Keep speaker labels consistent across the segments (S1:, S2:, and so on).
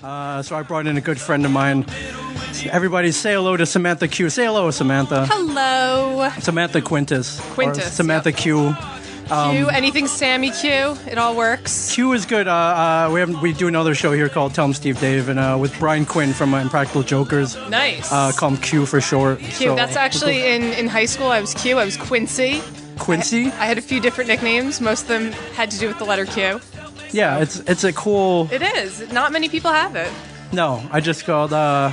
S1: Uh, so I brought in a good friend of mine. Everybody say hello to Samantha Q. Say hello, Samantha.
S2: Hello.
S1: Samantha Quintus. or
S2: Quintus,
S1: Samantha
S2: yep.
S1: Q. Um,
S2: Q, anything Sammy Q, it all works.
S1: Q is good. Uh, uh, we have, we do another show here called Tell 'em Steve Dave, and uh, with Brian Quinn from uh, Impractical Jokers.
S2: Nice.
S1: Uh, call him Q for short.
S2: Q, that's actually in, in high school. I was Q, I was Quincy.
S1: Quincy.
S2: I had a few different nicknames. Most of them had to do with the letter Q.
S1: Yeah, it's it's a cool.
S2: It is. Not many people have it.
S1: No, I just called. Uh,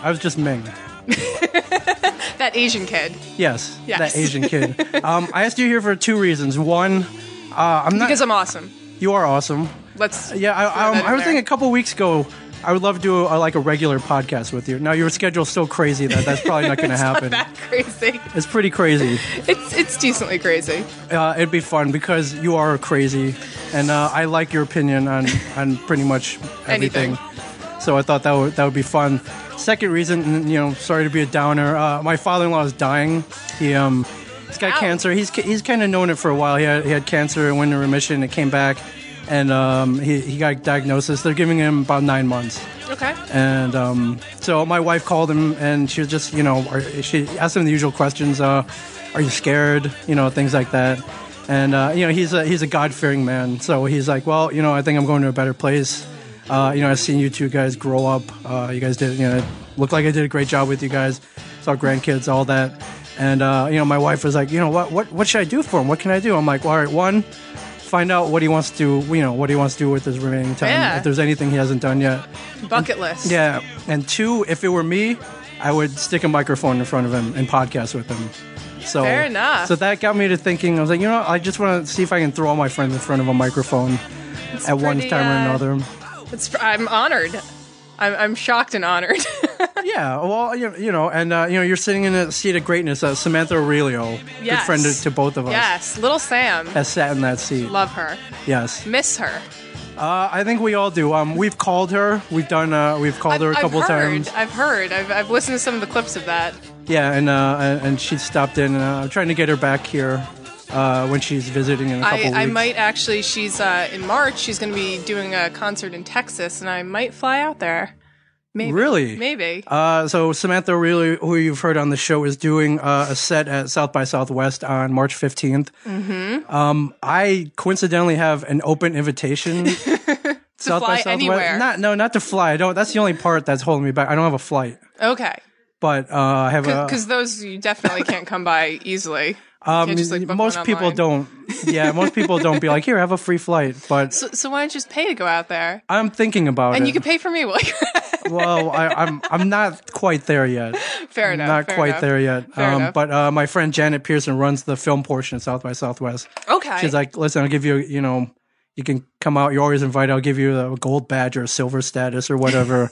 S1: I was just Ming.
S2: That Asian kid.
S1: Yes,
S2: Yes.
S1: that Asian kid. um, I asked you here for two reasons. One, uh, I'm not.
S2: Because I'm awesome.
S1: you are awesome.
S2: Let's.
S1: Yeah, I, um,
S2: that
S1: I,
S2: in
S1: I was
S2: there.
S1: thinking a couple weeks ago. I would love to do a, like a regular podcast with you. Now your schedule's so crazy that that's probably not going to happen.
S2: That crazy.
S1: It's pretty crazy.
S2: It's it's decently crazy.
S1: Uh, it'd be fun because you are crazy, and uh, I like your opinion on on pretty much everything.
S2: Anything.
S1: So I thought that would that would be fun. Second reason, and, you know, sorry to be a downer. Uh, my father-in-law is dying. He um, he's got
S2: Ouch.
S1: cancer. He's ca- he's kind of known it for a while. He had, he had cancer and went into remission. It came back, and um, he he got diagnosis. They're giving him about nine months.
S2: Okay.
S1: And um, so my wife called him, and she was just, you know, are, she asked him the usual questions: uh, Are you scared? You know, things like that. And uh, you know, he's a he's a God fearing man, so he's like, well, you know, I think I'm going to a better place. Uh, you know, I've seen you two guys grow up. Uh, you guys did, you know, looked like I did a great job with you guys. Saw grandkids, all that. And uh, you know, my wife was like, you know, what what what should I do for him? What can I do? I'm like, well, all right, one, find out what he wants to do. You know, what he wants to do with his remaining time.
S2: Yeah.
S1: If there's anything he hasn't done yet.
S2: Bucket list.
S1: Yeah, and two, if it were me, I would stick a microphone in front of him and podcast with him. So
S2: Fair enough.
S1: So that got me to thinking. I was like, you know, I just want to see if I can throw all my friends in front of a microphone at one
S2: pretty,
S1: time
S2: uh,
S1: or another.
S2: It's, I'm honored. I'm, I'm shocked and honored.
S1: Yeah, well, you, you know, and uh, you know, you're sitting in a seat of greatness. Uh, Samantha Aurelio, good
S2: Yes.
S1: friend to, to both of us,
S2: yes, little Sam.
S1: has sat in that seat.
S2: Love her.
S1: Yes,
S2: Miss her.
S1: uh, I think we all do. Um, we've called her. We've done. Uh, we've called her a couple
S2: I've heard,
S1: times.
S2: I've heard. I've, I've listened to some of the clips of that.
S1: Yeah, and uh, and- and she stopped in, and uh, I'm trying to get her back here uh, when she's visiting in a couple
S2: I,
S1: weeks.
S2: I might actually. She's uh, in March. She's going to be doing a concert in Texas, and I might fly out there. Maybe.
S1: Really?
S2: Maybe.
S1: Uh, so Samantha O'Reilly, who you've heard on the show, is doing uh, a set at South by Southwest on March 15th. Mm-hmm. Um, I coincidentally have an open invitation. South
S2: fly anywhere.
S1: Not, no, not to fly. I don't. That's the only part that's holding me back. I don't have a flight,
S2: okay.
S1: but uh, I have a.
S2: Because those you definitely can't come by easily.
S1: um,
S2: can't just, like, book
S1: most
S2: one
S1: people
S2: online.
S1: don't. Yeah, most people don't be like, here, have a free flight. But
S2: So, so why don't you just pay to go out there?
S1: I'm thinking about
S2: And
S1: it.
S2: you can pay for me while you're at it.
S1: well, I, I'm I'm not quite there yet.
S2: Fair enough.
S1: not
S2: fair
S1: quite
S2: enough.
S1: there yet.
S2: Fair enough.
S1: but uh, my friend Janet Pearson runs the film portion of South by Southwest.
S2: Okay.
S1: She's like, listen, I'll give you, you know, you can come out. You're always invited. I'll give you a gold badge or a silver status or whatever.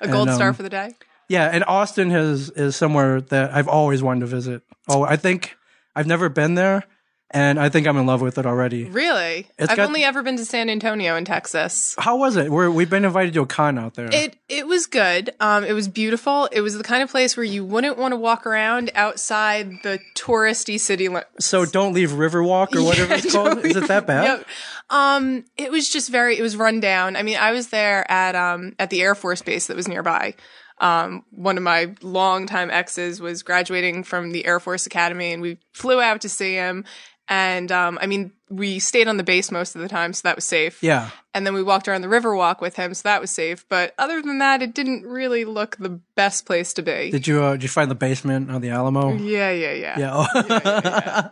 S2: a gold
S1: and,
S2: star
S1: um,
S2: for the day.
S1: yeah, and Austin has is somewhere that I've always wanted to visit. Oh, I think I've never been there, and I think I'm in love with it already.
S2: Really?
S1: It's
S2: I've
S1: got-
S2: only ever been to San Antonio in Texas.
S1: How was it? We're, we've been invited to a con out there.
S2: It it was good. Um, it was beautiful. It was the kind of place where you wouldn't want to walk around outside the touristy city. Li-
S1: so don't leave Riverwalk or whatever it's called. Is it that bad?
S2: Yep. Um, it was just very. It was run down. I mean, I was there at um at the Air Force base that was nearby. Um, one of my longtime exes was graduating from the Air Force Academy, and we flew out to see him. And um, I mean, we stayed on the base most of the time, so that was safe.
S1: Yeah.
S2: And then we walked around the river walk with him, so that was safe. But other than that, it didn't really look the best place to be.
S1: Did you uh, did you find the basement on the Alamo?
S2: yeah, yeah, yeah,
S1: Yeah. Oh.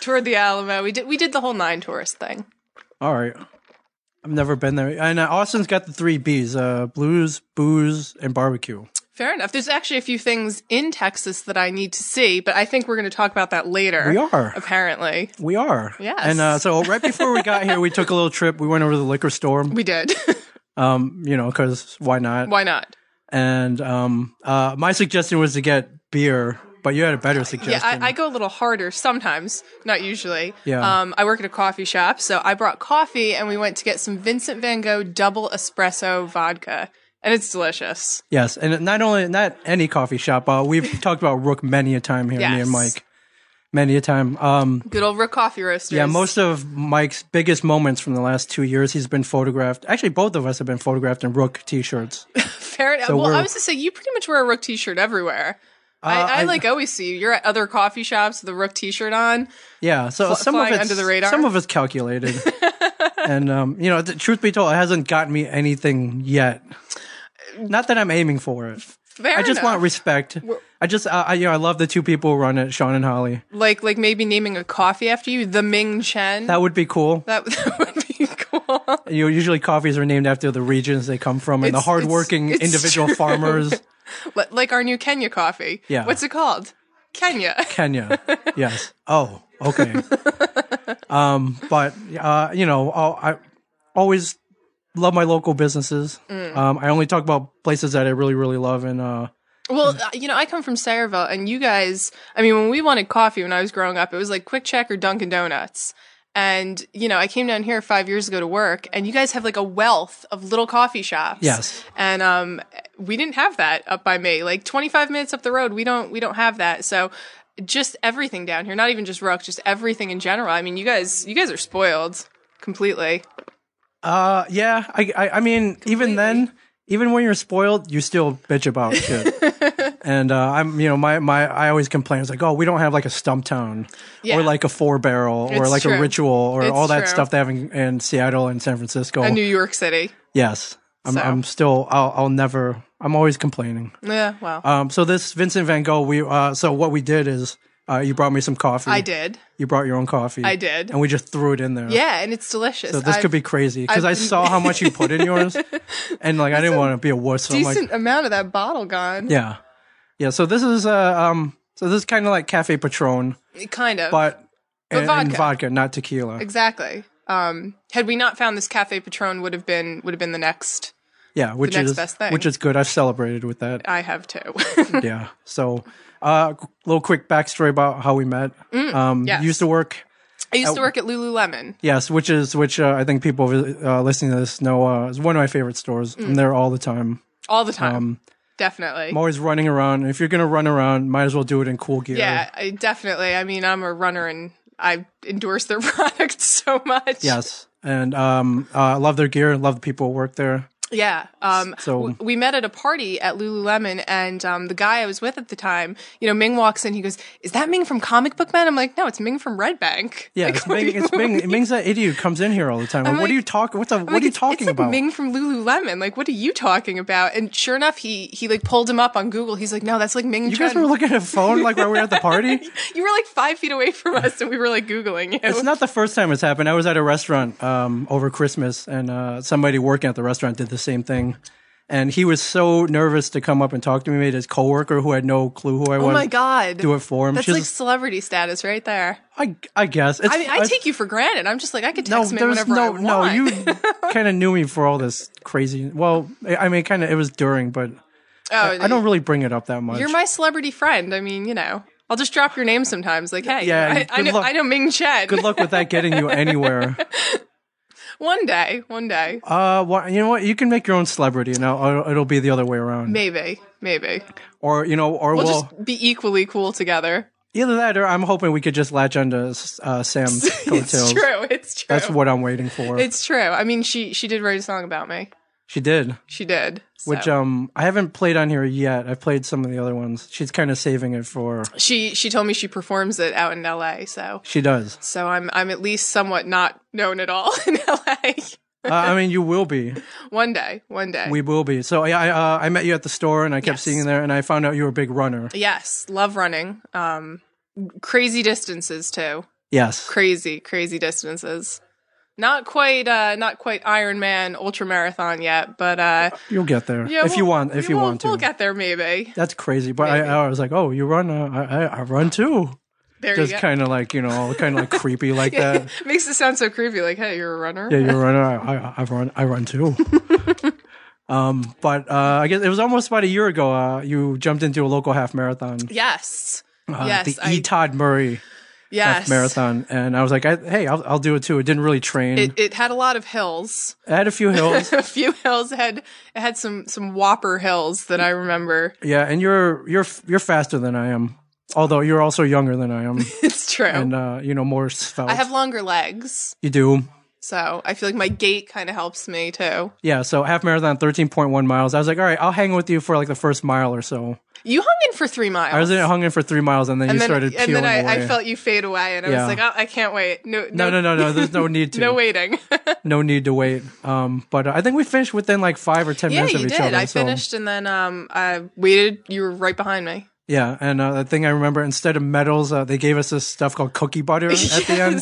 S2: Toward the Alamo, we did we did the whole nine tourist thing.
S1: All right. I've never been there. And uh, Austin's got the three B's: uh, blues, booze, and barbecue.
S2: Fair enough. There's actually a few things in Texas that I need to see, but I think we're going to talk about that later.
S1: We are.
S2: Apparently,
S1: We are.
S2: Yes.
S1: And uh, so right before we got here, we took a little trip. We went over to the liquor store.
S2: we did.
S1: Um, you know, because why not?
S2: Why not?
S1: And um, uh, my suggestion was to get beer, but you had a better
S2: Yeah,
S1: suggestion.
S2: I, I go a little harder sometimes, not usually.
S1: Yeah.
S2: Um, I work at a coffee shop, so I brought coffee and we went to get some Vincent Van Gogh double espresso vodka, and it's delicious.
S1: yes, and not only not any coffee shop. Uh, we've talked about Rook many a time here, me
S2: Yes.
S1: and Mike. many a time. Um,
S2: Good old Rick Coffee Roasters.
S1: yeah, most of Mike's biggest moments from the last two years, he's been photographed. Actually, both of us have been photographed in Rook t-shirts.
S2: Fair enough.
S1: so
S2: well, I
S1: we're-
S2: was to say you pretty much wear a Rook T-shirt everywhere. I,
S1: Uh,
S2: I,
S1: I-
S2: like always see you. You're at other coffee shops with a Rook T-shirt on.
S1: Yeah, so
S2: Fl-
S1: some
S2: flying
S1: of it's
S2: under the radar?
S1: Some of it's calculated, and um, you know, th- truth be told, it hasn't gotten me anything yet. Not that I'm aiming for it.
S2: Fair
S1: I just
S2: enough.
S1: want respect. I just, uh, I, you know, I love the two people who run it, Sean and Holly.
S2: like like maybe naming a coffee after you, the Ming Chen.
S1: That would be cool.
S2: that, that would be cool.
S1: You know, usually coffees are named after the regions they come from and the
S2: It's- it's-
S1: hardworking
S2: it's
S1: individual
S2: true.
S1: farmers.
S2: Li- like our new Kenya coffee.
S1: Yeah.
S2: What's it called? Kenya.
S1: Kenya. yes. Oh, okay. um, but uh, you know, I I always love my local businesses.
S2: Mm.
S1: Um, I only talk about places that I really, really love, and uh,
S2: Well, uh, you know, I come from Sayreville, and you guys, I mean, when we wanted coffee when I was growing up, it was like Quick Check or Dunkin' Donuts. And, you know, I came down here five years ago to work, and you guys have like a wealth of little coffee shops.
S1: Yes.
S2: And, um, we didn't have that up by me. Like 25 minutes up the road, we don't, we don't have that. So just everything down here, not even just Rook, just everything in general. I mean, you guys, you guys are spoiled completely.
S1: uh, yeah. I, I, I mean, even then. Even when you're spoiled, you still bitch about shit. and uh, I'm, you know, my, my, I always complain. It's like, oh, we don't have like a stump town
S2: Yeah.
S1: or like a four barrel or
S2: It's
S1: like
S2: true.
S1: a ritual or
S2: It's
S1: all that
S2: true.
S1: stuff they have in, in Seattle and San Francisco.
S2: New York City.
S1: Yes. I'm,
S2: So.
S1: I'm still, I'll, I'll never, I'm always complaining.
S2: Yeah. Well,
S1: Um, so this Vincent Van Gogh, we, uh, so what we did is, uh, you brought me some coffee.
S2: I did.
S1: You brought your own coffee.
S2: I did.
S1: And we just threw it in there.
S2: Yeah. And it's delicious.
S1: So this
S2: I've-
S1: could be crazy because I
S2: I've-
S1: saw how much you put in yours and like, I didn't want to be a wuss. So I'm like,
S2: decent amount of that bottle gone.
S1: yeah. Yeah. So this is, uh, um, so this is kind of like Cafe Patron,
S2: Kind of.
S1: but, and, and
S2: vodka.
S1: vodka, not tequila.
S2: exactly. Um, had we not found this Cafe Patron, would have been would have been the next.
S1: Yeah. Which
S2: next
S1: is,
S2: best thing.
S1: which is good. I've celebrated with that.
S2: I have too.
S1: yeah. So, uh, qu- little quick backstory about how we met. um,
S2: Mm, yes.
S1: used to work,
S2: I
S1: Oh.
S2: used to work at Lululemon.
S1: yes, which is which uh, I think people uh, listening to this know uh, is one of my favorite stores.
S2: Mm.
S1: I'm there all the time.
S2: all the time.
S1: Um,
S2: definitely.
S1: I'm always running around. If you're gonna run around, might as well do it in cool gear.
S2: yeah, I, definitely. I mean, I'm a runner and I endorse their product so much.
S1: Yes. And um, uh, I love their gear. Love the people who work there.
S2: Yeah. Um,
S1: So-
S2: w- we met at a party at Lululemon, and um, the guy I was with at the time, you know, Ming walks in. He goes, "Is that Ming from Comic Book Man?" I'm like, "No, it's Ming from Red Bank."
S1: Yeah,
S2: Like,
S1: it's
S2: what do
S1: Ming.
S2: you
S1: It's Ming. It means that idiot who comes in here all the time. Like, what
S2: like-
S1: are you talking? What's the, What
S2: Like,
S1: are you
S2: it's-
S1: talking
S2: it's like
S1: about?
S2: Ming from Lululemon. Like, what are you talking about? And sure enough, he he like pulled him up on Google. He's like, no, that's like Ming.
S1: you guys were looking at a phone like while we were at the party.
S2: you were like five feet away from us, and we were like googling you.
S1: It's not the first time it's happened. I was at a restaurant um, over Christmas, and uh, somebody working at the restaurant did the same thing. And he was so nervous to come up and talk to me. Made his coworker, who had no clue who I was,
S2: oh my god,
S1: do it for him.
S2: That's
S1: She's-
S2: like celebrity status right there.
S1: I, I guess. It's,
S2: I mean, I take you for granted. I'm just like, I could
S1: no.
S2: text him
S1: There's
S2: whenever I
S1: no,
S2: want.
S1: no. You kind of knew me for all this crazy. Well, I I mean, kind of. It was during, but
S2: oh,
S1: I don't really bring it up that much.
S2: You're my celebrity friend. I mean, you know, I'll just drop your name sometimes. Like, hey,
S1: Yeah,
S2: I, I
S1: good
S2: know,
S1: luck.
S2: I know Ming Chen.
S1: Good luck with that getting you anywhere.
S2: one day, one day,
S1: Uh, why you know what? You can make your own celebrity, and I'll, it'll be the other way around.
S2: maybe, maybe
S1: Or you know, or
S2: we'll
S1: we'll
S2: just be equally cool together.
S1: Either that, or I'm hoping we could just latch onto uh, Sam's
S2: It's
S1: coattails.
S2: true. It's true.
S1: That's what I'm waiting for.
S2: It's true. I mean, she she did write a song about me.
S1: she did,
S2: She did. so.
S1: which um I haven't played on here yet. I've played some of the other ones. She's kind of saving it for.
S2: she she told me she performs it out in L.A. So
S1: She does.
S2: so I'm I'm at least somewhat not known at all in L.A.
S1: Uh, I mean, you will be.
S2: one day, one day.
S1: We will be. So yeah, I uh, I met you at the store, and I kept
S2: Yes.
S1: seeing you there, and I found out you were a big runner.
S2: yes, love running. Um, crazy distances too.
S1: Yes.
S2: Crazy crazy distances. Not quite uh not quite Ironman ultra marathon yet, but uh
S1: You'll get there
S2: yeah,
S1: if you
S2: we'll-
S1: want. If you
S2: we'll-
S1: want to.
S2: we'll get there maybe.
S1: That's crazy. But I,
S2: Maybe.
S1: I was like, oh, you run? Uh, I, I I run too.
S2: There
S1: Just
S2: you go.
S1: kind of like you know, kind of like creepy like that.
S2: Makes it sound so creepy. Like, hey, you're a runner.
S1: Yeah, you're a runner. I, I, I run. I run too. um, but uh, I guess it was almost about a year ago. Uh, you jumped into a local half marathon.
S2: Yes.
S1: Uh,
S2: yes.
S1: the
S2: I-
S1: E. Todd Murray
S2: yes.
S1: half marathon, and I was like, I, "Hey, I'll, I'll do it too." It didn't really train.
S2: It, it had a lot of hills.
S1: I had a few hills.
S2: A few hills it had it had some some whopper hills that I remember.
S1: yeah, and you're you're you're faster than I am. Although you're also younger than I am,
S2: It's true.
S1: and uh, you know more svelte.
S2: I have longer legs,
S1: you do.
S2: so I feel like my gait kind of helps me too.
S1: Yeah, so half marathon, thirteen point one miles. I was like, all right, I'll hang with you for like the first mile or so.
S2: You hung in for three miles.
S1: I was in, hung in for three miles, and then
S2: and
S1: you
S2: then,
S1: started peeling
S2: and then I,
S1: away.
S2: I felt you fade away, and I
S1: Yeah.
S2: was like, oh, I can't wait. No,
S1: no,
S2: no,
S1: no, no, no. There's no need to.
S2: no waiting.
S1: no need to wait. Um, but uh, I think we finished within like five or ten
S2: yeah,
S1: minutes of
S2: you
S1: each
S2: did.
S1: other.
S2: I
S1: so-
S2: finished, and then um, I waited. You were right behind me.
S1: Yeah, and uh, the thing I remember instead of medals, uh, they gave us this stuff called cookie butter at the end.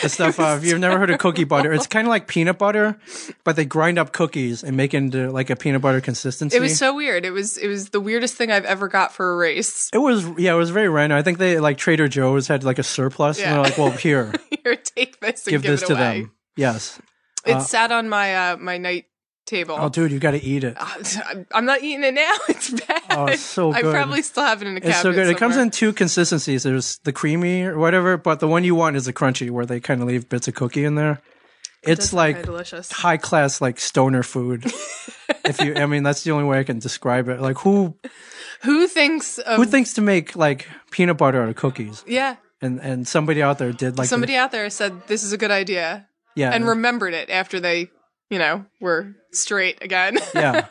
S1: The stuff uh, if you've never heard of cookie butter, it's kind of like peanut butter, but they grind up cookies and make into like a peanut butter consistency.
S2: It was so weird. It was it was the weirdest thing I've ever got for a race.
S1: It was- yeah, it was very random. I think they like Trader Joe's had like a surplus, and
S2: Yeah.
S1: they're like, "Well, here,
S2: Here, take this and
S1: give
S2: give,
S1: this
S2: it
S1: to
S2: away.
S1: them." Yes.
S2: It
S1: Uh,
S2: sat on my uh, my night table.
S1: Oh, dude, you got to eat it.
S2: I'm- I'm not eating it now. It's bad.
S1: Oh, it's so
S2: I
S1: good.
S2: probably still have it in a cabinet.
S1: It's so good. It comes
S2: somewhere.
S1: in two consistencies. There's the creamy or whatever, but the one you want is the crunchy, where they kind of leave bits of cookie in there.
S2: It does
S1: It's
S2: sound
S1: like
S2: kinda delicious.
S1: high class, like stoner food. if you, I mean, that's the only way I can describe it. Like who
S2: Who thinks of
S1: who thinks to make like peanut butter out of cookies?
S2: yeah?
S1: And and somebody out there did like the-
S2: Somebody out there said this is a good idea
S1: yeah
S2: and remembered it after they, you know, were straight again.
S1: yeah.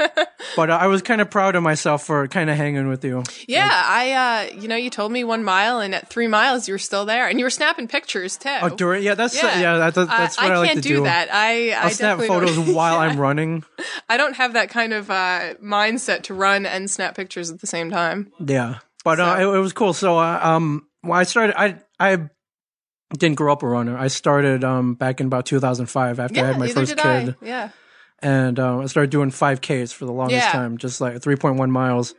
S1: But I was kind of proud of myself for kind of hanging with you.
S2: Yeah, I, uh, you know, you told me one mile, and at three miles, you were still there, and you were snapping pictures too.
S1: Oh, during, yeah, that's yeah, that, that's what I, like
S2: can't
S1: to
S2: do that. I, I
S1: I'll snap
S2: definitely
S1: photos
S2: don't-
S1: while I'm running.
S2: I don't have that kind of uh, mindset to run and snap pictures at the same time.
S1: Yeah, but uh,
S2: So-
S1: it, it was cool. So uh, um, when I started, I I didn't grow up a runner. I started um back in about 2005 after I had my
S2: neither
S1: first
S2: did
S1: kid,
S2: I. Yeah,
S1: and um, I started doing 5Ks for the longest
S2: Yeah.
S1: time, just like 3.1 miles.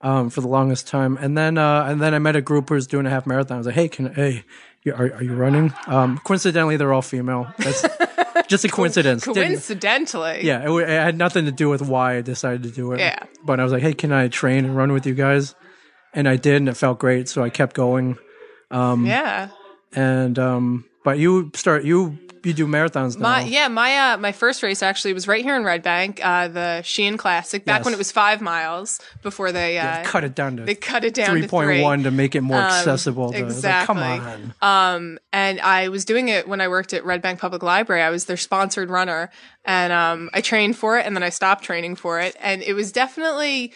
S1: Um, for the longest time, and then uh, and then I met a group who was doing a half marathon. I was like, "Hey, can hey, you, are are you running?" Um, coincidentally, they're all female. That's just a coincidence. Didn't-
S2: coincidentally.
S1: yeah, it, w- it had nothing to do with why I decided to do it.
S2: Yeah.
S1: But I was like, hey, can I train and run with you guys? And I did, and it felt great. So I kept going.
S2: yeah.
S1: And um, but you start you you do marathons now.
S2: My yeah, my uh, my first race actually was right here in Red Bank, uh, the Sheehan Classic, back
S1: Yes.
S2: when it was five miles before they uh,
S1: Cut it down to
S2: they cut it down
S1: three
S2: to three. Um,
S1: point one to make it more accessible. To, it's like, come
S2: exactly.
S1: on.
S2: and I was doing it when I worked at Red Bank Public Library. I was their sponsored runner, and um, I trained for it, and then I stopped training for it, and it was definitely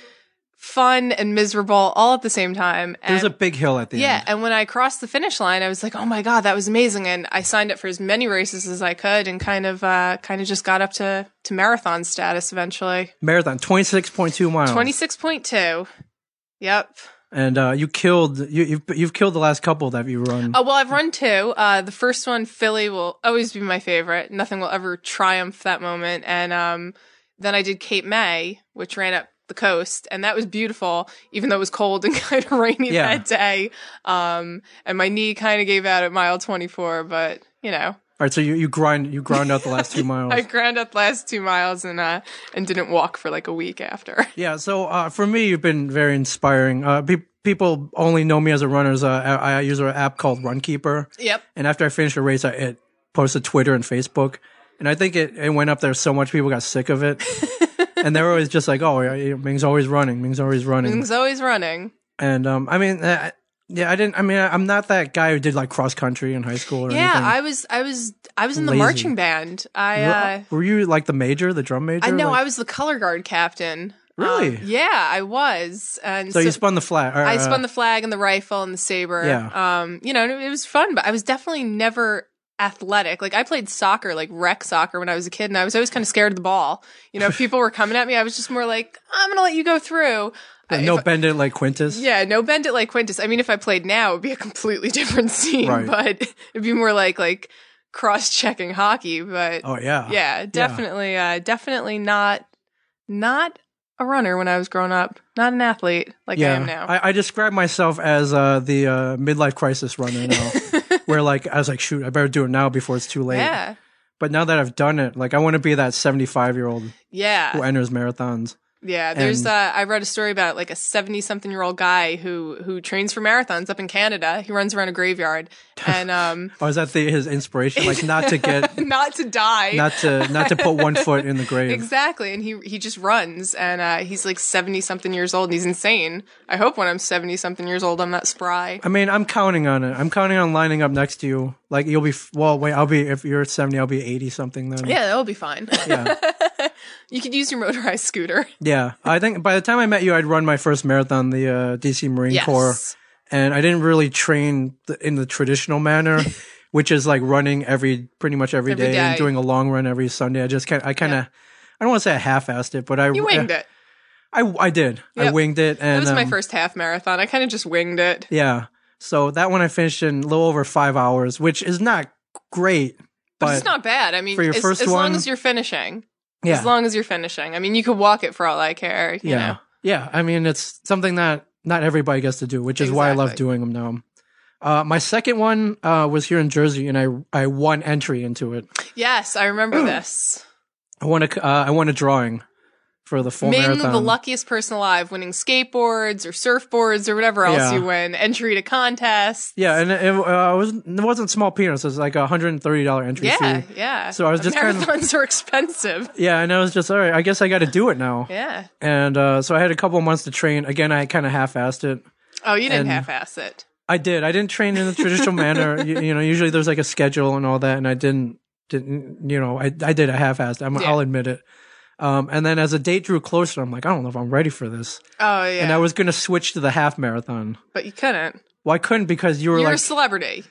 S2: fun and miserable all at the same time. And
S1: There's a big hill at the
S2: yeah,
S1: end.
S2: and when I crossed the finish line, I was like, "Oh my god, that was amazing!" And I signed up for as many races as I could, and kind of, uh, kind of just got up to to marathon status eventually.
S1: Marathon, twenty six point two miles.
S2: Twenty six point two. Yep.
S1: and uh, you killed you you've, you've killed the last couple that you run.
S2: Oh well, I've run two. Uh, the first one, Philly, will always be my favorite. Nothing will ever triumph that moment. And um, then I did Cape May, which ran up the coast, and that was beautiful, even though it was cold and kind of rainy
S1: Yeah.
S2: that day. Um, and my knee kind of gave out at mile twenty four, but you know,
S1: All right, so you, you grind you grind out the last two miles.
S2: I ground up the last two miles and uh, and didn't walk for like a week after.
S1: Yeah, so uh, for me, you've been very inspiring. Uh, pe- people only know me as a runner. As a, I, I use an app called Runkeeper,
S2: Yep.
S1: and after I finished a race, I it posted Twitter and Facebook, and I think it, it went up there so much people got sick of it, and they were always just like, "Oh, yeah, Ming's always running. Ming's always running."
S2: Things always running.
S1: And um, I mean, uh, yeah, I didn't. I mean, I'm not that guy who did like cross country in high school or
S2: Yeah,
S1: anything.
S2: I was I was I was in the
S1: Lazy.
S2: marching band. I uh,
S1: were, were you like the major, the drum major?
S2: I know
S1: Like-
S2: I was the color guard captain.
S1: Really?
S2: Um, yeah, I was. And
S1: so,
S2: so,
S1: you spun the flag. or,
S2: I
S1: uh,
S2: spun the flag and the rifle and the saber.
S1: Yeah.
S2: Um, you know, and it it was fun, but I was definitely never athletic. Like I played soccer, like rec soccer when I was a kid, and I was always kind of scared of the ball. You know, if people were coming at me, I was just more like, I'm gonna let you go through. I-
S1: no
S2: if-
S1: bend it like Quintus.
S2: yeah, no bend it like Quintus. I mean, if I played now, it would be a completely different scene,
S1: Right.
S2: but it'd be more like like cross checking hockey. But
S1: Oh yeah.
S2: yeah, definitely, Uh, definitely not not a runner when I was growing up, not an athlete like I am now.
S1: I, I describe myself as uh, the uh, midlife crisis runner now, where like I was like, shoot, I better do it now before it's too late.
S2: yeah,
S1: But now that I've done it, like I want to be that seventy-five year old
S2: yeah.
S1: who enters marathons.
S2: Yeah, there's.
S1: And-
S2: uh, I read a story about like a seventy-something-year-old guy who who trains for marathons up in Canada. He runs around a graveyard and um,
S1: Or Oh, is that the, his inspiration? Like not to get,
S2: not to die.
S1: not to, not to put one foot in the grave.
S2: exactly, and he he just runs, and uh, he's like seventy-something years old, and he's insane. I hope when I'm seventy-something years old, I'm not spry.
S1: I mean, I'm counting on it. I'm counting on lining up next to you. Like you'll be, f- well, wait, I'll be, if you're 70, I'll be 80 something then.
S2: Yeah, that'll be fine.
S1: Yeah.
S2: you could use your motorized scooter.
S1: Yeah. I think by the time I met you, I'd run my first marathon, the uh, DC Marine
S2: Yes.
S1: Corps. And I didn't really train th- in the traditional manner, which is like running every, pretty much
S2: Every
S1: every day and
S2: day.
S1: doing a long run every Sunday. I just kind I kind of, I don't want to say I half-assed it, but I
S2: You winged it.
S1: I, I did. I
S2: Yep.
S1: winged it. And
S2: That was my
S1: um,
S2: first half marathon. I kind of just winged it.
S1: Yeah. So that one I finished in a little over five hours, which is not great.
S2: But,
S1: But
S2: it's not bad. I mean,
S1: for your
S2: as,
S1: first
S2: as
S1: one-
S2: long as you're finishing.
S1: yeah,
S2: As long as you're finishing. I mean, you could walk it for all I care. You
S1: yeah,
S2: Know?
S1: yeah. I mean, it's something that not everybody gets to do, which is why I love
S2: Exactly.
S1: doing them now. Uh, my second one uh, was here in Jersey, and I I won entry into it.
S2: Yes, I remember this.
S1: I won a c- uh, I won a drawing for the full
S2: Ming,
S1: marathon.
S2: the luckiest person alive, winning skateboards or surfboards or whatever else
S1: Yeah.
S2: you win, entry to contests.
S1: yeah, and it, it, uh, was, it wasn't small peanuts. It was like a hundred and thirty dollar entry
S2: Yeah,
S1: fee.
S2: yeah.
S1: So I was just kind
S2: marathons
S1: of-
S2: are expensive.
S1: Yeah, and I was just all right. I guess I got to do it now.
S2: Yeah.
S1: And uh, so I had a couple of months to train. Again, I kind of half-assed it.
S2: Oh, you didn't
S1: And-
S2: half-ass it.
S1: I did. I didn't train in the traditional manner. You, you know, usually there's like a schedule and all that, and I didn't didn't you know I I did a half-assed. I'm,
S2: Yeah.
S1: I'll admit it. Um, and then as the date drew closer, I'm like, I don't know if I'm ready for this.
S2: Oh, yeah.
S1: And I was going to switch to the half marathon.
S2: but you couldn't.
S1: Well, I couldn't because you were
S2: You're a
S1: like,
S2: celebrity.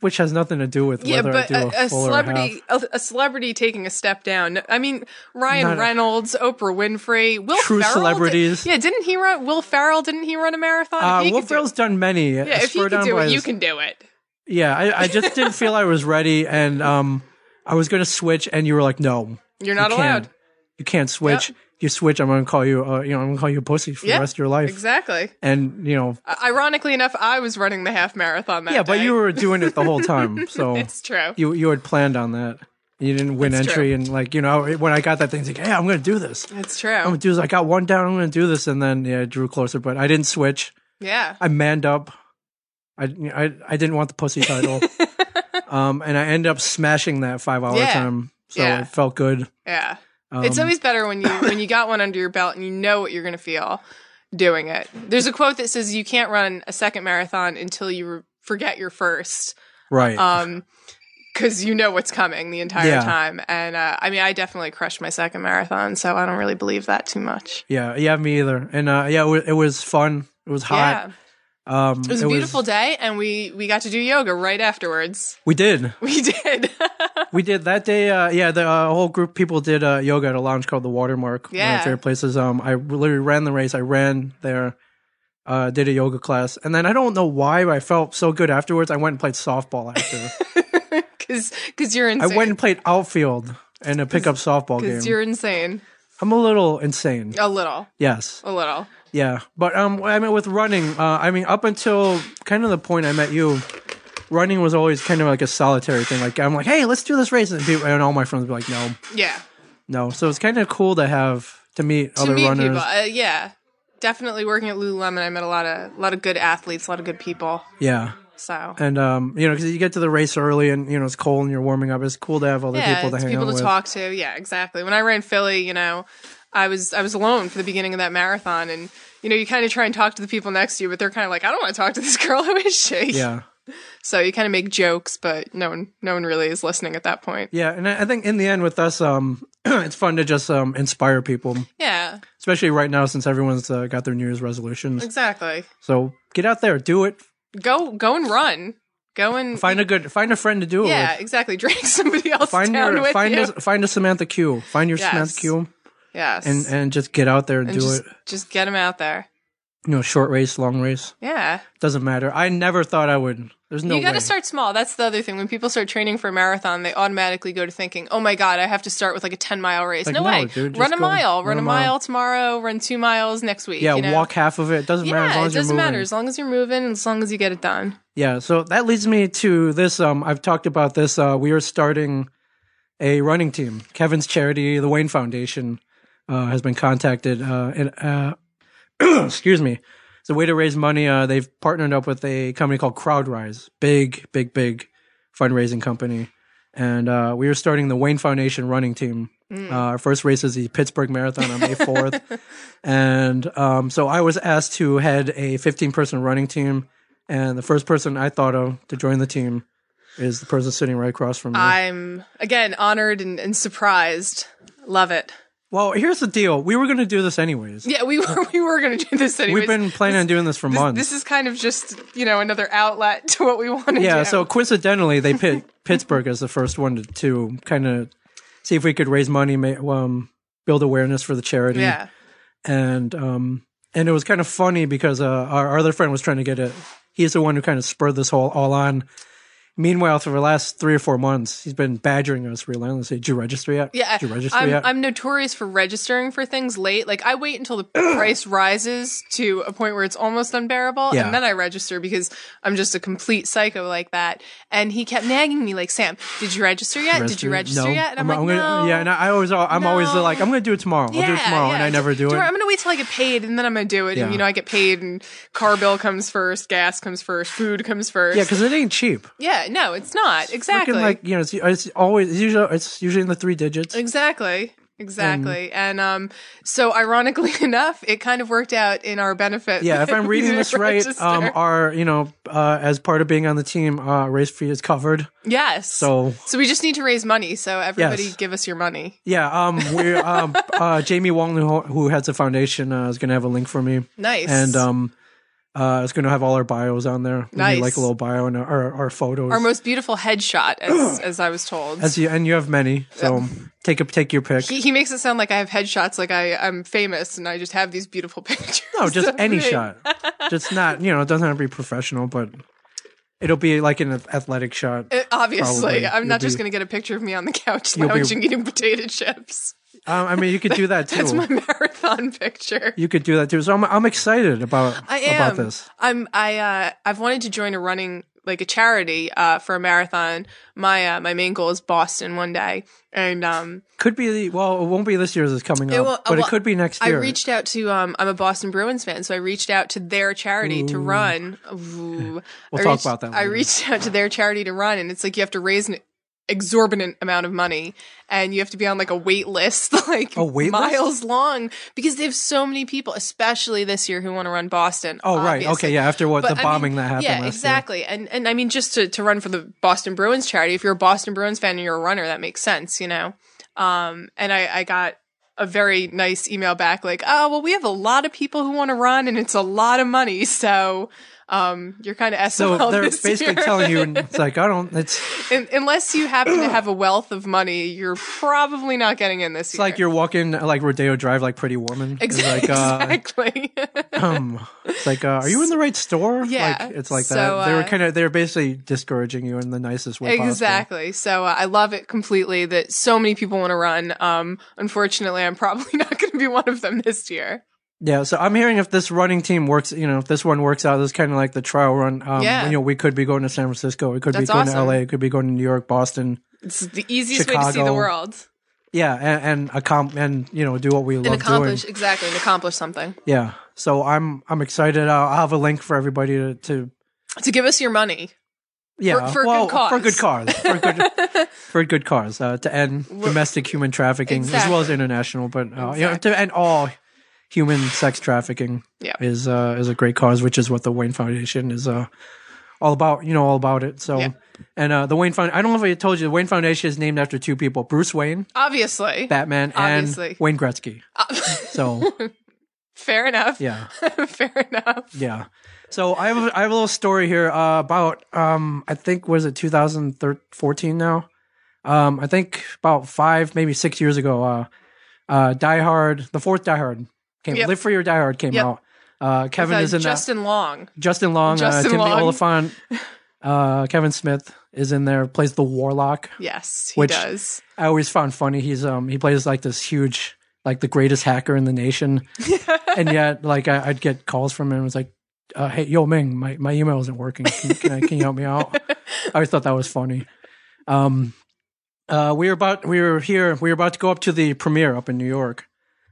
S1: which has nothing to do with
S2: Yeah,
S1: whether
S2: but
S1: I do
S2: a,
S1: a,
S2: a
S1: full or a half.
S2: celebrity, a, a celebrity taking a step down. I mean, Ryan
S1: Not a-
S2: Reynolds, Oprah Winfrey, Will
S1: True
S2: Ferrell did-
S1: celebrities.
S2: yeah, didn't he run? Will Ferrell didn't he run a marathon? If
S1: Uh,
S2: he
S1: Will
S2: could do-
S1: Ferrell's done many.
S2: yeah, if he
S1: spurred
S2: can
S1: on
S2: do
S1: by
S2: it, you
S1: his-
S2: can do it.
S1: Yeah, I, I just didn't feel I was ready, and um, I was going to switch, and you were like, no,
S2: You're not
S1: you
S2: allowed.
S1: Can't. You can't switch. If You switch. I'm gonna call you. Uh, you know, I'm gonna call you a pussy for
S2: Yeah,
S1: the rest of your life.
S2: Exactly.
S1: And you know,
S2: I- Ironically enough, I was running the half marathon that
S1: yeah, but
S2: day.
S1: you were doing it the whole time, so
S2: It's true.
S1: you you had planned on that. You didn't win
S2: That's
S1: entry,
S2: true.
S1: and like you know, when I got that thing, it's like, hey, I'm gonna do this. I'm
S2: It's true.
S1: gonna do this. I got one down. I'm gonna do this, and then yeah, I drew closer, but I didn't switch.
S2: yeah.
S1: I manned up. I I, I didn't want the pussy title, um, and I ended up smashing that five hour
S2: Yeah.
S1: time. So
S2: Yeah.
S1: it felt good.
S2: Yeah.
S1: Um,
S2: it's always better when you when you got one under your belt and you know what you're going to feel doing it. There's a quote that says you can't run a second marathon until you re- forget your first.
S1: right.
S2: Um 'cause because you know what's coming the entire
S1: Yeah.
S2: time. And uh, I mean, I definitely crushed my second marathon, so I don't really believe that too much.
S1: yeah, yeah, me either. And uh, yeah, it was, it was fun. It was hot.
S2: Yeah,
S1: Um,
S2: it was a beautiful day, and we we got to do yoga right afterwards.
S1: we did.
S2: We did.
S1: We did that day. Uh, yeah, the uh, whole group of people did uh, yoga at a lounge called the Watermark. One of my
S2: Yeah.
S1: favorite places. Um, I literally ran the race. I ran there, uh, did a yoga class, and then I don't know why, but I felt so good afterwards. I went and played softball after.
S2: Because because you're
S1: I
S2: insane.
S1: went and played outfield and a pickup softball
S2: Because
S1: game.
S2: you're insane.
S1: I'm a little insane.
S2: A little.
S1: Yes.
S2: A little.
S1: Yeah, but um, I mean, with running, uh, I mean, up until kind of the point I met you, running was always kind of like a solitary thing. Like I'm like, hey, let's do this race, and, people, and all my friends would be like, no,
S2: Yeah.
S1: no. So it's kind of cool to have to meet
S2: to
S1: other
S2: meet
S1: runners.
S2: people. Uh, yeah, definitely working at Lululemon, I met a lot of a lot of good athletes, a lot of good people.
S1: Yeah,
S2: So
S1: and um, you know, because you get to the race early, and you know it's cold, and you're warming up. It's cool to have other
S2: yeah,
S1: people to
S2: it's
S1: hang
S2: people
S1: out
S2: to
S1: with.
S2: talk to. Yeah, exactly. When I ran Philly, you know, I was I was alone for the beginning of that marathon, and you know, you kind of try and talk to the people next to you, but they're kind of like, I don't want to talk to this girl. Who is she?
S1: Yeah,
S2: So you kind of make jokes, but no one no one really is listening at that point.
S1: yeah, and I I think in the end with us, um, it's fun to just um inspire people,
S2: Yeah,
S1: especially right now since everyone's uh, got their New Year's resolutions.
S2: exactly.
S1: So get out there, do it,
S2: Go go and run. Go and
S1: find a good find a friend to do it
S2: yeah,
S1: with.
S2: exactly. Drag somebody else
S1: Find
S2: down
S1: your
S2: with
S1: find
S2: you.
S1: a find a Samantha Q. Find your
S2: Yes.
S1: Samantha Q
S2: yes,
S1: and and just get out there and,
S2: And
S1: do
S2: just,
S1: it.
S2: just get them out there.
S1: You know, short race, long race,
S2: Yeah.
S1: doesn't matter. I never thought I would. There's no
S2: you got
S1: way.
S2: to start small. That's the other thing. When people start training for a marathon, they automatically go to thinking, "Oh my god, I have to start with like a 10-mile race."
S1: Like,
S2: no,
S1: no,
S2: way.
S1: dude, just
S2: run a
S1: go
S2: mile,
S1: run
S2: run
S1: a
S2: a
S1: mile.
S2: mile. tomorrow, run 2 miles next week,
S1: yeah,
S2: you know?
S1: walk half of it. Doesn't
S2: yeah,
S1: matter as long
S2: it
S1: as you're
S2: doesn't
S1: moving.
S2: matter as long as you're moving and as long as you get it done.
S1: Yeah, so that leads me to this. Um, I've talked about this. Uh, we are starting a running team. Kevin's charity, the Wayne Foundation, uh, has been contacted. Uh, and uh, excuse me, it's a way to raise money. Uh, they've partnered up with a company called CrowdRise, big, big, big fundraising company. And uh, we are starting the Wayne Foundation running team. Uh, our first race is the Pittsburgh Marathon on May 4th. and um, so I was asked to head a 15 person running team. And the first person I thought of to join the team is the person sitting right across from me.
S2: I'm again honored and, and surprised. Love it.
S1: well, here's the deal we were going to do this anyways.
S2: Yeah, we were we were going to do this anyways.
S1: We've been planning on doing this for months.
S2: This is kind of just you know another outlet to what we want to do.
S1: Yeah, so coincidentally, they pit Pittsburgh as the first one to, to kind of see if we could raise money, ma- um, build awareness for the charity,
S2: yeah,
S1: and um, and it was kind of funny because uh, our, our other friend was trying to get it. He's the one who kind of spurred this whole all on. Meanwhile, for the last three or four months, he's been badgering us relentlessly. Did you register yet?
S2: yeah.
S1: Did you register
S2: I'm,
S1: yet?
S2: I'm notorious for registering for things late. Like I wait until the price rises to a point where it's almost unbearable,
S1: Yeah.
S2: and then I register because I'm just a complete psycho like that. And he kept nagging me like, "Sam, did you register yet? Did you register
S1: No.
S2: yet?" And I'm, like,
S1: gonna,
S2: "No."
S1: Yeah, and I always, I'm always
S2: No.
S1: like, I'm going to do it tomorrow. I'll do it tomorrow, and I never do it.
S2: Tomorrow, I'm gonna wait till I get paid, and then I'm gonna do it.
S1: Yeah.
S2: And you know, I get paid, and car bill comes first, gas comes first, food comes first.
S1: yeah, because it ain't cheap.
S2: Yeah, no, it's not exactly.
S1: Freaking, like you know, it's, it's always it's usually it's usually in the three digits.
S2: Exactly. Exactly. And um so ironically enough, it kind of worked out in our benefit.
S1: Yeah, if
S2: that
S1: I'm
S2: we
S1: reading
S2: didn't
S1: this right,
S2: register.
S1: um, our you know, uh, as part of being on the team, uh, race fee is covered.
S2: yes.
S1: So
S2: so we just need to raise money. So everybody
S1: Yes.
S2: give us your money.
S1: yeah, um, we um, uh, Jamie Wong, who, who heads the foundation, uh, is going to have a link for me,
S2: Nice.
S1: and um, uh, it's going to have all our bios on there. We
S2: Nice.
S1: need, like a little bio and our, our photos.
S2: our most beautiful headshot as as I was told.
S1: as you, and you have many, so take a take your pick.
S2: he, he makes it sound like I have headshots like I I'm famous and I just have these beautiful pictures.
S1: No, Oh, just
S2: of
S1: any
S2: me.
S1: shot. Just not, you know, it doesn't have to be professional, but it'll be like an athletic shot.
S2: Uh, obviously,
S1: Probably.
S2: I'm not
S1: You'll
S2: just
S1: be-
S2: going to get a picture of me on the couch
S1: You'll be-
S2: lounging eating potato chips.
S1: Um, I mean, you could do that too.
S2: That's my marathon picture.
S1: you could do that too. So I'm, I'm excited about
S2: I am.
S1: about this.
S2: I'm. I. Uh, I've wanted to join a running like a charity uh, for a marathon. My uh, my main goal is Boston one day, and um,
S1: Could be the well, it won't be this year's is coming up,
S2: will- uh,
S1: but
S2: well,
S1: it could be next
S2: I
S1: year.
S2: reached out to. Um, I'm a Boston Bruins fan, so I reached out to their charity to run. Ooh.
S1: We'll
S2: I
S1: talk
S2: reached-
S1: about that
S2: I
S1: later.
S2: reached out to their charity to run, and it's like you have to raise an exorbitant amount of money and you have to be on like a wait list like
S1: A wait list?
S2: miles long because they have so many people especially this year who want to run boston
S1: oh right,
S2: obviously.
S1: okay, yeah. After what
S2: But,
S1: the
S2: I mean,
S1: bombing that happened,
S2: Yeah,
S1: last
S2: exactly. And and I mean, just to, to run for the Boston Bruins charity, if you're a Boston Bruins fan and you're a runner, that makes sense, you know. Um, and I, I got a very nice email back, like, oh well, we have a lot of people who want to run, and it's a lot of money, so. Um, you're kind of
S1: Year.
S2: SOL
S1: So they're
S2: this
S1: basically
S2: year.
S1: telling you, and it's like I don't. It's it's
S2: Un- unless you happen to have a wealth of money, you're probably not getting in this year.
S1: like you're walking like Rodeo Drive, like Pretty Woman. It's like,
S2: exactly.
S1: uh,
S2: exactly.
S1: um, it's like, uh, are you in the right store?
S2: Yeah,
S1: like, it's like
S2: so,
S1: that. They were
S2: uh,
S1: kind of, they were basically discouraging you in the nicest way. possible.
S2: Exactly. So uh, I love it completely that so many people want to run. Um, unfortunately, I'm probably not going to be one of them this year.
S1: Yeah, so I'm hearing if this running team works, you know, if this one works out, this is kind of like the trial run. Um,
S2: Yeah.
S1: You know, we could be going to San Francisco, we could
S2: That's
S1: be going
S2: awesome.
S1: to LA, we could be going to New York, Boston.
S2: It's the easiest way to see the
S1: Chicago.
S2: world
S1: Yeah, and, and accom- and you know, do what we
S2: and
S1: love doing.
S2: accomplish exactly and accomplish something.
S1: Yeah, so I'm I'm excited. I'll, I'll have a link for everybody to, to
S2: To give us your money,
S1: yeah,
S2: for a good
S1: well, for
S2: cause.
S1: a good cause, for a good for a good cause uh, to end domestic human trafficking as well as
S2: Exactly.
S1: international, but uh, you know,
S2: Exactly.
S1: to end all human sex trafficking.
S2: yeah,
S1: is uh, is a great cause, which is what the Wayne Foundation is uh, all about. You know, all about it. So,
S2: Yeah.
S1: and uh, the Wayne Found I don't know if I told you, the Wayne Foundation is named after two people: Bruce Wayne,
S2: obviously,
S1: Batman,
S2: Obviously. Uh,
S1: and Wayne Gretzky. so,
S2: fair enough.
S1: yeah,
S2: fair enough.
S1: yeah. So I have a, I have a little story here uh, about um, I think was it 2014 now. Um, I think about five, maybe six years ago, uh, uh, Die Hard, the fourth Die Hard came.
S2: Yep.
S1: Live Free or Die Hard came
S2: Yep.
S1: out. Uh, Kevin
S2: Uh,
S1: is in that.
S2: Justin Long.
S1: Justin Long, uh,
S2: Justin
S1: Timothy
S2: Long.
S1: Oliphant, uh, Kevin Smith is in there. Plays the Warlock.
S2: Yes, he
S1: Which-
S2: does.
S1: I always found funny. He's um he plays like this huge, like the greatest hacker in the nation, and yet like I, I'd get calls from him. It's like, uh, hey, Yo Ming, my, my email isn't working. Can, can, I, can you help me out? I always thought that was funny. Um, uh, we were about we were here. We were about to go up to the premiere up in New York,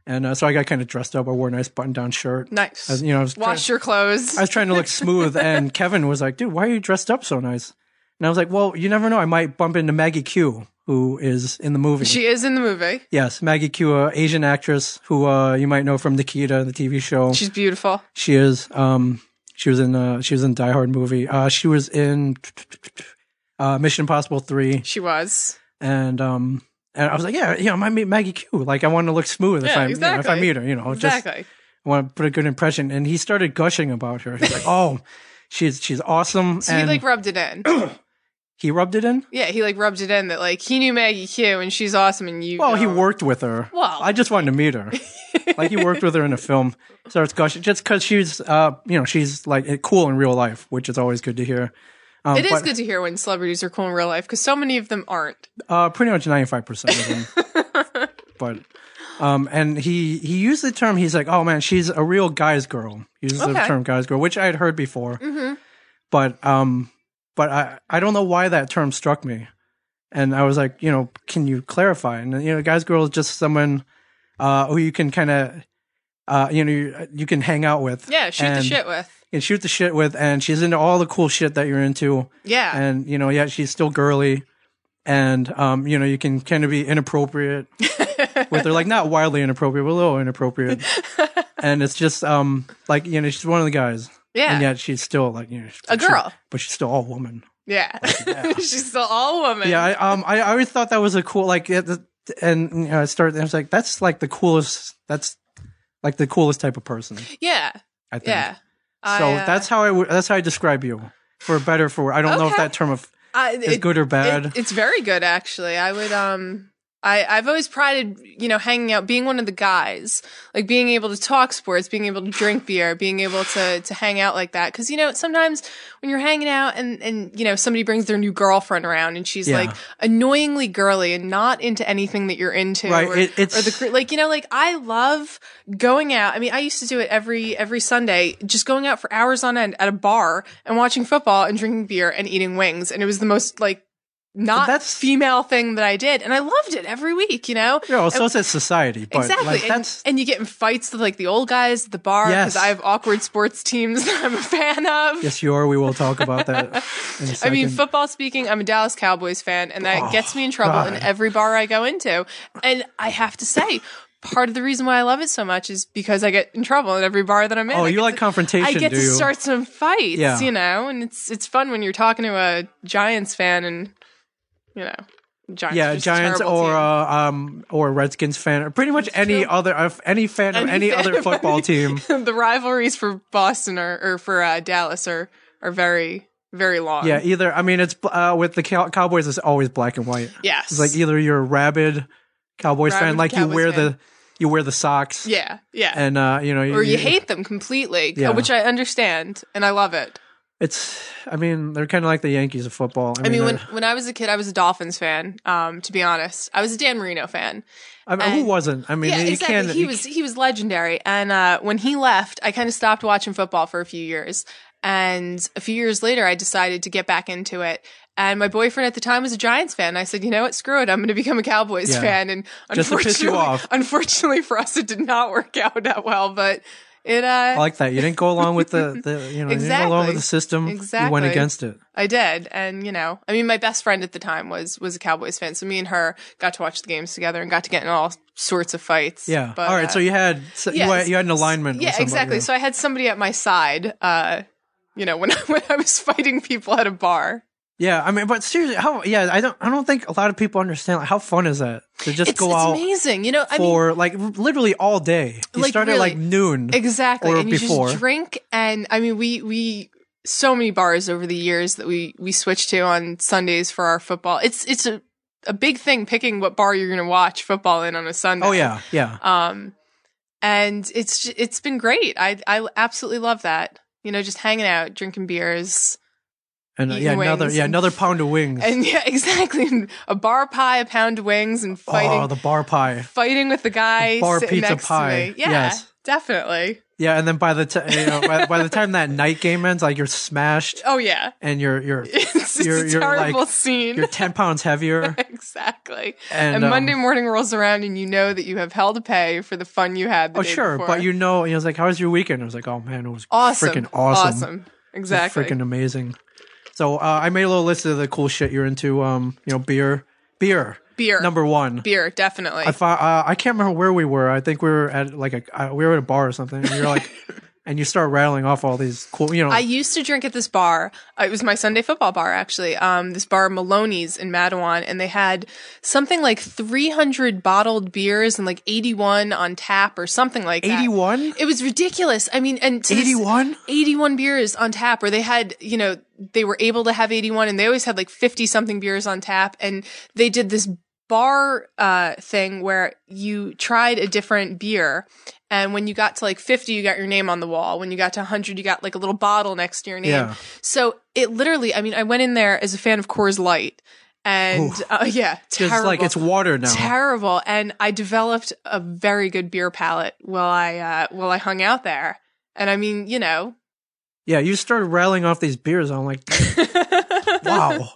S1: And uh, so I got kind of dressed up. I wore a nice button-down shirt.
S2: Nice.
S1: I was- you know, I was
S2: Wash
S1: trying,
S2: your clothes.
S1: I was trying to look smooth, and Kevin was like, "Dude, why are you dressed up so nice?" And I was like, "Well, you never know. I might bump into Maggie Q, who is in the movie.
S2: she is in the movie.
S1: yes, Maggie Q, a Asian actress who uh, you might know from Nikita, the TV show.
S2: She's beautiful.
S1: She is. Um, she was in. Uh, she was in Die Hard movie. Uh, she was in uh, Mission Impossible three,
S2: She was.
S1: and um, and I was like, yeah, you know, I might meet Maggie Q. Like, I want to look smooth if
S2: Yeah,
S1: I am if I
S2: exactly.
S1: meet her, you know, just
S2: Exactly.
S1: I want to put a good impression. And he started gushing about her. He's like, oh, she's she's awesome,
S2: So
S1: and
S2: he like rubbed it in.
S1: he rubbed it in.
S2: yeah, he like rubbed it in that like he knew Maggie Q and she's awesome and you.
S1: Well, he
S2: don't.
S1: worked with her.
S2: Well.
S1: I just wanted to meet her. like he worked with her in a film. Starts gushing just because she's, uh, you know, she's like cool in real life, which is always good to hear. Um,
S2: It is
S1: but,
S2: good to hear when celebrities are cool in real life because so many of them aren't.
S1: Uh, pretty much ninety five percent of them. but, um, and he he used the term. He's like, oh man, she's a real guy's girl. He uses the
S2: Okay. Mm-hmm.
S1: term guy's girl, which I had heard before. But um, but I I don't know why that term struck me, and I was like, you know, can you clarify? And you know, guy's girl is just someone uh, who you can kind of. Uh, you know, you, you can hang out with.
S2: Yeah, shoot the
S1: and-
S2: shit with.
S1: And shoot the shit with, and she's into all the cool shit that you're into
S2: Yeah.
S1: and you know, yeah, she's still girly, and um, you know, you can kind of be inappropriate with her, like not wildly inappropriate, but a little inappropriate, and it's just um, like you know, she's one of the guys,
S2: yeah.
S1: and yet she's still like you know,
S2: A
S1: she-
S2: girl.
S1: but she's still all woman.
S2: Yeah. She's still all woman.
S1: Yeah, I, um, I, I always thought that was a cool like, it, the- and you know, I started, I was like, that's like the coolest. That's like the coolest type of person.
S2: Yeah.
S1: I think.
S2: Yeah. I,
S1: So
S2: uh,
S1: that's how I would that's how I describe you, for better or for I don't know if
S2: Okay.
S1: that term of
S2: I,
S1: is
S2: it-
S1: good or bad.
S2: It, it's very good, actually. I would, um, I, I've always prided, you know, hanging out, being one of the guys, like being able to talk sports, being able to drink beer, being able to, to hang out like that. Cause, you know, sometimes when you're hanging out and, and, you know, somebody brings their new girlfriend around and she's
S1: Yeah.
S2: like annoyingly girly and not into anything that you're into.
S1: Right,
S2: Or,
S1: it- it's-
S2: or the, cre- like, you know, like I love going out. I mean, I used to do it every, every Sunday, just going out for hours on end at a bar and watching football and drinking beer and eating wings. And it was the most like, not
S1: That's-
S2: female thing that I did, and I loved it every week. You know,
S1: Yeah, well, so it's says society, but
S2: exactly.
S1: like
S2: and,
S1: that's
S2: and you get in fights with like the old guys at the bar because
S1: Yes.
S2: I have awkward sports teams that I'm a fan of.
S1: yes, you are. We will talk about that. In a
S2: I
S1: second.
S2: mean, football speaking, I'm a Dallas Cowboys fan, and that gets me in trouble in
S1: Oh, God.
S2: every bar I go into. And I have to say, part of the reason why I love it so much is because I get in trouble in every bar that I'm in.
S1: oh,
S2: I
S1: you
S2: get
S1: like
S2: to-
S1: confrontation?
S2: I get
S1: do
S2: to
S1: you?
S2: start some fights,
S1: Yeah.
S2: you know, and it's it's fun when you're talking to a Giants fan and you know, Giants. are
S1: yeah,
S2: just a
S1: Giants
S2: terrible
S1: or
S2: team.
S1: uh, um or Redskins fan, or pretty much any other of any fan of any
S2: fan
S1: other
S2: of
S1: football
S2: any-
S1: team.
S2: the rivalries for Boston or, or for uh, Dallas are are very very long.
S1: Yeah, e- either I mean, it's uh, with the cow- Cowboys, it's always black and white.
S2: Yes.
S1: It's like e- either you're a rabid Cowboys fan,
S2: Rabid
S1: like you
S2: Cowboys
S1: wear
S2: fan.
S1: the you wear the socks,
S2: yeah. Yeah.
S1: and uh, you know,
S2: or you hate them completely,
S1: Yeah.
S2: which I understand and I love it.
S1: It's, I mean, they're kind of like the Yankees of football. I,
S2: I mean, when
S1: uh,
S2: when I was a kid, I was a Dolphins fan. Um, to be honest, I was a Dan Marino fan.
S1: I mean, who
S2: and-
S1: wasn't? I mean,
S2: yeah,
S1: you
S2: exactly.
S1: can't.
S2: he
S1: you
S2: was he was legendary, and uh, when he left, I kind of stopped watching football for a few years. And a few years later, I decided to get back into it. And my boyfriend at the time was a Giants fan. I said, you know what? Screw it. I'm going to become a Cowboys
S1: Yeah.
S2: fan. And
S1: Just to
S2: unfortunately,
S1: piss you off.
S2: unfortunately for us, it did not work out that well. But it, uh,
S1: I like that. You didn't go along with the, the you know, you didn't go along
S2: Exactly.
S1: with the system. You went
S2: Exactly.
S1: against it.
S2: I did, and you know, I mean, my best friend at the time was was a Cowboys fan, so me and her got to watch the games together and got to get in all sorts of fights.
S1: Yeah.
S2: But,
S1: All right.
S2: uh,
S1: so you had so you,
S2: yes.
S1: had, you had an alignment.
S2: yeah,
S1: with somebody,
S2: exactly.
S1: yeah.
S2: So I had somebody at my side, uh, you know, when I, when I was fighting people at a bar.
S1: yeah, I mean, but seriously, how? Yeah, I don't. I don't think a lot of people understand like, how fun is that to just
S2: It's,
S1: go
S2: it's
S1: out
S2: amazing, you know. I mean,
S1: for like literally all day. You
S2: Like,
S1: start at like
S2: really.
S1: noon.
S2: exactly,
S1: or
S2: and you
S1: before.
S2: just drink, and I mean, we we so many bars over the years that we we switched to on Sundays for our football. It's it's a a big thing picking what bar you're going to watch football in on a Sunday.
S1: Oh yeah, yeah.
S2: um and it's j- it's been great i i absolutely love that you know just hanging out drinking beers
S1: And uh,
S2: eating
S1: yeah, another
S2: wings
S1: yeah
S2: and-
S1: another pound of wings.
S2: and yeah exactly a bar pie a pound of wings and fighting
S1: Oh, the bar pie.
S2: fighting with the guy
S1: The bar
S2: sitting
S1: pizza
S2: next
S1: pie.
S2: to me yeah
S1: Yes.
S2: definitely
S1: Yeah, and then by the time you know, by, by the time that night game ends, like you're smashed
S2: oh yeah
S1: and you're you're
S2: it's, it's
S1: You're-
S2: a
S1: you're
S2: terrible
S1: like-
S2: scene
S1: you're ten pounds heavier.
S2: exactly.
S1: And,
S2: And,
S1: um,
S2: Monday morning rolls around, and you know that you have hell to pay for the fun you had. The
S1: Oh,
S2: day
S1: sure,
S2: before.
S1: but you know, he was like, "How was your weekend?" I was like, "Oh man, it was
S2: awesome,
S1: freaking awesome, It was
S2: exactly.
S1: freaking amazing." So uh, I made a little list of the cool shit you're into. Um, you know, beer, beer,
S2: beer,
S1: number one.
S2: beer, definitely.
S1: I fi- uh, I can't remember where we were. I think we were at like a uh, we were at a bar or something. And you're like, and you start rattling off all these cool, you know,
S2: I used to drink at this bar. Uh, It was my Sunday football bar, actually. Um, this bar Maloney's in Madawan, and they had something like 300 bottled beers and like 81 on tap or something like that.
S1: eighty one.
S2: It was ridiculous. I mean, and to this-
S1: 81?
S2: 81 beers on tap, or they had, you know, they were able to have 81 and they always had like 50 something beers on tap. And they did this bar uh, thing where you tried a different beer. And when you got to like 50, you got your name on the wall. When you got to 100, you got like a little bottle next to your name.
S1: Yeah.
S2: So it literally, I mean, I went in there as a fan of Coors Light. And uh, yeah,
S1: Just
S2: terrible
S1: like it's water now.
S2: terrible and i developed a very good beer palate while i uh while i hung out there and i mean you know
S1: yeah, you started rattling off these beers. I'm like, wow,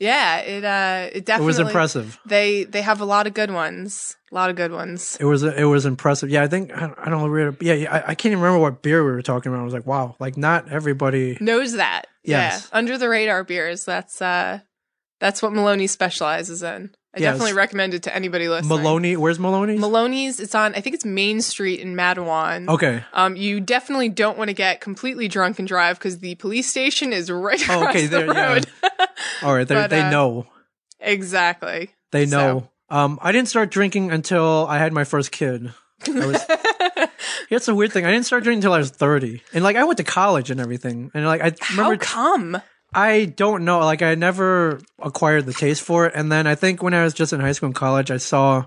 S2: yeah it uh it
S1: it
S2: definitely
S1: was impressive.
S2: they they have a lot of good ones a lot of good ones
S1: It was it was impressive. Yeah, I think I don't, I don't know. where- Yeah, yeah, I, I can't even remember what beer we were talking about. I was like, wow, like not everybody.
S2: knows that
S1: Yes.
S2: yeah under the radar beers that's uh that's what maloney specializes in i
S1: Yes.
S2: definitely recommend it to anybody listening
S1: Maloney, where's Maloney?
S2: maloney's it's on i think it's main street in madawan
S1: okay.
S2: Um, you definitely don't want to get completely drunk and drive because the police station is right
S1: Oh,
S2: across
S1: okay,
S2: the
S1: there- yeah.
S2: road.
S1: All right. They
S2: But,
S1: they
S2: uh,
S1: know.
S2: exactly.
S1: They
S2: so-
S1: know. Um, I didn't start drinking until I had my first kid. I was, it's a weird thing. I didn't start drinking until I was thirty, and like I went to college and everything. And like I
S2: How
S1: remember,
S2: Oh, come?
S1: I don't know. Like I never acquired the taste for it. And then I think when I was just in high school and college, I saw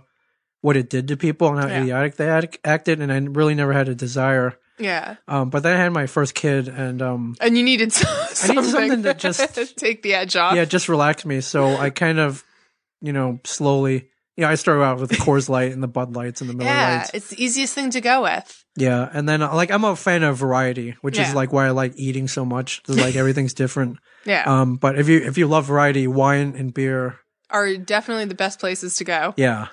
S1: what it did to people and how
S2: Yeah.
S1: idiotic they act- acted, and I really never had a desire.
S2: Yeah,
S1: Um, but then I had my first kid, and um,
S2: and you needed so- something,
S1: something to just-
S2: take the edge off.
S1: yeah, it just relaxed me. So I kind of, you know, slowly. You know, I started out with the Coors Light and the Bud Lights and the Miller
S2: Yeah,
S1: Lights.
S2: it's the easiest thing to go with.
S1: Yeah, and then uh, like I'm a fan of variety, which
S2: Yeah.
S1: is like why I like eating so much. 'cause, Like everything's different.
S2: Yeah,
S1: Um, but if you if you love variety, wine and beer,
S2: are definitely the best places to go.
S1: yeah,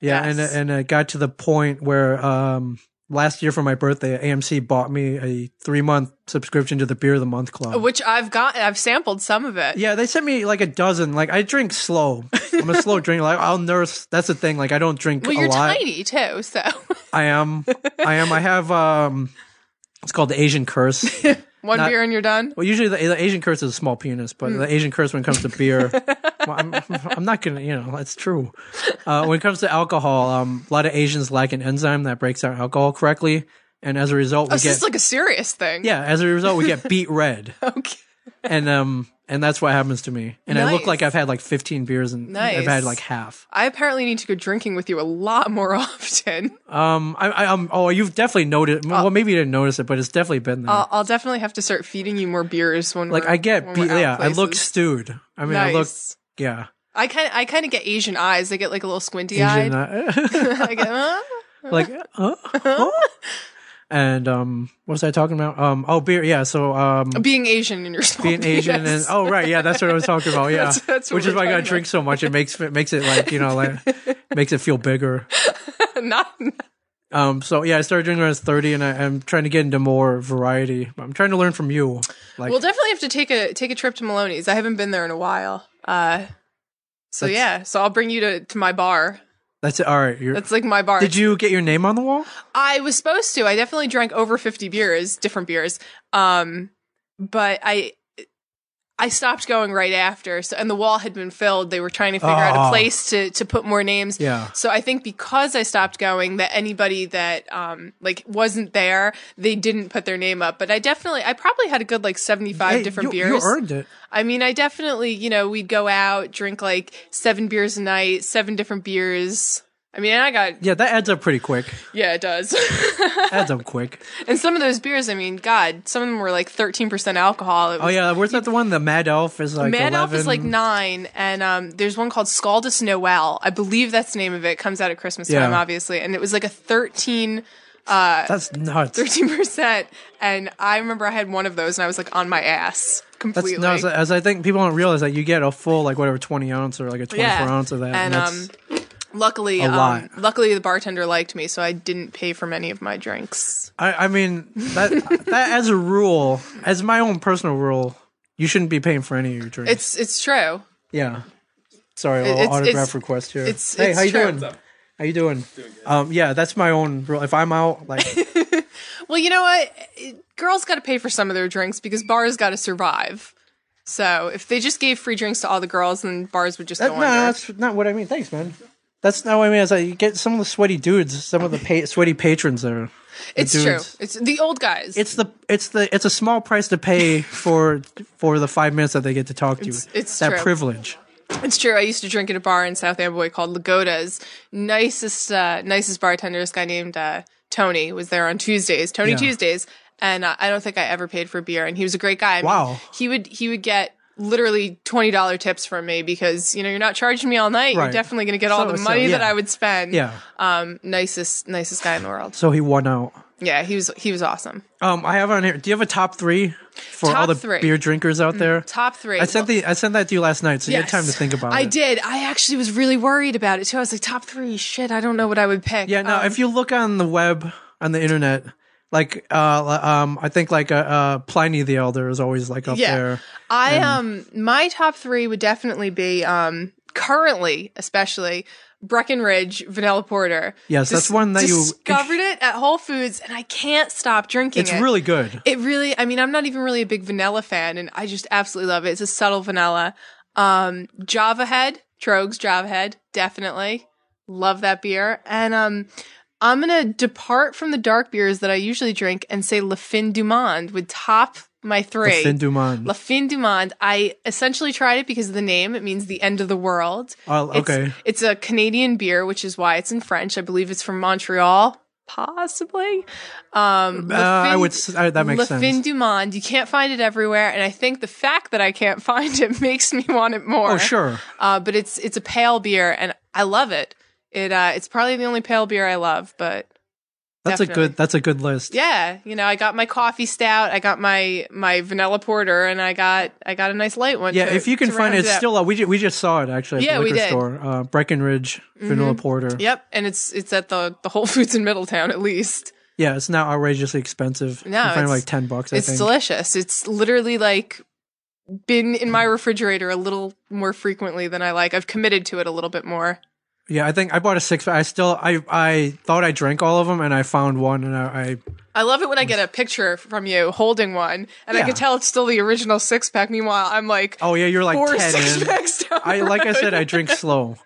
S1: yeah,
S2: Yes.
S1: and and it got to the point where um last year for my birthday, AMC bought me a three month subscription to the Beer of the Month Club.
S2: Which I've got, I've sampled some of it.
S1: Yeah, they sent me like a dozen. Like I drink slow. I'm a slow drinker. Like I'll nurse. That's the thing. Like I don't drink
S2: well,
S1: a
S2: you're
S1: lot.
S2: tiny too, so
S1: I am. I am. I have um. It's called the Asian curse.
S2: one
S1: Not-
S2: beer and you're done.
S1: Well, usually the, the Asian curse is a small penis, but
S2: Hmm.
S1: the Asian curse when it comes to beer, well, I'm, I'm not gonna, you know, that's true. Uh, when it comes to alcohol, um, a lot of Asians lack an enzyme that breaks down alcohol correctly, and as a result, we
S2: Oh, so
S1: get
S2: this is like a serious thing.
S1: yeah, as a result, we get beat red,
S2: Okay.
S1: and um, and that's what happens to me. And I look
S2: Nice.
S1: like I've had like 15 beers, and I've
S2: Nice.
S1: had like half.
S2: I apparently need to go drinking with you a lot more often.
S1: Um, I, I um, oh, you've definitely noticed.
S2: Uh,
S1: well, maybe you didn't notice it, but it's definitely been there.
S2: I'll, I'll definitely have to start feeding you more beers when
S1: like
S2: we're,
S1: I get
S2: when
S1: beat.
S2: we're out
S1: Yeah, I look
S2: places.
S1: stewed. I mean, I look
S2: Nice.
S1: yeah.
S2: I kind I kind of get Asian eyes. They get like a little squinty
S1: Asian,
S2: eyed.
S1: uh,
S2: I get, huh?
S1: like uh, huh? and um what was i talking about um oh beer yeah so um
S2: being Asian in your small
S1: being asian and
S2: penis.
S1: oh right yeah that's what i was talking about yeah
S2: That's- that's what
S1: which is
S2: we're
S1: why i gotta
S2: talking
S1: drink so much it makes it makes it like you know like makes it feel bigger
S2: not
S1: um so yeah i started drinking when i was 30 and I, i'm trying to get into more variety i'm trying to learn from you like
S2: we'll definitely have to take a take a trip to Maloney's. I haven't been there in a while. Uh, so
S1: That's-
S2: yeah, so I'll bring you to to my bar.
S1: that's it all right you're,
S2: That's like my bar.
S1: did you get your name on the wall
S2: I was supposed to. I definitely drank over 50 beers, different beers. Um, but I I stopped going right after. So and the wall had been filled. They were trying to figure out
S1: Oh.
S2: a place to to put more names.
S1: Yeah.
S2: So I think because I stopped going that anybody that um like wasn't there, they didn't put their name up. But I definitely I probably had a good like 75
S1: Hey,
S2: different
S1: you,
S2: beers.
S1: you earned it
S2: I mean, I definitely, you know, we'd go out, drink like 7 beers a night, 7 different beers. I mean, and I got
S1: yeah that adds up pretty quick
S2: yeah, it does.
S1: adds up quick
S2: And some of those beers, I mean, God, some of them were like 13% alcohol. It
S1: oh
S2: was,
S1: yeah where's that the one the mad elf is like
S2: Mad
S1: 11.
S2: Elf is like nine, and um, there's one called Scaldus Noel. I believe that's the name of it. Comes out at Christmas time,
S1: Yeah.
S2: obviously. And it was like a 13,
S1: that's nuts
S2: 13%. And I remember I had one of those and I was like on my ass.
S1: That's,
S2: completely.
S1: no, as, as I think people don't realize that you get a full like whatever twenty ounce or like a twenty four
S2: Yeah.
S1: ounce of that,
S2: And,
S1: that's-
S2: um, Luckily,
S1: A
S2: um,
S1: lot.
S2: luckily the bartender liked me, so I didn't pay for many of my drinks.
S1: I, I mean that that as a rule, as my own personal rule, you shouldn't be paying for any of your drinks.
S2: It's it's true.
S1: yeah. Sorry, little
S2: it's-
S1: autograph
S2: it's-
S1: request here.
S2: it's-
S1: hey,
S2: it's
S1: how you
S2: true.
S1: doing? How you doing? Um, yeah, that's my own rule. If I'm out, like
S2: Well, you know what? It- Girls got to pay for some of their drinks because bars got to survive. So if they just gave free drinks to all the girls, then bars would just
S1: That-
S2: go
S1: Uh, no,
S2: under.
S1: that's not what I mean. Thanks, man. That's not what I mean. As I you get some of the sweaty dudes, some of the pa- sweaty patrons there. The
S2: it's true.
S1: dudes.
S2: It's the old guys.
S1: It's the it's the it's a small price to pay for for the five minutes that they get to talk to you.
S2: It's- it's
S1: that
S2: true.
S1: privilege.
S2: It's true. I used to drink at a bar in South Amboy called Lagoda's. Nicest, uh, nicest bartender. This guy named uh, Tony was there on Tuesdays. Tony
S1: Yeah.
S2: Tuesdays, and uh, I don't think I ever paid for beer. And he was a great guy. I mean,
S1: Wow.
S2: He would he would get literally twenty dollar tips from me because you know you're not charging me all night. You're
S1: Right.
S2: definitely going to get all
S1: So-
S2: the
S1: so,
S2: money that
S1: yeah.
S2: I would spend.
S1: Yeah.
S2: Um. Nicest, nicest guy in the world.
S1: So he won out.
S2: Yeah. He was he was awesome.
S1: Um, I have on here. Do you have a top three for
S2: Top
S1: all the
S2: three. Mm-hmm.
S1: beer drinkers out there?
S2: Top three.
S1: I sent the I sent that to you last night, so you had time to
S2: Yes.
S1: think about
S2: I
S1: it.
S2: did. I actually was really worried about it too. I was like, top three. Shit. I don't know what I would pick.
S1: Yeah, now
S2: Um,
S1: if you look on the web on the internet, like uh, li- um, I think like uh, uh, Pliny the Elder is always like up there.
S2: I um my top three would definitely be um currently especially Breckenridge vanilla porter.
S1: Yes, that's one that you-
S2: discovered it at Whole Foods, and I can't stop drinking.
S1: It's
S2: it.
S1: really good.
S2: It really, I mean, I'm not even really a big vanilla fan, and I just absolutely love it. It's a subtle vanilla. Um, Java Head, Trogs Java Head, definitely love that beer. And um, I'm gonna depart from the dark beers that I usually drink and say La Fin du Monde would top my three.
S1: Thin Dumont.
S2: La Fin du Monde. I essentially tried it because of the name. It means the end of the world.
S1: Oh,
S2: It's-
S1: okay.
S2: It's, a Canadian beer, which is why it's in French. I believe it's from Montreal, possibly. Um,
S1: Uh,
S2: La
S1: I
S2: Fin-
S1: would. s- I, that makes
S2: La
S1: sense.
S2: Fin du Monde. You can't find it everywhere, and I think the fact that I can't find it makes me want it more.
S1: oh, sure.
S2: Uh, but it's it's a pale beer, and I love it. It uh, it's probably the only pale beer I love, but
S1: That's
S2: definitely.
S1: a good. That's a good list.
S2: yeah, you know, I got my coffee stout, I got my my vanilla porter, and I got I got a nice light one.
S1: Yeah,
S2: to-
S1: if you can
S2: to
S1: find
S2: round
S1: it, it's
S2: out.
S1: still. Uh, we ju- we just saw it actually at
S2: Yeah,
S1: the
S2: we
S1: liquor
S2: did. Mm-hmm.
S1: store. Uh, Breckenridge Vanilla Porter.
S2: Yep, and it's it's at the the Whole Foods in Middletown at least.
S1: Yeah, it's not outrageously expensive.
S2: No,
S1: you can find it
S2: it's-
S1: like ten bucks. I
S2: It's
S1: think.
S2: delicious. It's literally like been in my refrigerator a little more frequently than I like. I've committed to it a little bit more.
S1: yeah, I think I bought a six. I still. I I thought I drank all of them, and I found one, and I,
S2: I love it when I get a picture from you holding one, and I
S1: Yeah.
S2: can tell it's still the original six pack. Meanwhile, I'm like
S1: I. Oh yeah, you're like
S2: four
S1: ten.
S2: six
S1: in.
S2: packs down.
S1: I like I said, I drink slow.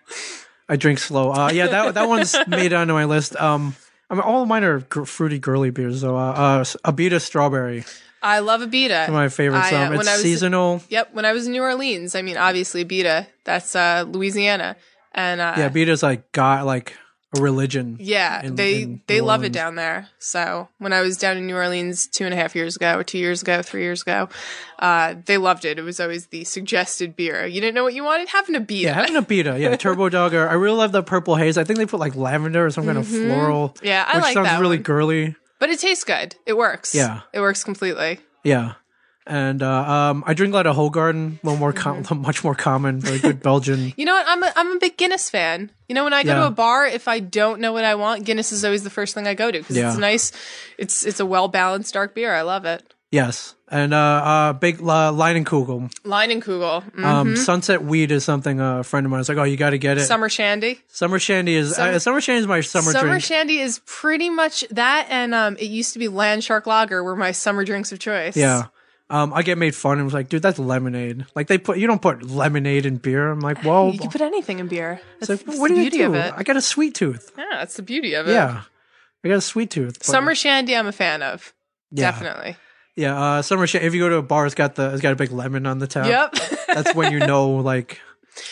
S1: I drink slow. Uh, yeah, that that one's made it onto my list. Um, I mean, all of mine are gr- fruity, girly beers. though. uh, uh, s- Abita Strawberry,
S2: I love Abita.
S1: my favorite.
S2: I, uh,
S1: Um,
S2: when
S1: it's
S2: I was-
S1: seasonal.
S2: Yep, when I was in New Orleans, I mean, obviously Abita. That's uh, Louisiana, and uh,
S1: yeah, Abita's like got like a religion.
S2: Yeah,
S1: in-
S2: they
S1: in
S2: they
S1: New
S2: love it
S1: Orleans.
S2: down there. So when I was down in New Orleans two and a half years ago, or two years ago, three years ago, uh, they loved it. It was always the suggested beer. You didn't know what you wanted, having a beer.
S1: Yeah, having Abita. Yeah, Turbo Dogger. I really love the purple haze. I think they put like lavender or some kind of floral.
S2: Mm-hmm. Yeah, I
S1: which
S2: like
S1: sounds
S2: that
S1: really
S2: one.
S1: girly.
S2: but it tastes good. It works.
S1: Yeah.
S2: it works completely.
S1: Yeah. And uh, um, I drink a lot of Whole Garden, a little more, com-
S2: Mm-hmm.
S1: much more common, very good Belgian.
S2: You know what? I'm a I'm a big Guinness fan. You know, when I go to
S1: Yeah.
S2: a bar, if I don't know what I want, Guinness is always the first thing I go to because
S1: Yeah.
S2: it's nice. It's it's a well balanced dark beer. I love it.
S1: Yes, and uh, uh, big uh, Leinenkugel.
S2: Line and Kugel, mm.
S1: Um, Sunset Weed is something uh, a friend of mine was like, "Oh, you got to get it."
S2: summer shandy.
S1: Summer Shandy is uh, Summer Shandy is my summer,
S2: Summer
S1: drink.
S2: shandy is pretty much that, and um, it used to be land shark lager were my summer drinks of choice.
S1: yeah, um, I get made fun and was like, "Dude, that's lemonade." Like they put you don't put lemonade in beer. I'm like, "Well,
S2: you can put anything in beer. That's,
S1: it's like,
S2: that's
S1: what
S2: the
S1: do you
S2: beauty
S1: do?
S2: of it.
S1: I got a sweet tooth.
S2: yeah, that's the beauty of it.
S1: Yeah, I got a sweet tooth." but-
S2: summer shandy, I'm a fan of.
S1: yeah.
S2: Definitely.
S1: Yeah, uh, Summer Shandy. If you go to a bar, it's got the it's got a big lemon on the top.
S2: Yep.
S1: That's when you know, like,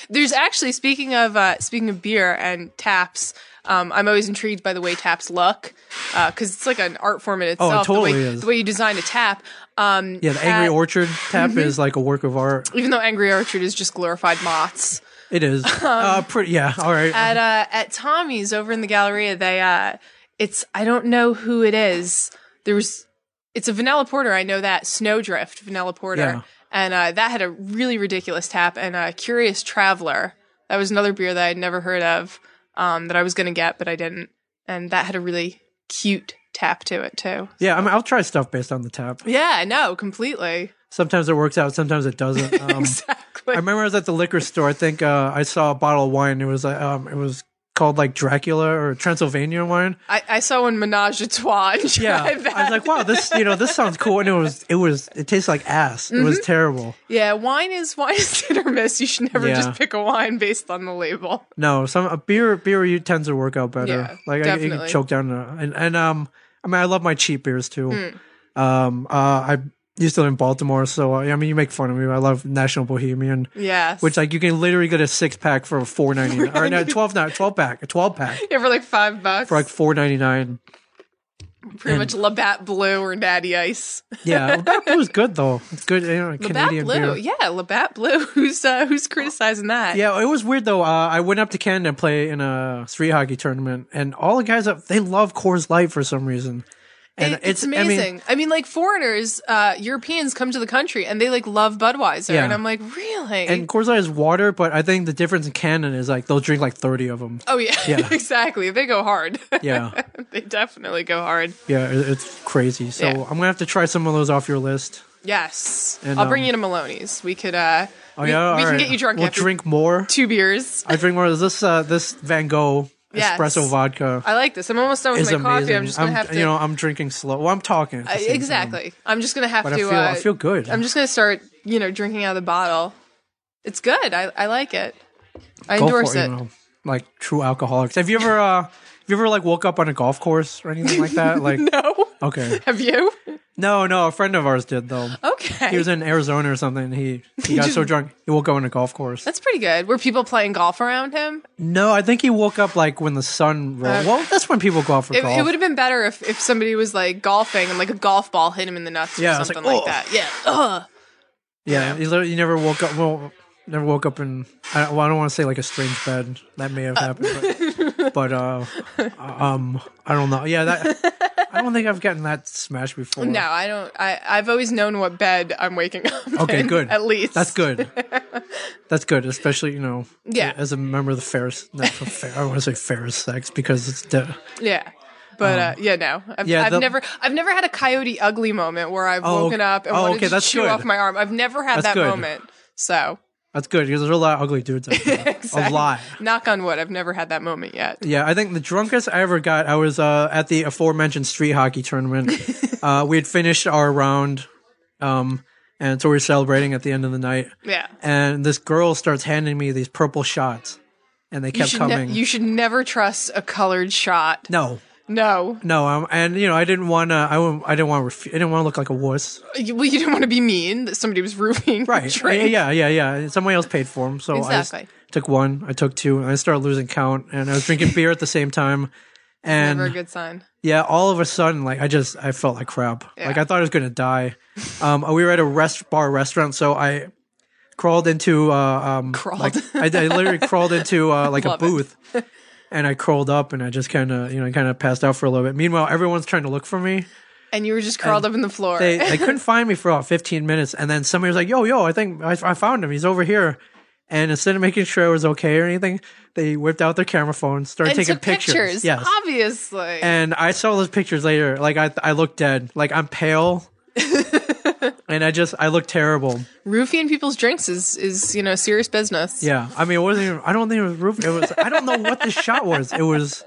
S2: There's actually speaking of uh, speaking of beer and taps. Um, I'm always intrigued by the way taps look because it's like an art form in itself.
S1: Oh, totally
S2: the way,
S1: is.
S2: The way you design a tap. Um,
S1: yeah, the Angry
S2: at- Mm-hmm.
S1: Orchard tap is like a work of art.
S2: Even though Angry Orchard is just glorified moths.
S1: It is. uh, pretty. Yeah. All right.
S2: Um, at uh, at Tommy's over in the Galleria. They uh, it's I don't know who it is. There was it's a vanilla porter. I know that Snowdrift vanilla porter,
S1: Yeah.
S2: and uh, that had a really ridiculous tap. And uh, Curious Traveler, that was another beer that I'd never heard of um, that I was going to get, but I didn't. And that had a really cute tap to it too.
S1: Yeah, I mean, I'll try stuff based on the tap.
S2: Yeah, no, completely,
S1: Sometimes it works out, sometimes it doesn't. Um,
S2: exactly.
S1: I remember I was at the liquor store. I think uh, I saw a bottle of wine. It was uh, um, it was called like Dracula or Transylvania wine.
S2: I, I saw one Menage a Trois. And
S1: Yeah, I
S2: tried
S1: was
S2: that.
S1: like, wow, this you know this sounds cool, and it was it was it tastes like ass. It
S2: Mm-hmm.
S1: was terrible.
S2: yeah, wine is wine is hit or miss. You should never
S1: Yeah.
S2: just pick a wine based on the label.
S1: No, some a beer beer you tends to work out better.
S2: Yeah,
S1: like I, you can
S2: definitely.
S1: choke down a, and and um I mean I love my cheap beers too.
S2: Hmm.
S1: Um, uh, I used to live in Baltimore, so uh, I mean you make fun of me. but I love National Bohemian.
S2: Yes,
S1: Which like you can literally get a six pack for four ninety nine or no twelve not twelve pack a twelve pack
S2: yeah, for like five bucks,
S1: for like four ninety nine.
S2: pretty much Labatt Blue or Natty Ice.
S1: Yeah, Labatt Blue's good though. It's good you know,
S2: Labatt
S1: Canadian
S2: Blue,
S1: beer.
S2: yeah, Labatt Blue. Who's uh, who's criticizing that?
S1: Yeah, it was weird though. Uh, I went up to Canada and play in a street hockey tournament, and all the guys up they love Coors Light for some reason. And
S2: It- it's,
S1: I mean,
S2: amazing. I mean, like foreigners, uh, Europeans come to the country and they like love Budweiser,
S1: Yeah.
S2: and I'm like, really?
S1: and Coors Light is water, but I think the difference in Canada is like they'll drink like thirty of them.
S2: oh yeah,
S1: Yeah.
S2: exactly. They go hard.
S1: Yeah,
S2: they definitely go hard.
S1: yeah, it- it's crazy. So
S2: Yeah.
S1: I'm gonna have to try some of those off your list.
S2: Yes,
S1: And,
S2: I'll bring
S1: um,
S2: you to Maloney's. We could. uh
S1: Oh
S2: we,
S1: yeah,
S2: we
S1: All
S2: can
S1: right.
S2: get you drunk
S1: We'll
S2: after
S1: drink more.
S2: two beers.
S1: I drink more. of This uh, this Van Gogh
S2: Yes.
S1: espresso vodka
S2: I like this. I'm almost done with
S1: is
S2: my
S1: amazing.
S2: coffee. I'm just gonna have to.
S1: you know I'm drinking slow. Well, I'm talking at the
S2: I-
S1: same time.
S2: exactly. I'm just gonna have
S1: But
S2: to.
S1: I feel
S2: uh,
S1: I feel good.
S2: I'm just gonna start, you know, drinking out of the bottle. It's good. I, I like it. I
S1: Go
S2: endorse
S1: for it,
S2: it.
S1: you know, like true alcoholics. Have you ever uh have you ever like woke up on a golf course or anything like that? Like
S2: No,
S1: okay.
S2: have you?
S1: No, no, a friend of ours did though.
S2: Okay,
S1: He was in Arizona or something. and He he got so drunk he woke up on a golf course.
S2: that's pretty good. Were people playing golf around him?
S1: No, I think he woke up like when the sun rose. Well, that's when people go out for
S2: Uh, It,
S1: golf.
S2: it would have been better if, if somebody was like golfing and like a golf ball hit him in the nuts
S1: Yeah,
S2: or
S1: it's
S2: something
S1: like,
S2: like,
S1: "Oh."
S2: that. Yeah. Ugh.
S1: yeah, he literally he never woke up. Well, never woke up in. I, well, I don't want to say like a strange bed. That
S2: Uh,
S1: may have happened, but, but uh, um, I don't know. Yeah, that. I don't think I've gotten that smashed before.
S2: No, I don't. I I've always known what bed I'm waking up.
S1: Okay,
S2: in,
S1: good.
S2: At least
S1: That's good. That's good, especially you know,
S2: Yeah.
S1: as a member of the Ferris. Not for fair, I want to say Ferris sex because it's de-
S2: Yeah. But uh, yeah, no, I've,
S1: Oh. yeah,
S2: I've
S1: the-
S2: never, I've never had a coyote ugly moment where I've
S1: Oh,
S2: woken up and
S1: oh,
S2: wanted
S1: okay,
S2: to
S1: that's
S2: chew
S1: good.
S2: off my arm. I've never had
S1: That's
S2: that
S1: good.
S2: moment. So
S1: that's good because there's a lot of ugly dudes out there. A
S2: exactly.
S1: lot.
S2: knock on wood, I've never had that moment yet.
S1: Yeah, I think the drunkest I ever got. I was uh, at the aforementioned street hockey tournament. uh, we had finished our round, um, and so we were celebrating at the end of the night.
S2: Yeah,
S1: And this girl starts handing me these purple shots, and they
S2: you
S1: kept
S2: should, ne-
S1: coming.
S2: you should never trust a colored shot.
S1: no,
S2: No,
S1: no, um, and you know I didn't want to. I, wouldn't- I didn't want to. Ref- I didn't want to look like a wuss.
S2: You- well, you didn't want to be mean that somebody was roofing. your
S1: Right.
S2: drink.
S1: Yeah, yeah, yeah. Somebody else paid for them. So I
S2: Exactly.
S1: just took one, I took two, and I started losing count. And I was drinking beer at the same time. And
S2: never a good sign.
S1: yeah, all of a sudden, like I just I felt like crap. Like I thought I was gonna die. Um, we were at a rest bar restaurant, so I crawled into uh, um,
S2: Crawled.
S1: like- I, I literally crawled into uh, like a
S2: Love it.
S1: booth, and I crawled up and I just kind of you know kind of passed out for a little bit. Meanwhile, everyone's trying to look for me.
S2: And you were just curled up in the floor.
S1: They they couldn't find me for about 15 minutes, and then somebody was like, "Yo, yo, I think I, I found him. He's over here." And instead of making sure I was okay or anything, they whipped out their camera phones, started
S2: and
S1: taking
S2: took pictures,
S1: Yes.
S2: obviously.
S1: And I saw those pictures later. Like I I looked dead. Like I'm pale. and I just I look terrible.
S2: Roofing people's drinks is is you know serious business.
S1: Yeah. I mean, it wasn't even I don't think it was roof. It was I don't know what the shot was. It was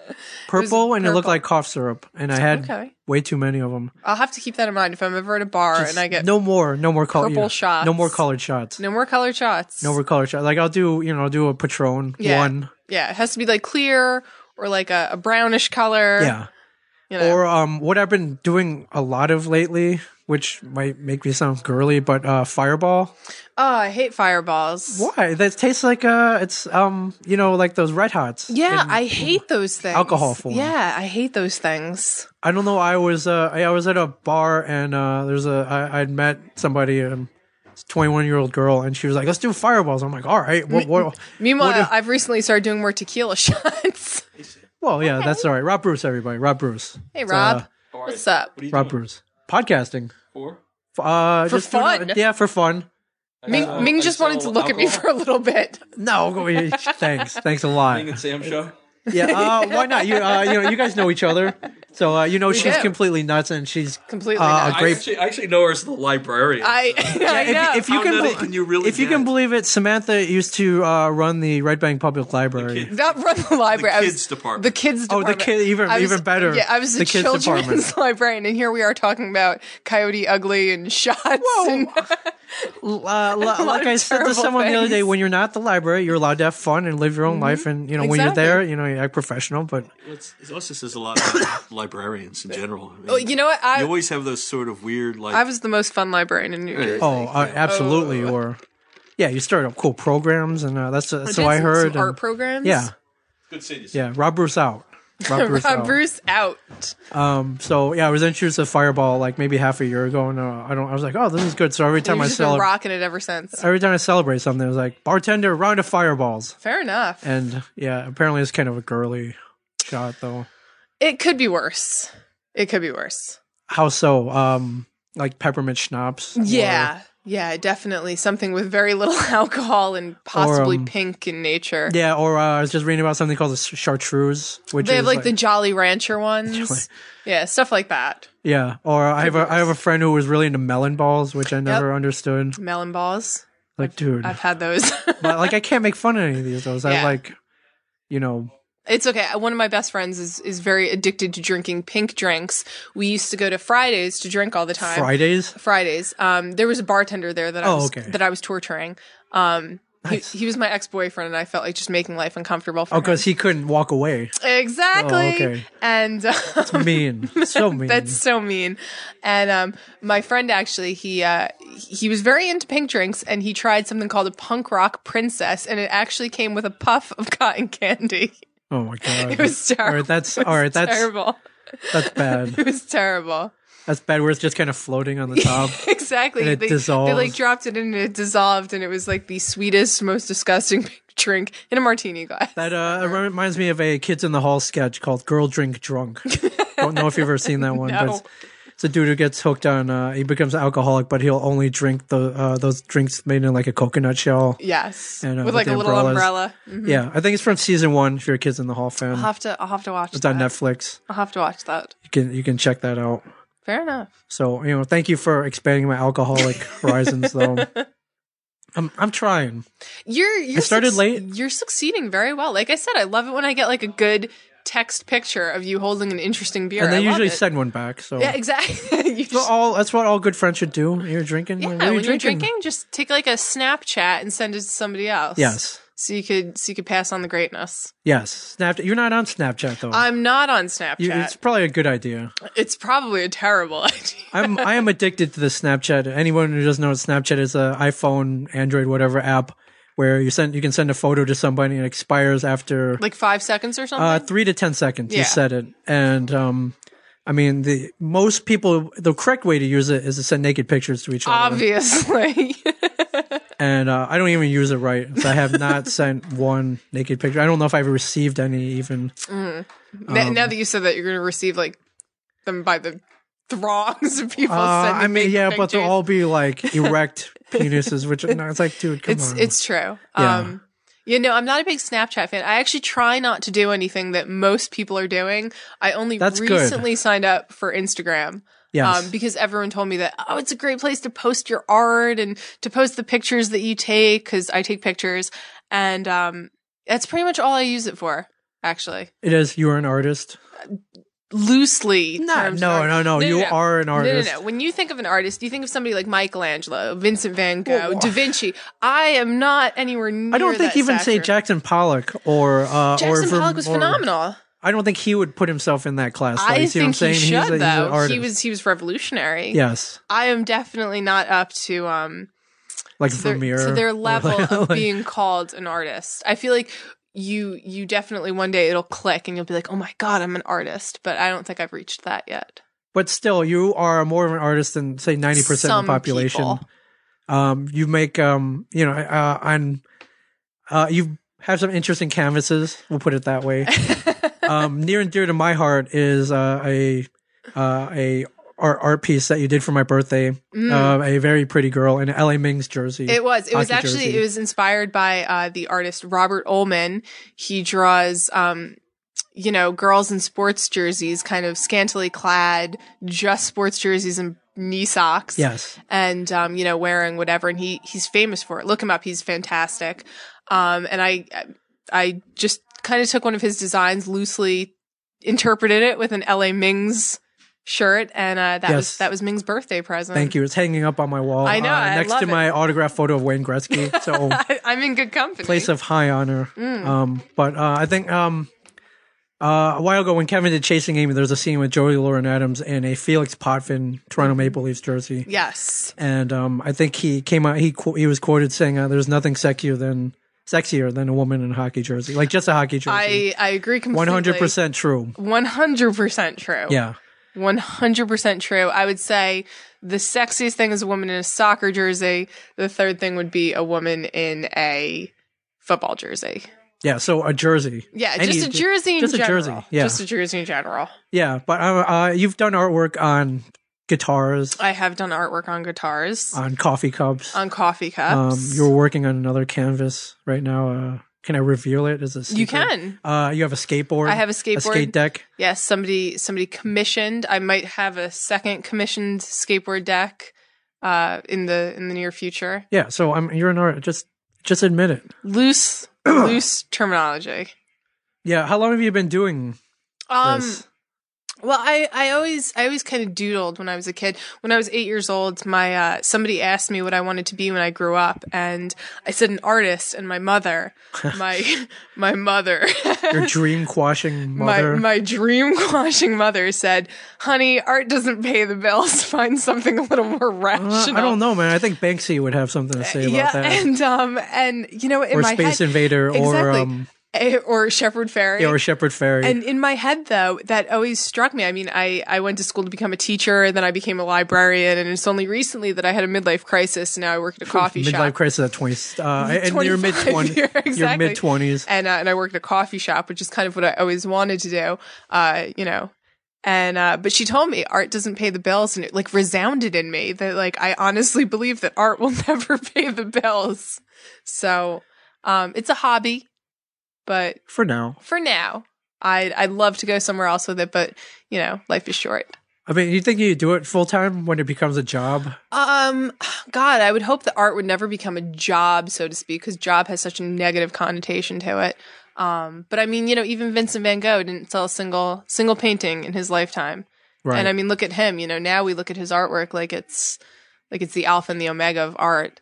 S1: purple and it looked
S2: purple.
S1: like cough syrup and I had
S2: Okay.
S1: way too many of them.
S2: I'll have to keep that in mind if I'm ever at a bar and I get no,
S1: no more no more color
S2: purple
S1: No
S2: shots.
S1: more colored shots.
S2: more colored shots.
S1: No color shot. Like I'll do, you know, I'll do a Patron
S2: yeah.
S1: one.
S2: Yeah, it has to be like clear or like a, a brownish color.
S1: Yeah.
S2: you know.
S1: Or um, what I've been doing a lot of lately, which might make me sound girly, but uh, Fireball.
S2: oh, I hate fireballs.
S1: Why? That tastes like uh, it's um, you know, like those Red Hots.
S2: Yeah,
S1: And
S2: I hate those things.
S1: alcohol form.
S2: Yeah, I hate those things.
S1: I don't know. I was uh, I I was at a bar and uh, there's a I, I'd met somebody um. 21 year old girl and she was like let's do fireballs i'm like all right what, what?
S2: Meanwhile,
S1: What
S2: I've recently started doing more tequila shots.
S1: well yeah that's all right rob bruce everybody rob bruce
S2: hey,
S1: It's,
S2: Rob,
S1: uh,
S2: what's up?
S3: What are you
S1: rob
S3: doing
S1: bruce podcasting
S3: for?
S1: Uh,
S2: For
S1: just doing-
S2: fun.
S1: yeah, for fun.
S2: Ming,
S3: Uh,
S2: Ming
S3: I
S2: just wanted to
S3: sell
S2: look at me
S3: alcohol.
S2: for a little bit.
S1: No, we- thanks, thanks a lot.
S3: Ming and Sam show.
S1: Yeah, uh, why not? You, uh, you know, you guys know each other, so uh, you know she's
S2: do.
S1: completely nuts, and she's
S2: Completely
S1: uh,
S2: nuts.
S1: A
S3: I
S1: great
S3: actually, I actually know her as the librarian.
S2: I, I know.
S1: if, if you
S3: How
S1: can,
S3: nutty
S1: bel-
S3: can you really
S1: if you
S3: get?
S1: can believe it, Samantha used to uh, run the Red Bank Public Library.
S3: kid-
S2: not run the library. I was-
S3: kids department.
S2: The kids
S1: Oh, the
S2: department.
S1: kid- even-
S2: I was-
S1: even better,
S2: Yeah, I was the,
S1: the kids
S2: children's
S1: department.
S2: librarian, and here we are talking about Coyote Ugly and shots. And
S1: L- uh, li- like
S2: of
S1: I said to
S2: terrible
S1: someone the other day,
S2: things.
S1: when you're not at the library, you're allowed to have fun and live your own life, and you know when you're
S2: Exactly.
S1: there, you know you act professional. But
S3: It's, it also says a lot about librarians in general. I mean,
S2: Well, Oh, you know what? I,
S3: you always have those sort of weird, like,
S2: I was the most fun librarian in New Jersey.
S1: oh, uh, absolutely,
S3: Oh.
S1: or yeah, you start up cool programs, and uh, that's uh, so
S2: did
S1: I
S2: some-
S1: heard.
S2: some art
S1: and-
S2: programs.
S1: yeah,
S3: good cities.
S1: yeah, Rob Bruce out. Rob Bruce
S2: Rob
S1: out.
S2: Bruce out.
S1: Um, so yeah, I was introduced to Fireball like maybe half a year ago, and uh, I don't. I was like, oh, this is good. So every time
S2: You've
S1: I
S2: just been
S1: celebrate,
S2: rocking it ever since.
S1: every time I celebrate something, it was like bartender round of fireballs,
S2: Fair enough.
S1: and yeah, apparently it's kind of a girly shot though.
S2: It could be worse. It could be worse.
S1: How so? Um, like peppermint schnapps. or-
S2: Yeah. Yeah, definitely. Something with very little alcohol and possibly
S1: um,
S2: pink in nature.
S1: yeah, or uh, I was just reading about something called the ch- chartreuse, which
S2: They
S1: is
S2: have like, the Jolly Rancher ones. Yeah, stuff like that.
S1: yeah. Or I have a I have a friend who was really into melon balls, which I never understood.
S2: Melon balls.
S1: Like, dude,
S2: I've had those.
S1: but, like I can't make fun of any of these. Those I
S2: Yeah.
S1: like, you know,
S2: It's okay. One of my best friends is, is very addicted to drinking pink drinks. We used to go to Fridays to drink all the time.
S1: Fridays.
S2: Fridays. Um, there was a bartender there that I
S1: Oh,
S2: was
S1: okay.
S2: that I was torturing. Um, he-
S1: Nice.
S2: he, was my ex boyfriend, and I felt like just making life uncomfortable for
S1: Oh,
S2: him.
S1: because he couldn't walk away.
S2: Exactly.
S1: Oh, okay.
S2: And um,
S1: mean. So mean.
S2: That's so mean. And um, my friend actually, he uh, he was very into pink drinks, and he tried something called a punk rock princess, and it actually came with a puff of cotton candy.
S1: oh my god.
S2: It was terrible.
S1: All right, that's
S2: It was
S1: all right. That's
S2: terrible.
S1: that's bad.
S2: It was terrible.
S1: That's bad. Where it's just kind of floating on the top.
S2: Exactly.
S1: And it
S2: they, they like
S1: dissolves.
S2: dropped it in, and it dissolved, and it was like the sweetest, most disgusting pink drink in a martini glass.
S1: That uh, it reminds me of a Kids in the Hall sketch called "Girl Drink Drunk." Don't know if you've ever seen that one, but
S2: No.
S1: it's, it's a dude who gets hooked on. Uh, he becomes an alcoholic, but he'll only drink the uh, those drinks made in like a coconut shell.
S2: yes,
S1: And, uh, with
S2: with, like
S1: the
S2: a little
S1: umbrellas.
S2: umbrella.
S1: Yeah, I think it's from season one. If you're a Kids in the Hall fan,
S2: Mm-hmm. I'll have to. I'll have to watch.
S1: it's
S2: that.
S1: on Netflix.
S2: I'll have to watch that.
S1: You can you can check that out.
S2: Fair enough.
S1: So you know, thank you for expanding my alcoholic horizons, though. I'm I'm trying.
S2: You're, you're
S1: started late.
S2: You're succeeding very well. Like I said, I love it when I get like a good text picture of you holding an interesting beer.
S1: and
S2: I
S1: they
S2: love
S1: usually
S2: it.
S1: send one back. So
S2: yeah, exactly. You
S1: That's
S2: just,
S1: what all that's what all good friends should do. You're drinking.
S2: yeah,
S1: what are
S2: when
S1: you
S2: you're drinking, just take like a Snapchat and send it to somebody else.
S1: Yes,
S2: so you could so you could pass on the greatness.
S1: yes. Snapchat. You're not on Snapchat though.
S2: I'm not on Snapchat.
S1: You- it's
S2: it's,
S1: probably a good idea.
S2: probably a terrible idea.
S1: I'm I am addicted to the Snapchat. Anyone who doesn't know what Snapchat is, a iPhone, Android, whatever app where you send you can send a photo to somebody and it expires after
S2: Like five seconds or something.
S1: uh, three to ten seconds.
S2: Yeah.
S1: You said it, and um, I mean the most people the correct way to use it is to send naked pictures to each other.
S2: Um, Obviously,
S1: and uh, I don't even use it right. So I have not sent one naked picture. I don't know if I've received any even.
S2: now,
S1: Um,
S2: now that you said that, you're going to receive like them by the throngs of people.
S1: Uh,
S2: sending
S1: I mean,
S2: big
S1: yeah, but they'll
S2: pictures.
S1: all be like erect penises, which no, it's like, dude, come
S2: it's
S1: on.
S2: it's true.
S1: Yeah.
S2: Um you know, I'm not a big Snapchat fan. I actually try not to do anything that most people are doing. I only
S1: That's good.
S2: recently signed up for Instagram.
S1: Yes.
S2: Um, because everyone told me that, oh, it's a great place to post your art and to post the pictures that you take, because I take pictures. And um, that's pretty much all I use it for, actually.
S1: it is. You are an artist.
S2: Loosely.
S1: No,
S2: terms
S1: no,
S2: are-
S1: no, no. You are an artist.
S2: no, no, no. When you think of an artist, you think of somebody like Michelangelo, Vincent van Gogh,
S1: Well,
S2: Da Vinci. I am not anywhere near.
S1: I don't think
S2: that
S1: even say
S2: stature.
S1: Jackson Pollock or uh, or
S2: Jackson
S1: Verm-
S2: Pollock was
S1: or-
S2: phenomenal.
S1: I don't think he would put himself in that class. Though.
S2: I
S1: You see what I'm
S2: think he
S1: saying? he's
S2: should
S1: a, he's an
S2: though.
S1: artist.
S2: he was he was revolutionary.
S1: yes,
S2: I am definitely not up to um
S1: like
S2: to their,
S1: Vermeer
S2: to their
S1: or
S2: level
S1: like-
S2: of
S1: like-
S2: being called an artist. I feel like you you definitely one day it'll click and you'll be like, oh my god, I'm an artist. But I don't think I've reached that yet.
S1: But still, you are more of an artist than say ninety percent of
S2: Some
S1: the population.
S2: people.
S1: Um, you make um, you know, uh, on uh, you have some interesting canvases. We'll put it that way. um, near and dear to my heart is uh, a uh, a art, art piece that you did for my birthday.
S2: Mm.
S1: Uh, a very pretty girl in L.A. Ming's jersey.
S2: It was. It was
S1: hockey
S2: actually.
S1: jersey.
S2: It was inspired by uh, the artist Robert Ullman. He draws, um, you know, girls in sports jerseys, kind of scantily clad, just sports jerseys and knee socks.
S1: Yes.
S2: and um, you know, wearing whatever. And he he's famous for it. Look him up. He's fantastic. Um, and I I just kind of took one of his designs loosely, interpreted it with an L.A. Ming's shirt, and uh, that
S1: Yes.
S2: was that was Ming's birthday present.
S1: Thank you. It's hanging up on my wall. uh,
S2: I know, I
S1: next to
S2: love it.
S1: my autographed photo of Wayne Gretzky. So
S2: I, I'm in good company.
S1: place of high honor.
S2: Mm.
S1: Um, but uh, I think um, uh, a while ago when Kevin did Chasing Amy, there was a scene with Joey Lauren Adams in a Felix Potvin
S2: Mm-hmm.
S1: Toronto Maple Leafs jersey,
S2: yes.
S1: and um, I think he came out. He qu- he was quoted saying, uh, "There's nothing sexier than sexier than a woman in a hockey jersey, like just a hockey jersey."
S2: I, I agree
S1: One
S2: completely.
S1: hundred percent true.
S2: 100% true.
S1: Yeah.
S2: 100% true. I would say the sexiest thing is a woman in a soccer jersey. The third thing would be a woman in a football jersey.
S1: Yeah, so a jersey.
S2: Yeah,
S1: Any-
S2: just a jersey in
S1: just a
S2: general.
S1: jersey, yeah.
S2: Just a jersey in general.
S1: Yeah, but uh, uh, you've done artwork on guitars,
S2: I have done artwork on guitars,
S1: on coffee cups.
S2: on coffee
S1: Um,
S2: cups.
S1: you're working on another canvas right now. Uh, can I reveal it? Is it
S2: you can.
S1: Uh, you have a skateboard.
S2: I have a
S1: a
S2: skateboard.
S1: skate deck.
S2: Yes, somebody somebody commissioned. I might have a second commissioned skateboard deck uh, in the in the near future.
S1: Yeah. So I'm. You're an art. Just, just admit it.
S2: loose loose terminology.
S1: Yeah. How long have you been doing
S2: Um
S1: this?
S2: well I I always I always kind of doodled when I was a kid. When I was 8 years old, my uh somebody asked me what I wanted to be when I grew up and I said an artist and my mother my my mother
S1: Your dream quashing
S2: My
S1: mother.
S2: my dream quashing mother said, "Honey, art doesn't pay the bills. Find something a little more
S1: Uh,
S2: rational."
S1: I don't know, man. I think Banksy would have something to say about
S2: Yeah,
S1: that.
S2: and um, and you know, in
S1: or
S2: my
S1: Space
S2: head,
S1: Invader, or
S2: Exactly.
S1: um,
S2: eh, or Shepherd Fairy,
S1: yeah, or Shepherd Fairy.
S2: And in my head, though, that always struck me. I mean, I, I went to school to become a teacher, and then I became a librarian, and it's only recently that I had a midlife crisis, and now I work at a coffee
S1: midlife
S2: shop.
S1: crisis at twenty. Uh, and your mid
S2: 25
S1: twenties.
S2: year-
S1: Your
S2: exactly.
S1: mid twenties.
S2: and uh, and I work at a coffee shop, which is kind of what I always wanted to do, uh, you know. And uh, but she told me art doesn't pay the bills, and it like resounded in me that like I honestly believe that art will never pay the bills. So um, it's a hobby, but
S1: For now,
S2: for now. I'd I'd love to go somewhere else with it, but you know, life is short.
S1: I mean, you think you do it full time when it becomes a job?
S2: Um, God, I would hope that art would never become a job, so to speak, because job has such a negative connotation to it. Um, but I mean, you know, even Vincent Van Gogh didn't sell a single single painting in his lifetime.
S1: Right.
S2: And I mean, look at him. You know, now we look at his artwork like it's like it's the alpha and the omega of art.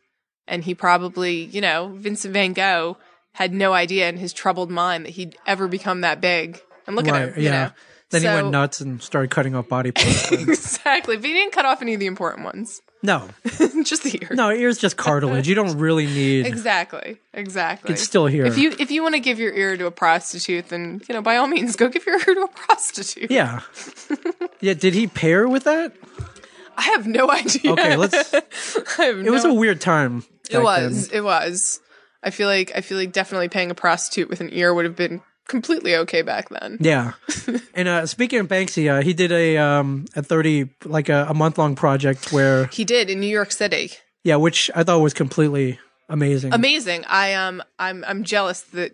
S2: And he probably, you know, Vincent Van Gogh had no idea in his troubled mind that he'd ever become that big. And look
S1: right.
S2: at him. You
S1: yeah.
S2: know?
S1: Then he
S2: So-
S1: went nuts and started cutting off body parts. but-
S2: exactly. But he didn't cut off any of the important ones.
S1: no,
S2: Just the ear.
S1: no, ears just cartilage. You don't really need.
S2: Exactly. Exactly.
S1: It's still here.
S2: If you if you want to give your ear to a prostitute, then you know by all means go give your ear to a prostitute.
S1: yeah. yeah. Did he pair with that?
S2: I have no idea.
S1: Okay. Let's. It
S2: I have
S1: was a
S2: no-
S1: weird time.
S2: it
S1: back
S2: was
S1: then.
S2: it was. I feel like I feel like definitely paying a prostitute with an ear would have been completely okay back then.
S1: Yeah. and uh, speaking of Banksy, uh, he did a um a thirty like a, a month long project where
S2: He did in New York City.
S1: yeah, which I thought was completely amazing.
S2: amazing. I um I'm I'm jealous that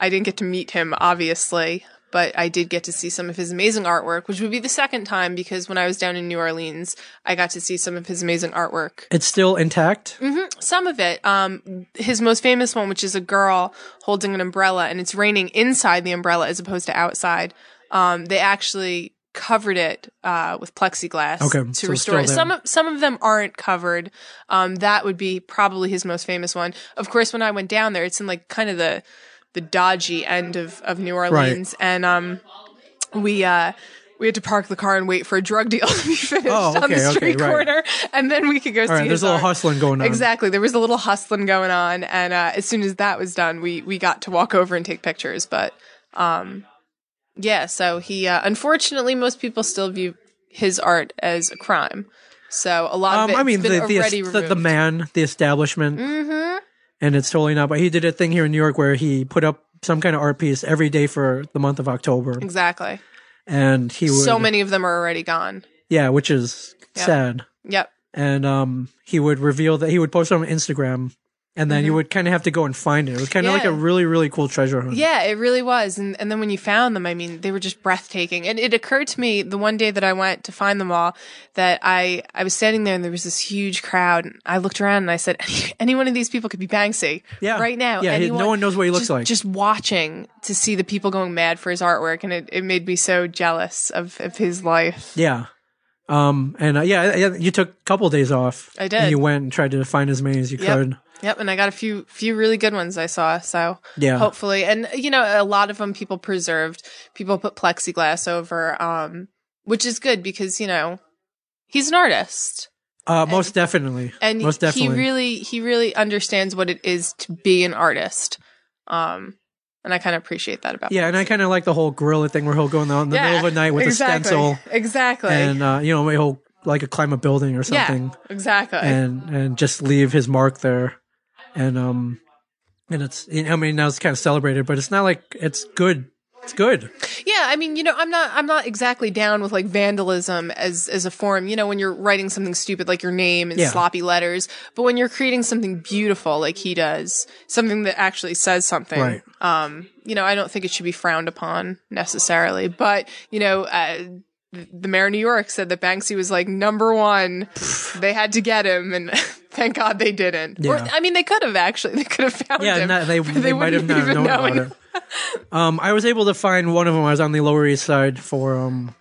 S2: I didn't get to meet him obviously, but I did get to see some of his amazing artwork, which would be the second time because when I was down in New Orleans, I got to see some of his amazing artwork.
S1: it's still intact.
S2: Mm-hmm. Some of it um his most famous one which is a girl holding an umbrella and it's raining inside the umbrella as opposed to outside. Um they actually covered it uh with plexiglass
S1: Okay,
S2: to
S1: so
S2: restore
S1: still
S2: it.
S1: there.
S2: Some of some of them aren't covered. Um, that would be probably his most famous one. Of course, when I went down there, it's in like kind of the the dodgy end of of New Orleans, and um, we uh. We had to park the car and wait for a drug deal to be finished
S1: Oh,
S2: on
S1: okay,
S2: the
S1: okay,
S2: street
S1: right.
S2: corner, and then we could go see.
S1: All right,
S2: his
S1: there's a little
S2: art.
S1: hustling going on.
S2: Exactly, there was a little hustling going on, and uh, as soon as that was done, we we got to walk over and take pictures. But um, yeah, so he uh, unfortunately, most people still view his art as a crime. So a lot of
S1: Um,
S2: it
S1: I mean, the, the,
S2: already
S1: es- the, the
S2: removed.
S1: man, the establishment,
S2: Mhm.
S1: and it's totally not. But he did a thing here in New York where he put up some kind of art piece every day for the month of October,
S2: Exactly.
S1: and he would
S2: So many of them are already gone.
S1: Yeah, which is
S2: Yeah.
S1: sad.
S2: Yep.
S1: And um, he would reveal that he would post it on Instagram, and then you would kind of have to go and find it. It was kind of like
S2: Mm-hmm. Yeah.
S1: a really really cool treasure hunt.
S2: Yeah, it really was. And and then when you found them, I mean, they were just breathtaking. And it occurred to me the one day that I went to find them all that I I was standing there and there was this huge crowd. And I looked around and I said, any one of these people could be Banksy
S1: Yeah.
S2: right now.
S1: Yeah, he-
S2: Anyone-
S1: no one knows what he looks
S2: just-
S1: like.
S2: Just watching to see the people going mad for his artwork, and it, it made me so jealous of of his life.
S1: Yeah. Um, and uh, yeah, yeah, you took a couple days off.
S2: I did.
S1: And you went and tried to find as many as you
S2: Yep.
S1: could.
S2: Yep, and I got a few few really good ones I saw. So
S1: Yeah.
S2: hopefully, and you know, a lot of them people preserved. People put plexiglass over, um, which is good because you know he's an artist,
S1: Uh, most definitely.
S2: and
S1: most
S2: he
S1: definitely.
S2: really he really understands what it is to be an artist. Um, and I kind of appreciate that about
S1: yeah, and I kind of like the whole gorilla thing where he'll go in the, in the
S2: Yeah,
S1: middle of the night with
S2: exactly,
S1: a stencil,
S2: exactly.
S1: and uh, you know he'll like climb a building or something,
S2: yeah, exactly.
S1: and and just leave his mark there, and um, and it's I mean now it's kind of celebrated, but it's not like it's good. It's good.
S2: Yeah, I mean, you know, I'm not I'm not exactly down with like vandalism as as a form, you know, when you're writing something stupid like your name and
S1: Yeah.
S2: sloppy letters, but when you're creating something beautiful like he does, something that actually says something.
S1: Right.
S2: Um, you know, I don't think it should be frowned upon necessarily, but you know, uh, th- the mayor of New York said that Banksy was like number one. they had to get him, and thank God they didn't. Or,
S1: Yeah.
S2: I mean, they could have actually. They could have found
S1: Yeah,
S2: him.
S1: no, they,
S2: but
S1: they, might have
S2: wouldn't
S1: not
S2: even
S1: known about
S2: known.
S1: it. Um, I was able to find one of them. I was on the Lower East Side for um,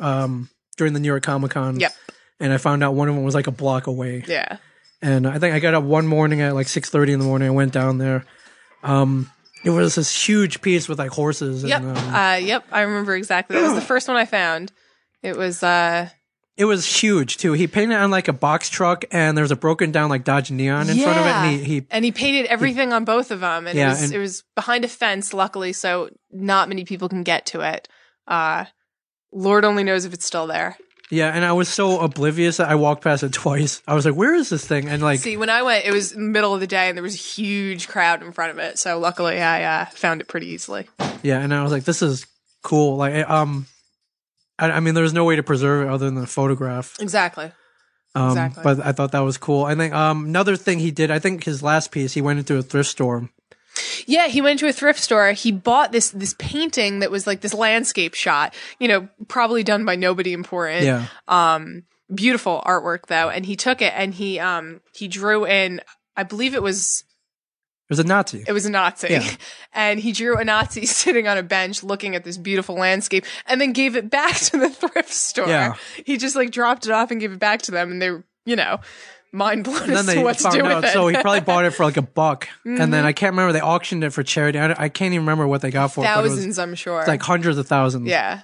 S1: um, during the New York Comic Con.
S2: Yep.
S1: And I found out one of them was like a block away.
S2: Yeah.
S1: And I think I got up one morning at like six thirty in the morning. I went down there. Um, it was this huge piece with like horses. And,
S2: Yep.
S1: um,
S2: Uh, yep. I remember exactly. That was the first one I found. It was. Uh,
S1: it was huge too. He painted it on like a box truck, and there's a broken down like Dodge Neon in front of it. And he, he
S2: And he painted everything on both of them, and
S1: Yeah,
S2: it was
S1: and-
S2: it was behind a fence, luckily, so not many people can get to it. Uh, Lord only knows if it's still there.
S1: yeah. And I was so oblivious that I walked past it twice. I was like, "Where is this thing?" And like,
S2: See, when I went, it was in the middle of the day, and there was a huge crowd in front of it. So luckily, I uh, found it pretty easily.
S1: Yeah, and I was like, this is cool. Like, it- um, I, I mean, there's no way to preserve it other than the photograph.
S2: Exactly.
S1: Um,
S2: Exactly.
S1: But I thought that was cool. I think um, another thing he did, I think his last piece, he went into a thrift store.
S2: Yeah, he went to a thrift store. He bought this this painting that was like this landscape shot, you know, probably done by nobody important.
S1: Yeah.
S2: um beautiful artwork though and he took it and he um he drew in i believe it was
S1: There's a Nazi.
S2: it was a nazi
S1: Yeah.
S2: and he drew a nazi sitting on a bench looking at this beautiful landscape and then gave it back to the thrift store
S1: Yeah.
S2: he just like dropped it off and gave it back to them and they were you know mind blown
S1: And then
S2: as to
S1: they
S2: what to
S1: found
S2: do
S1: out.
S2: with it Mm-hmm.
S1: So he probably bought it for like a buck. And then I can't remember, they auctioned it for charity. I, I can't even remember what they got for it. but it was
S2: thousands i'm sure
S1: like hundreds of thousands.
S2: Yeah.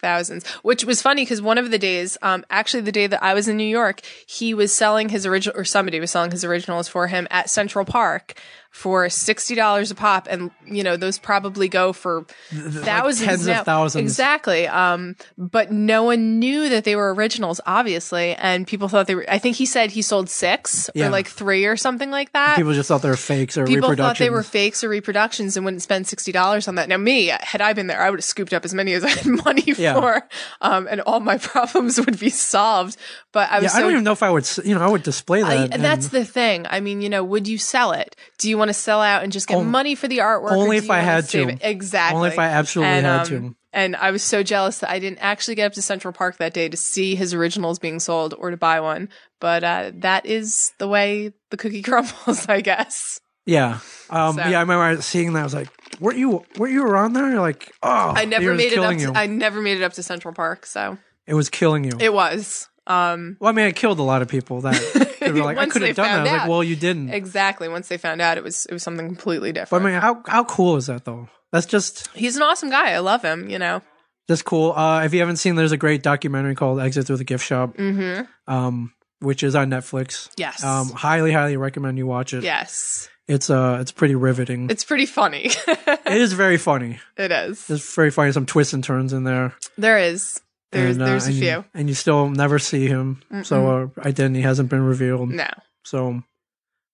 S2: Thousands. Which was funny because one of the days, um, actually the day that I was in New York, he was selling his original, or somebody was selling his originals for him at Central Park for $60 a pop. And, you know, those probably go for thousands.
S1: tens of
S2: now.
S1: thousands.
S2: Exactly. Um, but no one knew that they were originals, obviously. And people thought they were, I think he said he sold six
S1: Yeah.
S2: or like three or something like that
S1: People just thought they were fakes or
S2: people
S1: reproductions.
S2: thought they were fakes or reproductions and wouldn't spend sixty dollars on that. Now, me, had I been there, I would have scooped up as many as I had money
S1: Yeah.
S2: for, um, and all my problems would be solved. But I
S1: yeah,
S2: was
S1: I
S2: so.
S1: don't even know if I would, s- you know, I would display that.
S2: I-
S1: and-
S2: that's the thing. I mean, you know, would you sell it? Do you want to sell out and just get money for the artwork? or
S1: only if
S2: do you
S1: I
S2: wanna
S1: had
S2: save
S1: to.
S2: it? Exactly.
S1: Only if I absolutely
S2: and,
S1: had
S2: um,
S1: to.
S2: And I was so jealous that I didn't actually get up to Central Park that day to see his originals being sold or to buy one. But uh, that is the way the cookie crumbles, I guess.
S1: Yeah. Um,
S2: So-
S1: Yeah, I remember seeing that. I was like, "Weren't you? Were you around there?" You're like, "Oh,
S2: I never
S1: was
S2: made it up.
S1: killing
S2: To,
S1: you.
S2: I never made it up to Central Park, so
S1: it was killing you."
S2: it was um,
S1: well, I mean, it killed a lot of people. That they were like, "I
S2: Once
S1: could
S2: they
S1: have done that." I
S2: found
S1: was like,
S2: out.
S1: "Well, you didn't."
S2: exactly. Once they found out, it was it was something completely
S1: But I
S2: different.
S1: mean, how how cool is that though? That's just
S2: He's an awesome guy. I love him. You know.
S1: just cool. Uh, if you haven't seen, there's a great documentary called "Exit Through the Gift Shop,"
S2: Mm-hmm.
S1: um, which is on Netflix.
S2: Yes.
S1: Um, highly, highly recommend you watch it.
S2: yes.
S1: It's uh, it's pretty riveting.
S2: It's pretty funny.
S1: it is very funny.
S2: it is.
S1: It's very funny. Some twists and turns in there.
S2: There is. There's
S1: and, uh,
S2: there's a
S1: and-
S2: few.
S1: and you still never see him. So uh, identity hasn't been revealed.
S2: No.
S1: So,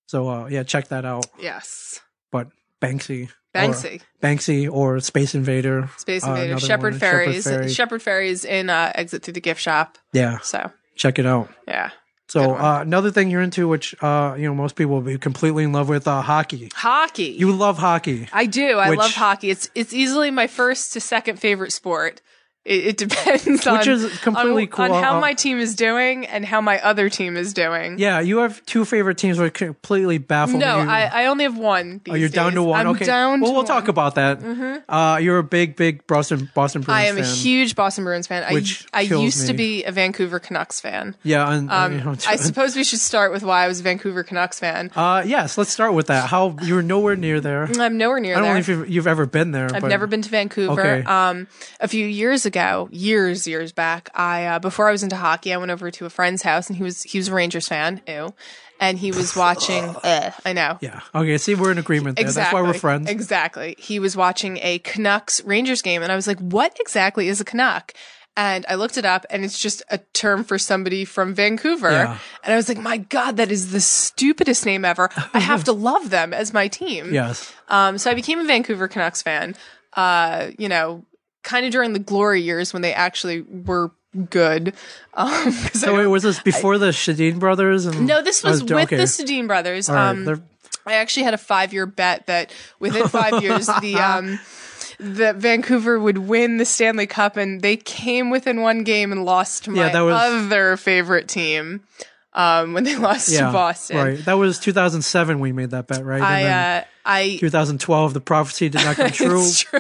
S1: so uh, yeah, check that out.
S2: Yes.
S1: But Banksy. or-
S2: Banksy.
S1: Banksy or Space Invader.
S2: Space
S1: uh,
S2: Invaders,
S1: another
S2: Shepherd
S1: one,
S2: Ferries,
S1: Ferry.
S2: Shepherd Ferries in uh, Exit Through the Gift Shop.
S1: yeah,
S2: So
S1: check it out.
S2: yeah, Good
S1: So
S2: one.
S1: uh, another thing you're into, which uh, you know most people will be completely in love with, uh, hockey.
S2: hockey.
S1: You love hockey.
S2: I do. I
S1: Which-
S2: love hockey. It's it's easily my first to second favorite sport. It, it depends on
S1: Which is completely
S2: on,
S1: cool.
S2: on how
S1: Uh,
S2: my team is doing and how my other team is doing.
S1: Yeah, you have two favorite teams. Which completely baffle
S2: No,
S1: me.
S2: I, I only have one. These
S1: Oh, you're down
S2: days.
S1: to one.
S2: I'm
S1: okay.
S2: down.
S1: well,
S2: to
S1: we'll
S2: one. Mm-hmm.
S1: talk about that. Uh, you're a big, big Boston Boston Bruins
S2: I am a
S1: fan.
S2: huge Boston Bruins fan.
S1: Which
S2: I I
S1: kills
S2: used to
S1: me.
S2: be a Vancouver Canucks fan.
S1: Yeah, and,
S2: Um,
S1: you know,
S2: I suppose we should start with why I was a Vancouver Canucks fan.
S1: uh, yes, let's start with that. How you were nowhere near there.
S2: I'm nowhere near
S1: I don't
S2: Mm, there.
S1: know if you've, you've ever been there.
S2: I've
S1: but
S2: never been to Vancouver.
S1: Okay.
S2: Um, a few years ago, years years back, I uh, before I was into hockey, I went over to a friend's house and he was he was a Rangers fan. Ew, and he was watching. eh, I know.
S1: Yeah. Okay. See, we're in agreement there.
S2: Exactly.
S1: That's why we're friends.
S2: Exactly. He was watching a Canucks Rangers game, and I was like, "What exactly is a Canuck?" And I looked it up, and it's just a term for somebody from Vancouver.
S1: Yeah.
S2: And I was like, "My God, that is the stupidest name ever." I have to love them as my team.
S1: Yes.
S2: Um, so I became a Vancouver Canucks fan. Uh, you know, kind of during the glory years when they actually were good. Um, 'cause I
S1: So wait,
S2: don't-
S1: was this before the Shadeen brothers? And
S2: no, this
S1: I
S2: was
S1: jo-
S2: with
S1: okay.
S2: the Sedin brothers.
S1: All right,
S2: Um,
S1: they're-
S2: I actually had a five year bet that within five years the um that Vancouver would win the Stanley Cup and they came within one game and lost to my
S1: Yeah, that was-
S2: other favorite team um when they lost
S1: yeah,
S2: to Boston.
S1: Right. That was 2007. We made that bet, right? And
S2: I
S1: then
S2: uh I
S1: 2012, the prophecy did not come true.
S2: it's true.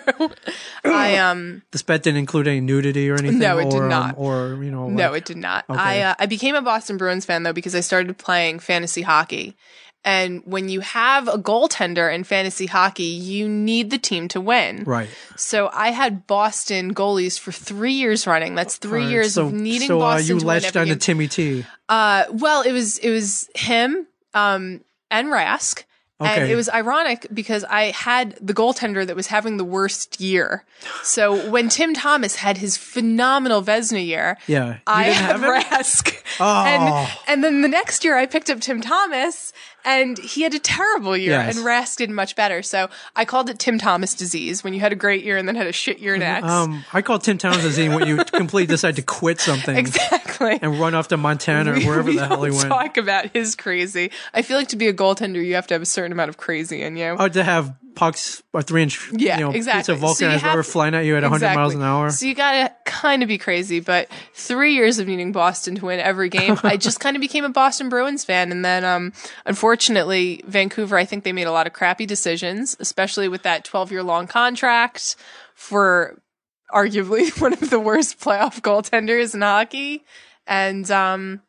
S2: I um
S1: This bet didn't include any nudity or anything.
S2: No, it did
S1: or, um,
S2: not.
S1: or you know,
S2: No,
S1: like-
S2: it did not. I uh, I became a Boston Bruins fan though because I started playing fantasy hockey. And when you have a goaltender in fantasy hockey, you need the team to win.
S1: right.
S2: So I had Boston goalies for three years running. That's three
S1: All right,
S2: years
S1: so,
S2: of needing
S1: so, uh,
S2: Boston
S1: you
S2: to win
S1: latched
S2: every
S1: on to
S2: game.
S1: Timmy T.
S2: uh, well, it was it was him um, and Rask. And
S1: Okay.
S2: it was ironic because I had the goaltender that was having the worst year. So when Tim Thomas had his phenomenal Vesna year,
S1: Yeah, you
S2: I
S1: didn't
S2: had
S1: have him?
S2: Rask.
S1: Oh.
S2: And, and then the next year I picked up Tim Thomas and he had a terrible year
S1: Yes.
S2: and Rask did much better. So I called it Tim Thomas disease when you had a great year and then had a shit year next.
S1: Um, I call Tim Townsend as when you completely decide to quit something
S2: exactly.
S1: and run off to Montana or wherever
S2: we
S1: the hell he
S2: don't
S1: went.
S2: talk about his crazy. I feel like to be a goaltender, you have to have a certain amount of crazy in you.
S1: Oh, to have pucks or three inch
S2: Yeah,
S1: you know, piece
S2: exactly.
S1: of
S2: So you
S1: vulcanized
S2: have
S1: rubber
S2: to-
S1: flying at you at 100
S2: Exactly.
S1: miles an hour.
S2: So you gotta kind of be crazy. But three years of needing Boston to win every game, I just kind of became a Boston Bruins fan. And then, um, unfortunately, Vancouver, I think they made a lot of crappy decisions, especially with that 12 year long contract for arguably one of the worst playoff goaltenders in hockey. And, um,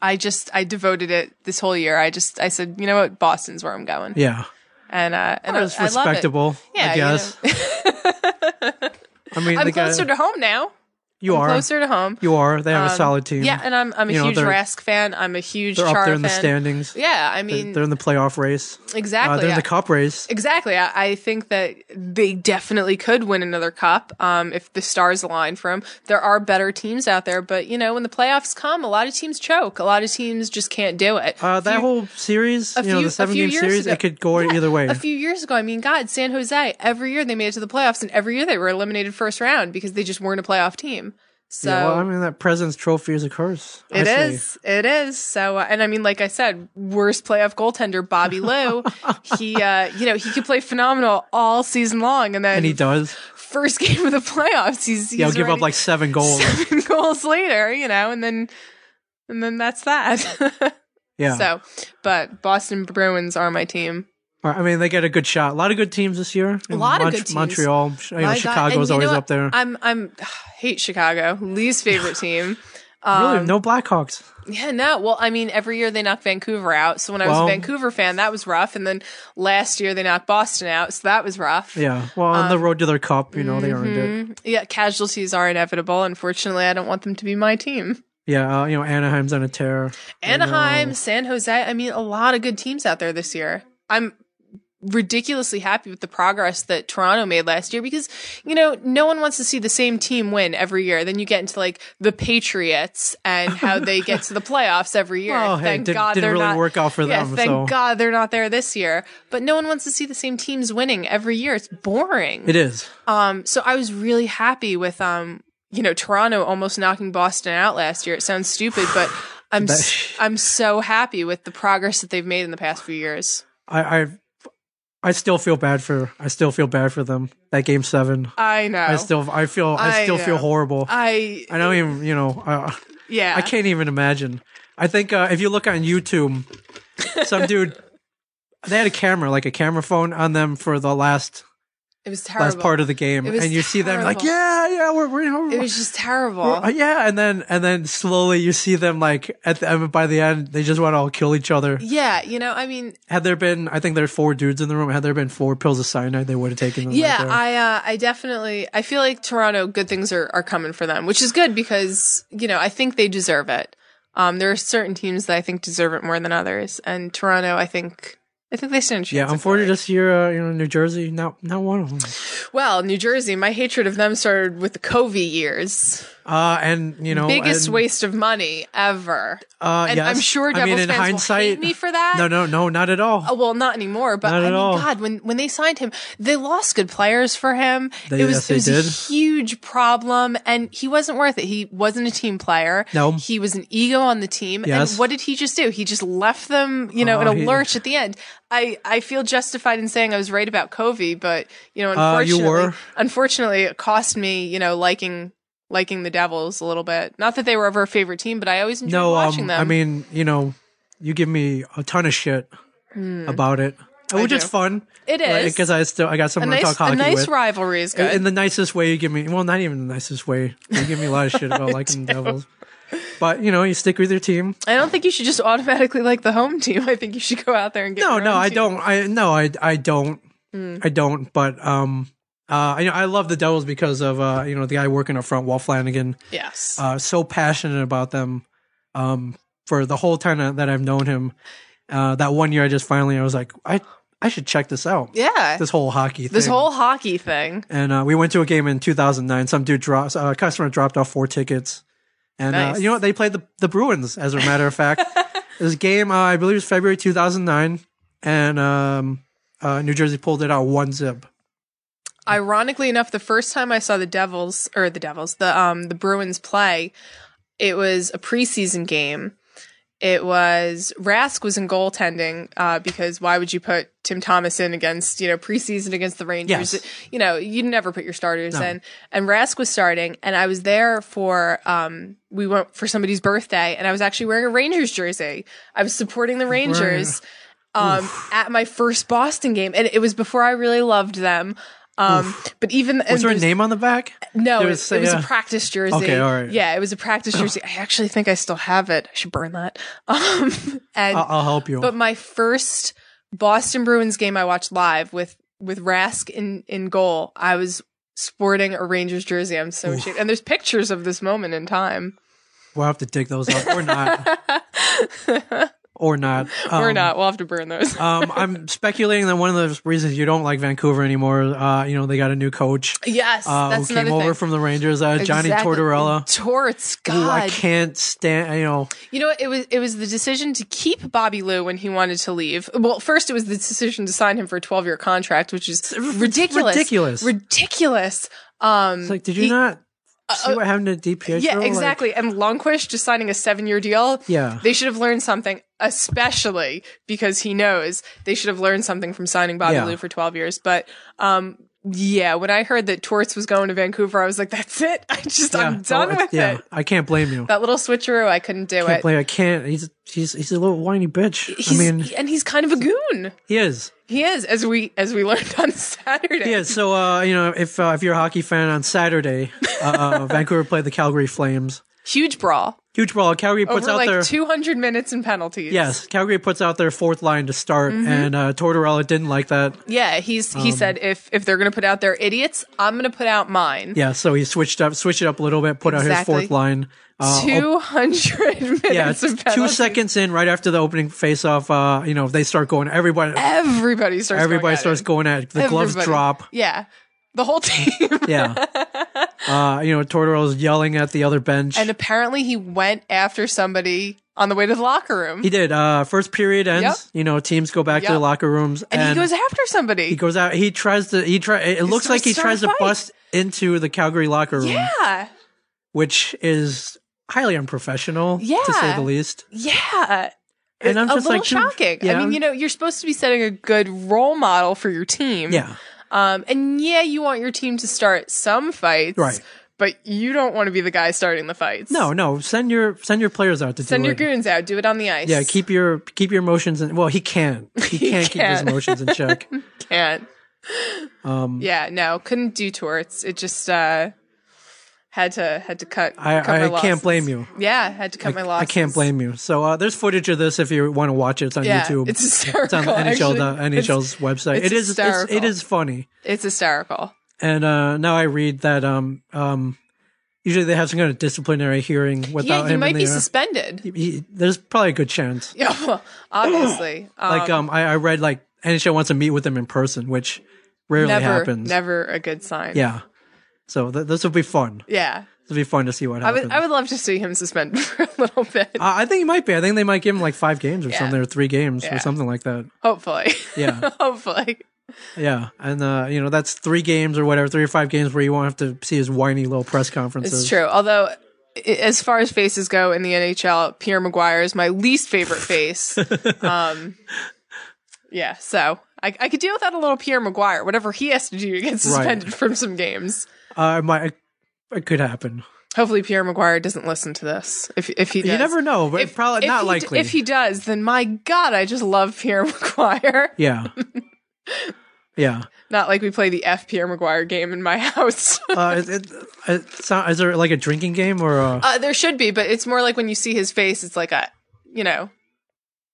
S2: I just I devoted it this whole year. I just I said, you know what, Boston's where I'm going,
S1: yeah,
S2: and uh, and I,
S1: it's
S2: I love it.
S1: respectable.
S2: Yeah,
S1: I
S2: you know.
S1: guess. I mean,
S2: I'm
S1: the guy-
S2: closer to home now.
S1: you
S2: I'm
S1: are
S2: closer to home.
S1: you are. They have a
S2: Um,
S1: solid team.
S2: Yeah, and I'm I'm a
S1: You know,
S2: huge
S1: they're-
S2: Rask fan. I'm a huge
S1: they're
S2: Chara
S1: up there in the
S2: fan.
S1: standings.
S2: Yeah, I mean
S1: they're in the playoff race. Uh,
S2: exactly.
S1: they're in
S2: I-
S1: the cup race.
S2: Exactly. I, I think that they definitely could win another cup um, if the stars align for them. There are better teams out there, but you know when the playoffs come, a lot of teams choke. A lot of teams just can't do it.
S1: Uh, that whole series, you know,
S2: few-
S1: the
S2: a
S1: seven
S2: few
S1: game
S2: years
S1: series,
S2: ago-
S1: it could go either way.
S2: a few years ago, I mean, God, San Jose, every year they made it to the playoffs, and every year they were eliminated first round because they just weren't a playoff team. So
S1: yeah, well, I mean, that President's Trophy is a curse.
S2: It
S1: I say.
S2: is. It is. So, uh, and I mean, like I said, worst playoff goaltender, Bobby Lou. he, uh, you know, he could play phenomenal all season long, and then
S1: And he does.
S2: first game of the playoffs, he's, he's
S1: Yeah, he'll give up
S2: already
S1: like seven goals.
S2: seven goals later, you know, and then and then that's that.
S1: Yeah.
S2: So, but Boston Bruins are my team.
S1: Or, I mean, they get a good shot. A lot of good teams this year.
S2: A lot of
S1: Mont-
S2: good teams.
S1: Montreal, sh- you know,
S2: My God, and
S1: Oh, Chicago's
S2: you know
S1: always
S2: what?
S1: up there.
S2: I'm I'm hate Chicago, least favorite team. Um,
S1: really, no Blackhawks.
S2: Yeah, no. Well, I mean, every year they knock Vancouver out. So when I was
S1: Well-
S2: a Vancouver fan, that was rough. And then last year they knocked Boston out, so that was rough. Mm-hmm.
S1: Yeah. Well, on
S2: um,
S1: the road to their cup, you know, they earned it.
S2: Yeah, casualties are inevitable. Unfortunately, I don't want them to be my team.
S1: Yeah. Uh, you know, Anaheim's on a tear.
S2: Anaheim, San Jose. I mean, a lot of good teams out there this year. I'm ridiculously happy with the progress that Toronto made last year because, you know, no one wants to see the same team win every year. Then you get into like the Patriots and how they get to the playoffs every year.
S1: Oh, hey,
S2: thank
S1: didn't-
S2: God
S1: didn't
S2: they're
S1: really
S2: not,
S1: work out for
S2: yeah,
S1: them,
S2: Thank
S1: so.
S2: God they're not there this year. But no one wants to see the same teams winning every year. It's boring.
S1: It is.
S2: Um, so I was really happy with, um, you know, Toronto almost knocking Boston out last year. It sounds stupid, but I'm
S1: That-
S2: s- I'm so happy with the progress that they've made in the past few years.
S1: I, I I still feel bad for I still feel bad for them. That game seven.
S2: I know.
S1: I still I feel I,
S2: Oh. I
S1: still feel
S2: know.
S1: horrible. I,
S2: I
S1: don't even you know uh,
S2: yeah.
S1: I can't even imagine. I think uh, if you look on YouTube, some dude they had a camera like a camera phone on them for the last
S2: It was terrible.
S1: last part of the game,
S2: It was
S1: and you see them like
S2: terrible.
S1: yeah yeah we're, we're, we're
S2: it was just terrible.
S1: Uh, yeah, and then and then slowly you see them like at the end, by the end they just want to all kill each other.
S2: yeah, you know, I mean,
S1: Had there been, I think there are four dudes in the room. Had there been four pills of cyanide, they would have taken them.
S2: yeah,
S1: right there.
S2: I uh, I definitely I feel like Toronto good things are are coming for them, which is good because, you know, I think they deserve it. Um there are certain teams that I think deserve it more than others, and Toronto I think I think they stand a chance.
S1: yeah. Unfortunately, this year, uh, you know, New Jersey, not not one of them.
S2: Well, New Jersey, my hatred of them started with the Covey years.
S1: Uh, and you know,
S2: Biggest
S1: and,
S2: waste of money ever.
S1: Uh,
S2: and
S1: yes.
S2: I'm sure
S1: I
S2: Devils
S1: mean, in
S2: fans
S1: hindsight,
S2: will hate me for that.
S1: No, no, no, not at all.
S2: Oh, well, not anymore. But
S1: Not
S2: I
S1: at
S2: mean,
S1: all.
S2: God, when when they signed him, they lost good players for him.
S1: They-
S2: it was,
S1: yes,
S2: it was
S1: they
S2: a
S1: did.
S2: huge problem, and he wasn't worth it. He wasn't a team player.
S1: No.
S2: he was an ego on the team.
S1: Yes.
S2: And what did he just do? He just left them, you know, in
S1: Oh,
S2: a
S1: he-
S2: lurch at the end. I I feel justified in saying I was right about Covey, but you know,
S1: Uh, you
S2: unfortunately,
S1: were.
S2: unfortunately, it cost me, you know, liking. Liking the Devils a little bit. Not that they were ever a favorite team, but I always enjoyed
S1: no,
S2: watching
S1: um,
S2: them.
S1: I mean, you know, you give me a ton of shit about it, which is
S2: Hmm. do.
S1: fun.
S2: It is.
S1: because I still I got
S2: a
S1: someone to
S2: nice,
S1: talk hockey
S2: a nice
S1: with.
S2: rivalry is good.
S1: in the nicest way you give me well not even the nicest way you give me a lot of shit about liking the devils but you know you stick with your team
S2: I don't think you should just automatically like the home team. I think you should go out there and get.
S1: no
S2: your
S1: no
S2: own
S1: i
S2: team. Hmm.
S1: don't i no i i don't i don't but um uh i i love the devils because of uh you know the guy working up front walt flanagan
S2: Yes.
S1: uh so passionate about them um for the whole time that i've known him uh that one year i just finally i was like i i should check this out
S2: yeah. This,
S1: this whole hockey thing.
S2: whole hockey thing.
S1: and uh, we went to a game in 2009. Some dude drops a customer dropped off four tickets, and uh,
S2: Nice.
S1: you know what? They played the the Bruins. As a matter of fact, this game uh, I believe it was February 2009, and um, uh, New Jersey pulled it out one zip.
S2: Ironically enough, the first time I saw the Devils or the Devils, the um the Bruins play, it was a preseason game. It was Rask was in goaltending uh, because why would you put Tim Thomas in against you know preseason against the Rangers?
S1: Yes.
S2: You know you never put your starters
S1: No.
S2: in, and Rask was starting, and I was there for um we went for somebody's birthday, and I was actually wearing a Rangers jersey. I was supporting the Rangers um, at my first Boston game, and it was before I really loved them. Um, but even and
S1: Was there a
S2: there's-
S1: name on the back? There
S2: no, it it
S1: was-
S2: was,
S1: yeah.
S2: a practice jersey.
S1: Okay, all right.
S2: Yeah, it was a practice jersey. I actually think I still have it. I should burn that. Um, and
S1: I'll, I'll help you.
S2: but my first Boston Bruins game I watched live with with Rask in in goal, I was sporting a Rangers jersey. I'm so ashamed. And there's pictures of this moment in time.
S1: we'll have to dig those up, or not, or not,
S2: Or
S1: Um,
S2: not. We'll have to burn those.
S1: um, I'm speculating that one of the reasons you don't like Vancouver anymore, uh, you know, they got a new coach
S2: yes,
S1: uh,
S2: that's
S1: who
S2: another
S1: came over
S2: thing.
S1: from the Rangers, uh, Johnny
S2: Exactly.
S1: Tortorella.
S2: Torts, God.
S1: who I can't stand. You know,
S2: You know, what? it was it was the decision to keep Bobby Lou when he wanted to leave. Well, first it was the decision to sign him for a twelve year contract, which is ridiculous,
S1: ridiculous.
S2: ridiculous. Um,
S1: it's like, did you
S2: he- Uh,
S1: not see what happened to DPH?
S2: Yeah, exactly. and Longquist just signing a seven year deal.
S1: Yeah.
S2: they should have learned something, especially because he knows they should have learned something from signing Bobby
S1: Yeah.
S2: Lou for twelve years. But um, yeah, when I heard that Torts was going to Vancouver, I was like, that's it. I just I'm done with
S1: yeah,
S2: it.
S1: I can't blame you.
S2: That little switcheroo, I couldn't do
S1: I
S2: it.
S1: can't blame. I can't. He's he's he's a little whiny bitch.
S2: He's,
S1: I mean,
S2: and he's kind of a goon.
S1: he is.
S2: He is, as we as we learned on Saturday.
S1: He is. uh, So uh, you know, if uh, if you're a hockey fan, on Saturday, uh, Vancouver played the Calgary Flames.
S2: Huge brawl.
S1: Huge brawl. Calgary puts
S2: Over
S1: out
S2: like
S1: their
S2: 200 minutes in penalties.
S1: yes. Calgary puts out their fourth line to start,
S2: Mm-hmm.
S1: and uh, Tortorella didn't like that.
S2: Yeah, he's
S1: Um,
S2: he said if if they're going to put out their idiots, I'm going to put out mine.
S1: Yeah, so he switched up, switched it up a little bit, put out his
S2: Exactly.
S1: fourth line. Uh, op-
S2: 200 minutes
S1: yeah,
S2: of penalties.
S1: two seconds in, right after the opening face-off, uh, you know, they start going. Everybody,
S2: Everybody starts going
S1: everybody
S2: at
S1: starts
S2: it.
S1: going at it. The gloves
S2: Everybody.
S1: drop.
S2: Yeah. The whole team.
S1: Yeah. uh, you know, Tortorella's yelling at the other bench.
S2: and apparently he went after somebody on the way to the locker room.
S1: he did. Uh, first period ends.
S2: Yep.
S1: You know, teams go back to
S2: Yep.
S1: their locker rooms,
S2: and, he goes after somebody.
S1: he goes out. He tries to. He try. It looks like he
S2: starts
S1: tries
S2: to
S1: to
S2: fight.
S1: bust into the Calgary locker room,
S2: yeah.
S1: which is highly unprofessional, to say
S2: Yeah.
S1: the least.
S2: Yeah.
S1: And I'm
S2: a
S1: just
S2: little
S1: like, dude,
S2: shocking.
S1: yeah.
S2: I mean, you know, you're supposed to be setting a good role model for your team.
S1: Yeah.
S2: Um, and yeah, you want your team to start some fights,
S1: Right.
S2: But you don't want to be the guy starting the fights.
S1: No, no. Send your send your players out to
S2: send
S1: do
S2: your
S1: it.
S2: goons out. Do it on the ice.
S1: Yeah, keep your keep your emotions in. Well, he can't. He
S2: He
S1: can't keep his
S2: can't.
S1: emotions in check.
S2: can't.
S1: Um,
S2: Yeah, no, couldn't do torts. It just uh, had to had to cut. cut my
S1: I I
S2: losses.
S1: can't blame you.
S2: Yeah, had to cut my
S1: I
S2: losses.
S1: can't blame you. So uh, there's footage of this if you want to watch it. It's on
S2: Yeah,
S1: YouTube.
S2: it's
S1: It's on the
S2: hysterical,
S1: NHL, the
S2: actually.
S1: NHL's website.
S2: it's
S1: it is it's, it
S2: hysterical.
S1: is funny.
S2: It's hysterical.
S1: And uh, now I read that um um usually they have some kind of disciplinary hearing without
S2: yeah, you
S1: him
S2: might
S1: in
S2: be
S1: the, uh,
S2: suspended.
S1: he- there's probably a good chance.
S2: Yeah, well, obviously. Um,
S1: Like um I, I read like NHL wants to meet with him in person, which rarely
S2: never,
S1: happens.
S2: never a good sign.
S1: Yeah. So th- this will be fun.
S2: yeah.
S1: This will be fun to see what
S2: I
S1: happens.
S2: would, I would love to see him suspended for a little bit.
S1: Uh, I think he might be. I think they might give him like five games or something, or three games or
S2: Yeah.
S1: something like that.
S2: Hopefully.
S1: Yeah.
S2: Hopefully.
S1: Yeah, and uh, you know that's three games or whatever, three or five games where you won't have to see his whiny little press conferences.
S2: It's true. Although, i- as far as faces go in the NHL, Pierre Maguire is my least favorite face. um, yeah, so I, I could deal with that a little Pierre Maguire, whatever he has to do to get suspended from some games.
S1: Uh, it might, it could happen.
S2: Hopefully, Pierre Maguire doesn't listen to this. If if he does.
S1: You never know, but
S2: If-
S1: probably
S2: if
S1: not
S2: he d-
S1: likely.
S2: if he does, then my God, I just love Pierre Maguire.
S1: yeah, yeah.
S2: Not like we play the F Pierre Maguire game in my house.
S1: Uh, it, it, it sound, is there like a drinking game or a,
S2: Uh, there should be, but it's more like when you see his face, it's like a, you know,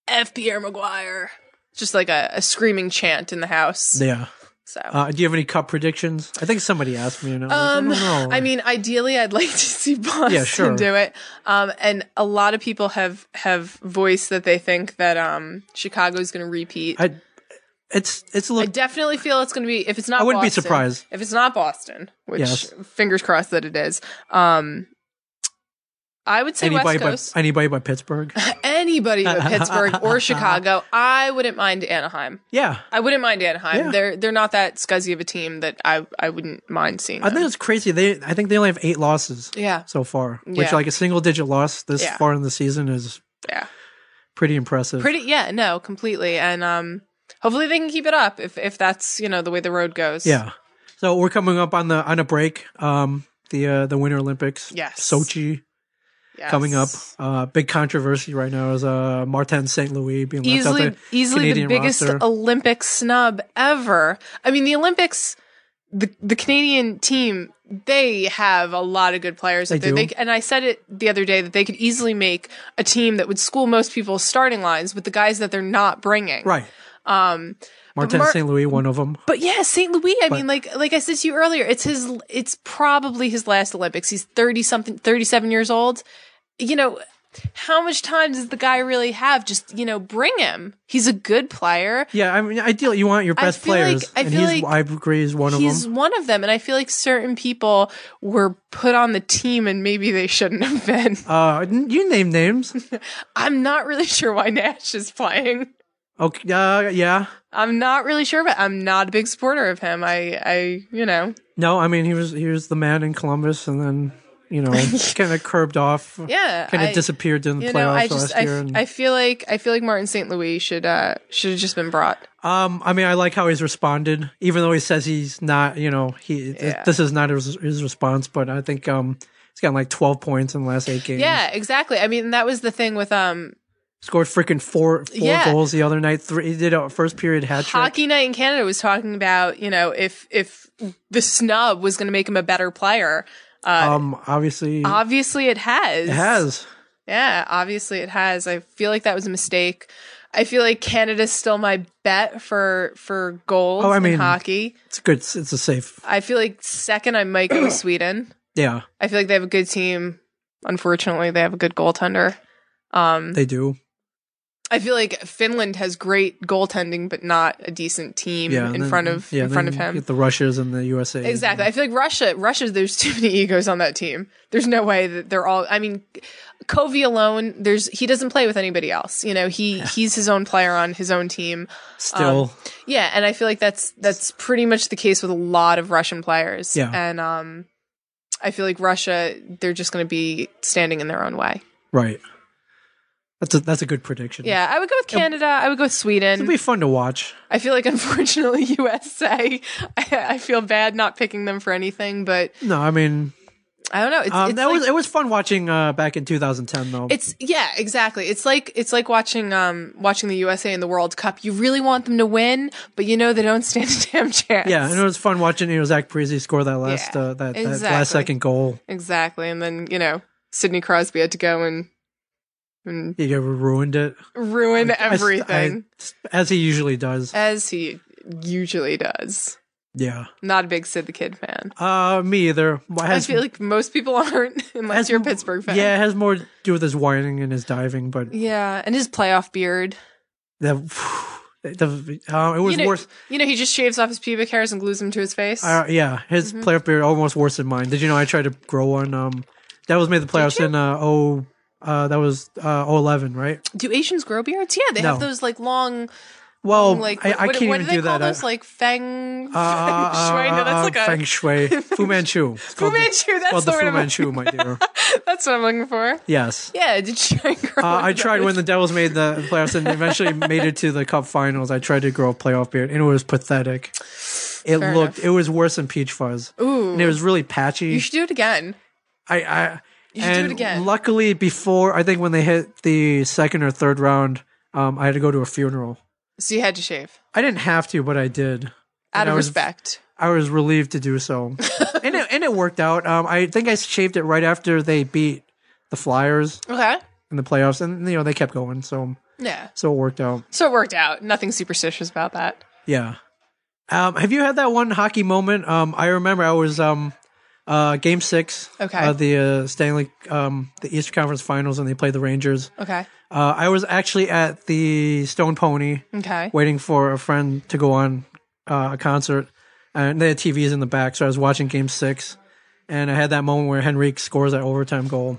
S2: F. Pierre Maguire. It's Just like a, a screaming chant in the house.
S1: yeah?
S2: So,
S1: Uh, do you have any cup predictions? I think somebody asked me. You know,
S2: um,
S1: I don't know.
S2: I mean, ideally, I'd like to see Boston
S1: Yeah, sure.
S2: do it. Um, and a lot of people have have voiced that they think that um Chicago's going to repeat. I,
S1: I, it's it's a little
S2: definitely feel it's going to be if it's not.
S1: I wouldn't be
S2: Boston-
S1: surprised.
S2: if it's not Boston, which
S1: Yes.
S2: fingers crossed that it is. Um, I would say
S1: anybody
S2: West
S1: by
S2: Coast.
S1: anybody by Pittsburgh.
S2: anybody but Pittsburgh or Chicago, I wouldn't mind Anaheim.
S1: yeah,
S2: I wouldn't mind Anaheim.
S1: Yeah.
S2: They're they're not that scuzzy of a team that I I wouldn't mind seeing.
S1: I think
S2: them.
S1: it's crazy. They I think they only have eight losses
S2: yeah,
S1: so far, which
S2: Yeah.
S1: like a single digit loss this
S2: Yeah.
S1: far in the season is
S2: yeah,
S1: pretty impressive.
S2: pretty. Yeah, no, completely. And um, hopefully they can keep it up if if that's you know the way the road goes.
S1: Yeah. So we're coming up on the on a break. Um, the uh, the Winter Olympics.
S2: Yes.
S1: Sochi
S2: Yes.
S1: coming up. Uh, big controversy right now is uh Martin St. Louis being left out
S2: easily
S1: there.
S2: easily
S1: Canadian
S2: the biggest
S1: roster.
S2: Olympic snub ever. I mean, the Olympics, the the Canadian team, they have a lot of good players.
S1: They
S2: out there.
S1: do.
S2: and I said it the other day that they could easily make a team that would school most people's starting lines with the guys that they're not bringing.
S1: Right. Um, Martin
S2: Mar-
S1: St. Louis, one of them.
S2: But yeah, St. Louis, I mean like like I said to you earlier, it's his it's probably his last Olympics. He's 30 something 37 years old. You know, how much time does the guy really have? Just, you know, bring him. He's a good player.
S1: Yeah, I mean, ideally you want your best
S2: feel like-
S1: players,
S2: I
S1: and
S2: feel
S1: he's
S2: like
S1: I agree he's one of
S2: he's
S1: them.
S2: one of them and i feel like certain people were put on the team and maybe they shouldn't have been
S1: Uh, n- you name names.
S2: i'm not really sure why nash is playing
S1: Okay. Uh, yeah.
S2: i'm not really sure but i'm not a big supporter of him i i you know
S1: No, I mean he was he was the man in Columbus, and then you know kind of curbed off.
S2: yeah
S1: Kind
S2: I-
S1: of disappeared during the
S2: you
S1: playoffs
S2: know i
S1: last
S2: just I,
S1: year. and-
S2: I feel like i feel like martin st louis should uh should have just been brought
S1: Um, I mean, I like how he's responded, even though he says he's not. You know, he th-
S2: Yeah.
S1: this is not his, his response, but I think um, he's gotten like twelve points in the last eight games.
S2: yeah exactly i mean that was the thing with um
S1: scored freaking four four
S2: Yeah.
S1: goals the other night. Three, he did a first period hat trick.
S2: Hockey Night in Canada was talking about, you know, if if the snub was going to make him a better player.
S1: um, obviously, it
S2: Obviously, it has.
S1: has.
S2: Yeah, obviously it has. I feel like that was a mistake. I feel like Canada's still my bet for for gold
S1: Oh, I mean-
S2: in hockey.
S1: It's good. It's a safe.
S2: I feel like second I might go Sweden.
S1: Yeah,
S2: I feel like they have a good team. Unfortunately, they have a good goaltender. Um,
S1: they do.
S2: I feel like Finland has great goaltending, but not a decent team
S1: Yeah,
S2: in
S1: and then-
S2: front of
S1: yeah,
S2: in
S1: then
S2: front of
S1: you
S2: him.
S1: Get the Russians and the USA.
S2: Exactly. I feel like Russia, Russia, there's too many egos on that team. There's no way that they're all, I mean, Kovi alone, there's, he doesn't play with anybody else. You know, he, he's his own player on his own team.
S1: Still,
S2: Yeah. And I feel like that's, that's pretty much the case with a lot of Russian players.
S1: Yeah.
S2: And, um, I feel like Russia, they're just going to be standing in their own way.
S1: right. That's a that's a good prediction.
S2: Yeah. I would go with Canada. I would go with
S1: it'd
S2: Sweden.
S1: be fun to watch.
S2: I feel like, unfortunately, USA, I, I feel bad not picking them for anything, but
S1: No, I mean,
S2: I don't know. It's,
S1: um,
S2: it's
S1: that
S2: like-
S1: was it was fun watching uh, back in 2010 though.
S2: It's yeah, exactly. It's like it's like watching um watching the USA in the World Cup. You really want them to win, but you know they don't stand a damn chance.
S1: yeah, and it was fun watching you know Zach Parise score that last
S2: Yeah,
S1: uh, that, that
S2: exactly.
S1: last second goal.
S2: exactly. And then you know Sidney Crosby had to go and and
S1: He ruined it.
S2: ruin
S1: I- I-
S2: everything Eh.
S1: as he usually does.
S2: as he usually does.
S1: Yeah.
S2: Not a big Sid the Kid fan.
S1: Uh, me either.
S2: I feel like most people aren't unless
S1: has-
S2: you're a Pittsburgh fan.
S1: Yeah, it has more to do with his whining and his diving, but
S2: Yeah, and his playoff beard.
S1: the, the uh, it was
S2: You know,
S1: worse.
S2: you know, he just shaves off his pubic hairs and glues them to his face.
S1: Uh, yeah, his
S2: Mm-hmm.
S1: playoff beard almost worse than mine. Did you know I tried to grow one? Um, that was made the playoffs in uh oh uh that was uh 11, right?
S2: Do Asians grow beards? Yeah, they have
S1: No.
S2: those like long
S1: Well,
S2: Mm, like
S1: I,
S2: what,
S1: I
S2: what-
S1: can't
S2: what
S1: even
S2: do they
S1: do
S2: call
S1: that.
S2: those? Like feng,
S1: uh, uh,
S2: feng shui?
S1: uh,
S2: No, that's like
S1: uh,
S2: a
S1: Feng Shui, Fu Manchu. It's
S2: Fu
S1: called the-
S2: Manchu. That's
S1: Called
S2: the
S1: the
S2: word
S1: Fu
S2: I'm
S1: Manchu, my dear.
S2: That's what I'm looking for.
S1: Yes.
S2: Yeah, did you try and grow?
S1: Uh,
S2: one
S1: I
S2: of
S1: tried
S2: those?
S1: when the Devils made the playoffs and eventually made it to the Cup Finals. I tried to grow a playoff beard, and it was pathetic. It
S2: Fair
S1: looked it was worse than peach fuzz,
S2: Ooh,
S1: and it was really patchy.
S2: you should do it again.
S1: I, I
S2: You should do
S1: and
S2: it again.
S1: luckily before I think when they hit the second or third round, um, I had to go to a funeral.
S2: So you had to shave
S1: I didn't have to, but I did.
S2: out
S1: And I
S2: of
S1: was-
S2: respect.
S1: I was relieved to do so, and it, and it worked out. Um, I think I shaved it right after they beat the Flyers
S2: okay.
S1: in the playoffs, and you know they kept going, so
S2: Yeah.
S1: so it worked out.
S2: So it worked out. Nothing superstitious about that.
S1: Yeah. Um, have you had that one hockey moment? Um, I remember I was um, uh, game six
S2: Okay.
S1: of the uh, Stanley, um, the Eastern Conference Finals, and they played the Rangers.
S2: Okay.
S1: Uh, I was actually at the Stone Pony
S2: Okay.
S1: waiting for a friend to go on uh, a concert, and they had TVs in the back, so I was watching Game Six, and I had that moment where Henrique scores that overtime goal,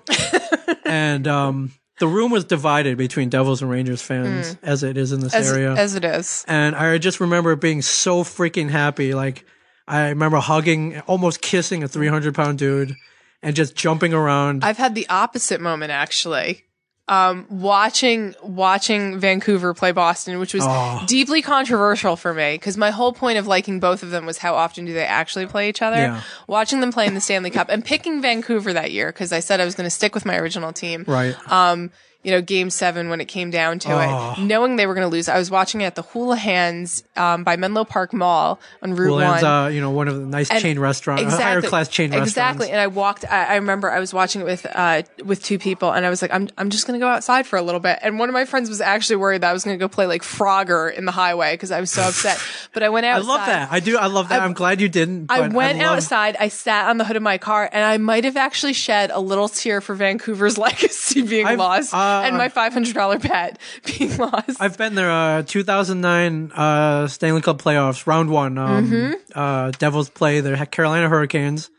S1: and um, the room was divided between Devils and Rangers fans, as it is in this
S2: Mm. As,
S1: area
S2: as it is.
S1: and I just remember being so freaking happy. Like I remember hugging, almost kissing a 300 pound dude, and just jumping around.
S2: I've had the opposite moment actually. Um, watching watching Vancouver play Boston, which was
S1: Oh.
S2: deeply controversial for me, because my whole point of liking both of them was how often do they actually play each other.
S1: Yeah.
S2: Watching them play in the Stanley Cup and picking Vancouver that year because I said I was going to stick with my original team.
S1: right.
S2: Um, you know, Game Seven when it came down to
S1: Oh.
S2: it, knowing they were going to lose, I was watching it at the Houlihan's um, by Menlo Park Mall on Route
S1: Well,
S2: One.
S1: it's, uh, you know, one of the nice
S2: And-
S1: chain restaurant, higher class chain
S2: Exactly.
S1: restaurants.
S2: And I walked. I, I remember I was watching it with uh, with two people, and I was like, I'm I'm just gonna go outside for a little bit. And one of my friends was actually worried that I was gonna go play like Frogger in the highway because I was so upset. But I went
S1: I
S2: outside.
S1: love that. I do. I love that. I, am glad you didn't.
S2: I
S1: but
S2: went
S1: love-
S2: outside. I sat on the hood of my car, and I might have actually shed a little tear for Vancouver's legacy being
S1: I've-
S2: lost
S1: uh,
S2: and my five hundred dollar bet being lost.
S1: I've been there. Uh, 2009 uh, Stanley Cup playoffs, round one. Um,
S2: Mm-hmm.
S1: uh, Devils play the Carolina Hurricanes,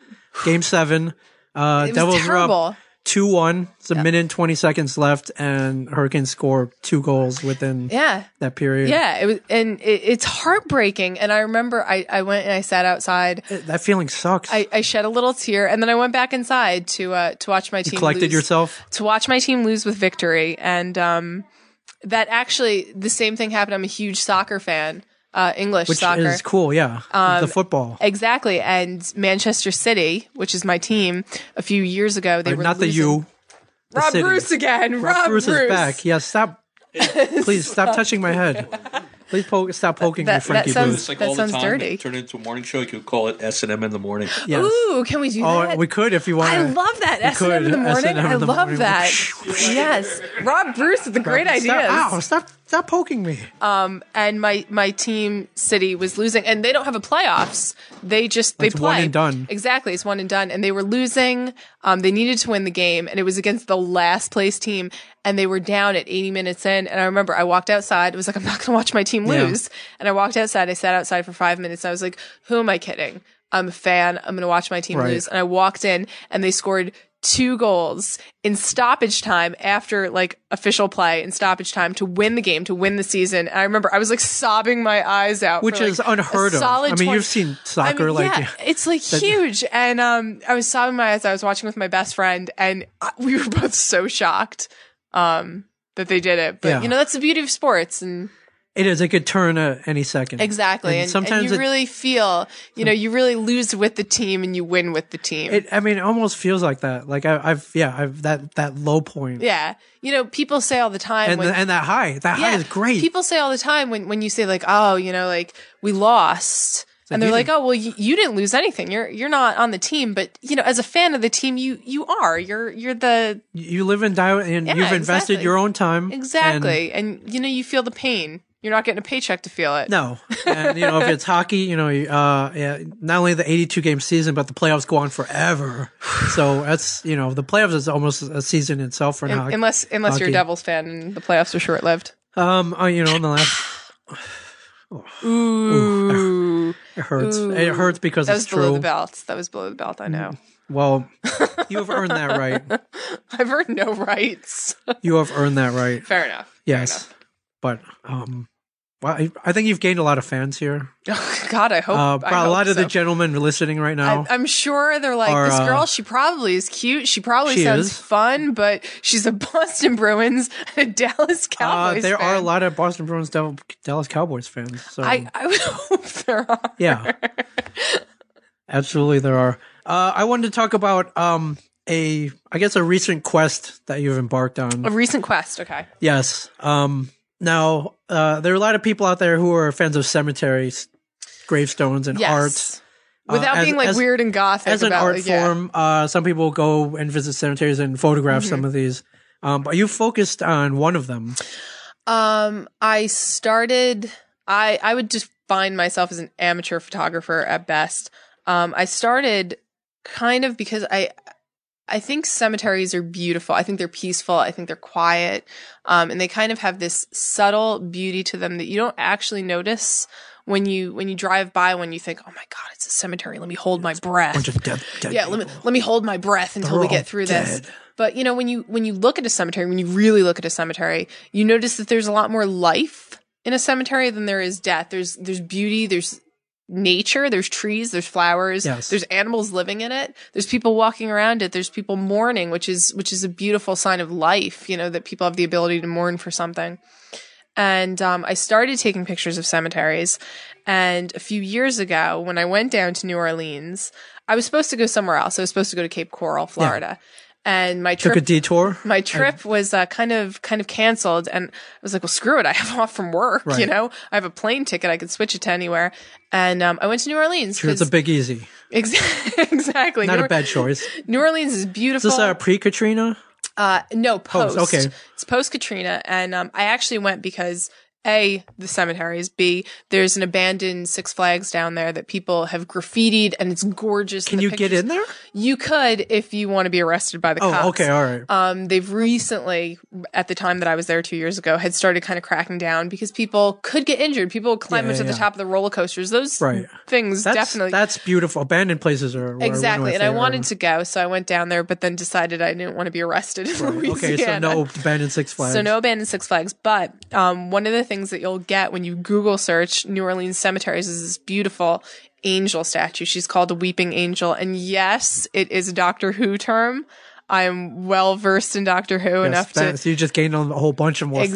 S1: game seven. Uh,
S2: it was
S1: Devils
S2: terrible.
S1: are up two one. It's a minute and twenty seconds left, and Hurricanes score two goals within
S2: Yeah.
S1: that period.
S2: Yeah, it was, and it, it's heartbreaking. And I remember I, I went and I sat outside,
S1: that feeling sucks.
S2: I, I shed a little tear, and then I went back inside to uh, to watch my team
S1: Collected
S2: lose,
S1: yourself.
S2: to watch my team lose with victory, and um, that actually the same thing happened. I'm a huge soccer fan, uh, English
S1: Which
S2: soccer, Um,
S1: is cool, yeah. the football.
S2: exactly. And Manchester City, which is my team, a few years ago they were
S1: Not the
S2: losing-
S1: U. the
S2: Rob
S1: city.
S2: Bruce again. Rob,
S1: Bruce, is back. Yeah, stop. Please stop touching my head. Please poke, stop poking
S2: That-
S1: me, Frankie
S2: that sounds-
S1: Booth.
S3: It's like
S2: That
S3: all the
S2: sounds
S3: time.
S2: dirty.
S3: Turn it into a morning show. You could call it S and M in the morning.
S1: Yes.
S2: Ooh, can we do
S1: oh,
S2: that?
S1: we could if you want.
S2: I love that S and
S1: could.
S2: M in the morning.
S1: S&M in
S2: I
S1: the
S2: love
S1: morning.
S2: that. yes, Rob Bruce with the great ideas.
S1: Stop, ow, stop, stop poking me.
S2: Oh, and my my team city was losing and they don't have a playoffs they just they
S1: It's
S2: play
S1: one and done.
S2: exactly it's one and done and they were losing um they needed to win the game and it was against the last place team and they were down at 80 minutes in and i remember i walked outside it was like i'm not gonna watch my team
S1: Yeah.
S2: lose and i walked outside i sat outside for five minutes and i was like who am i kidding i'm a fan i'm gonna watch my team
S1: Right.
S2: lose and i walked in and they scored two goals in stoppage time after like official play in stoppage time to win the game to win the season and i remember i was like sobbing my eyes out
S1: Which
S2: for, like,
S1: is unheard
S2: a
S1: of.
S2: solid
S1: I mean,
S2: 20
S1: you've seen soccer, like,
S2: yeah, it's like huge and um i was sobbing my eyes out. i was watching with my best friend and I- we were both so shocked um that they did it but
S1: Yeah.
S2: you know that's the beauty of sports and
S1: It is. It could turn uh, any second.
S2: exactly and,
S1: And
S2: and
S1: sometimes
S2: you
S1: it- Hmm.
S2: really feel you know you really lose with the team and you win with the team
S1: It, I mean, it almost feels like that. Like I, I've, yeah, I've that that low point.
S2: yeah you know people say all the time
S1: And,
S2: when,
S1: the, and that high, that high is great.
S2: People say all the time when, when you say like, oh, you know, like we lost, and they're
S1: you
S2: like, oh, well, you, you didn't lose anything. You're you're not on the team, but you know, as a fan of the team, you you are. You're you're the
S1: you live and die, and you've invested
S2: exactly.
S1: your own time. and-
S2: exactly, and, you know, you feel the pain. You're not getting a paycheck to feel it.
S1: no, and you know if it's hockey, you know, you, uh, yeah, not only the 82 game season, but the playoffs go on forever. so that's you know the playoffs is almost a season itself for hockey.
S2: Unless unless you're
S1: Hockey.
S2: a Devils fan and the playoffs are short lived.
S1: um, uh, you know, in the last
S2: Ooh,
S1: it hurts. It hurts because
S2: that
S1: it's
S2: was below the
S1: true. Mm.
S2: belt. That was below the belt. I know.
S1: Well, you have earned that right.
S2: I've earned no rights.
S1: You have earned that right.
S2: Fair enough.
S1: Yes, but um, well, I, I think you've gained a lot of fans here.
S2: God, I hope.
S1: Uh, a
S2: I hope
S1: lot of the
S2: so.
S1: gentlemen listening right now.
S2: I, I'm sure they're like,
S1: Or,
S2: this
S1: uh,
S2: girl, she probably is cute. She probably
S1: she
S2: sounds
S1: is.
S2: fun, but she's a Boston Bruins and a Dallas
S1: Uh,
S2: Cowboys.
S1: there
S2: fan.
S1: are a lot of Boston Bruins, Devil, Dallas Cowboys fans. So
S2: I, I would hope there are.
S1: yeah, absolutely there are. Uh, I wanted to talk about um, a, I guess, a recent quest that you've embarked
S2: A
S1: on.
S2: recent quest, okay.
S1: Yes. Um, now uh, there are a lot of people out there who are fans of cemeteries, gravestones, and art. Uh,
S2: Yes. Without
S1: as-
S2: being like
S1: as-
S2: weird and gothic
S1: As an
S2: about
S1: art
S2: like, yeah.
S1: form, uh, some people go and visit cemeteries and photograph some
S2: Mm-hmm.
S1: of these. Um, but you focused on one of them.
S2: Um, I started. I I would define myself as an amateur photographer at best. Um, I started kind of because I I think cemeteries are beautiful. I think they're peaceful. I think they're quiet, um, and they kind of have this subtle beauty to them that you don't actually notice when you when you drive by. When you think, oh my god, it's a cemetery. Let me hold my breath
S1: Bunch of dead, dead
S2: yeah
S1: people.
S2: let me let me hold my breath until
S1: They're
S2: we
S1: all
S2: get through
S1: dead.
S2: this but you know when you when you look at a cemetery when you really look at a cemetery you notice that there's a lot more life in a cemetery than there is death there's there's beauty there's nature there's trees there's flowers
S1: Yes.
S2: there's animals living in it there's people walking around it there's people mourning which is which is a beautiful sign of life you know that people have the ability to mourn for something and um, I started taking pictures of cemeteries. And a few years ago, when I went down to New Orleans, I was supposed to go somewhere else. I was supposed to go to Cape Coral, Florida, and my
S1: took
S2: trip
S1: a detour.
S2: my trip was uh, kind of kind of canceled and i was like well screw it i have off from work you
S1: Right.
S2: know i have a plane ticket i could switch it to anywhere and um, i went to new orleans
S1: Sure, it's a
S2: 'cause-
S1: big easy.
S2: Ex- exactly
S1: Not
S2: new,
S1: a bad choice.
S2: new orleans is beautiful
S1: Is this uh, pre Katrina?
S2: Uh, no, post.
S1: Post, okay.
S2: It's post Katrina, and um, I actually went because a the cemeteries. B there's an abandoned Six Flags down there that people have graffitied, and it's gorgeous.
S1: Can you get in there?
S2: You could if you want to be arrested by the
S1: Oh,
S2: cops.
S1: okay, all right.
S2: Um, they've recently, at the time that I was there two years ago, had started kind of cracking down because people could get injured. People would climb
S1: Yeah,
S2: up to
S1: yeah,
S2: the
S1: yeah.
S2: top of the roller coasters. Those
S1: Right.
S2: things
S1: that's,
S2: definitely
S1: that's beautiful. Abandoned places are are one of my
S2: exactly. And I
S1: favorite
S2: wanted
S1: ones.
S2: to go, so I went down there, but then decided I didn't want to be arrested. In Louisiana.
S1: Okay, so no abandoned Six Flags.
S2: So no abandoned Six Flags, but um, one of the things that you'll get when you Google search New Orleans cemeteries is this beautiful angel statue. She's called a weeping angel, and yes, it is a Doctor Who term. I'm well versed in Doctor Who
S1: Yes,
S2: enough
S1: that-
S2: to
S1: so you just gained a whole bunch of more fans.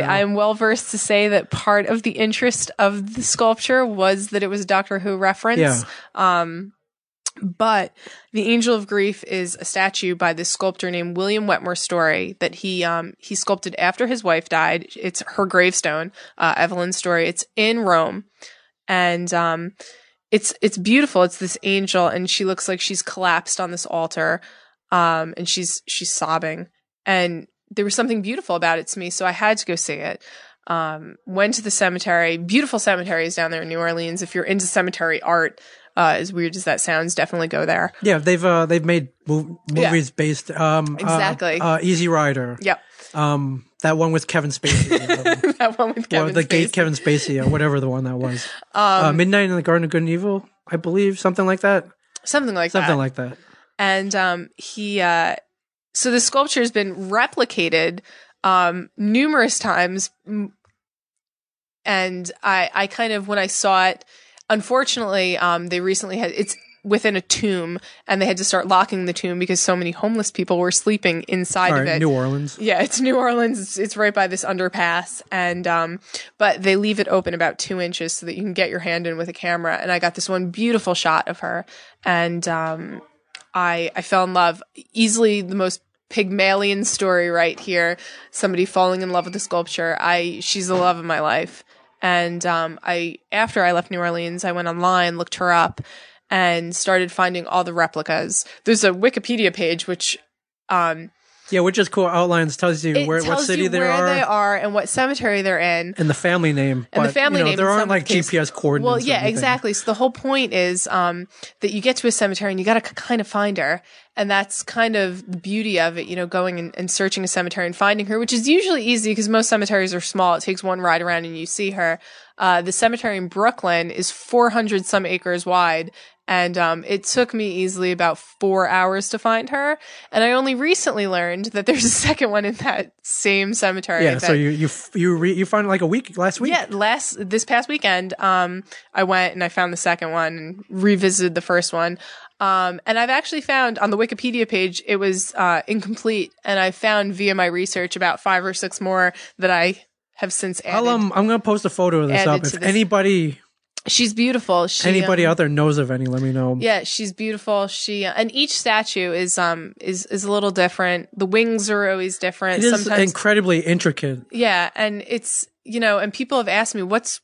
S1: right now.
S2: I'm well versed to say that part of the interest of the sculpture was that it was a Doctor Who reference.
S1: Yeah.
S2: Um, But the Angel of Grief is a statue by this sculptor named William Wetmore Story that he um, he sculpted after his wife died. It's her gravestone, uh, Evelyn Story. It's in Rome, and um, it's it's beautiful. It's this angel, and she looks like she's collapsed on this altar, um, and she's she's sobbing. And there was something beautiful about it to me, so I had to go see it. Um, went to the cemetery. Beautiful cemeteries down there in New Orleans. If you're into cemetery art, uh, as weird as that sounds, definitely go there.
S1: Yeah, they've uh, they've made mov-
S2: Yeah.
S1: movies based um, uh,
S2: Exactly.
S1: uh, Easy Rider.
S2: Yep,
S1: Um, that one with Kevin Spacey. um,
S2: that one with Kevin.
S1: or the gate
S2: Spacey. Um,
S1: Kevin Spacey or whatever the one that was. uh, Midnight in the Garden of Good and Evil, I believe, something like that.
S2: something like
S1: Something
S2: that.
S1: like that.
S2: and um, he uh, so the sculpture has been replicated um, numerous times m- and I, I kind of when i saw it unfortunately um, they recently had it's within a tomb and they had to start locking the tomb because so many homeless people were sleeping inside
S1: All
S2: of
S1: right,
S2: it
S1: New Orleans.
S2: yeah, it's New Orleans. It's, it's right by this underpass, and um, but they leave it open about two inches so that you can get your hand in with a camera. And I got this one beautiful shot of her, and um, I I fell in love. Easily the most Pygmalion story right here. Somebody falling in love with a sculpture. I she's the love of my life. And um, I after I left New Orleans, I went online, looked her up, and started finding all the replicas. There's a Wikipedia page which. Um,
S1: Yeah, which is cool. Outlines tells you
S2: it
S1: where
S2: tells
S1: what city
S2: you
S1: they
S2: where
S1: are
S2: they are and what cemetery they're in.
S1: and the family name.
S2: And the
S1: but,
S2: family
S1: you know,
S2: name
S1: There
S2: in
S1: aren't
S2: some
S1: like
S2: case-
S1: GPS coordinates.
S2: Well,
S1: or
S2: yeah,
S1: anything.
S2: exactly. So the whole point is um, that you get to a cemetery and you got to kind of find her, and that's kind of the beauty of it. You know, going and, and searching a cemetery and finding her, which is usually easy because most cemeteries are small. It takes one ride around and you see her. Uh, the cemetery in Brooklyn is 400 some acres wide. And um, it took me easily about four hours to find her, and I only recently learned that there's a second one in that same cemetery.
S1: Yeah,
S2: that
S1: so you you f- you re- you found it like a week last week.
S2: yeah, last this past weekend, um, I went and I found the second one and revisited the first one. Um, and I've actually found on the Wikipedia page it was uh, incomplete, and I found via my research about five or six more that I have since added.
S1: I'll, um, I'm gonna post a photo of this
S2: Added
S1: up.
S2: to
S1: If
S2: this.
S1: anybody
S2: she's beautiful. She,
S1: anybody
S2: um,
S1: out there knows of any, let me know.
S2: Yeah, she's beautiful. She uh, and each statue is um is is a little different. The wings are always different.
S1: it is
S2: Sometimes
S1: incredibly intricate.
S2: Yeah, and it's you know, and people have asked me what's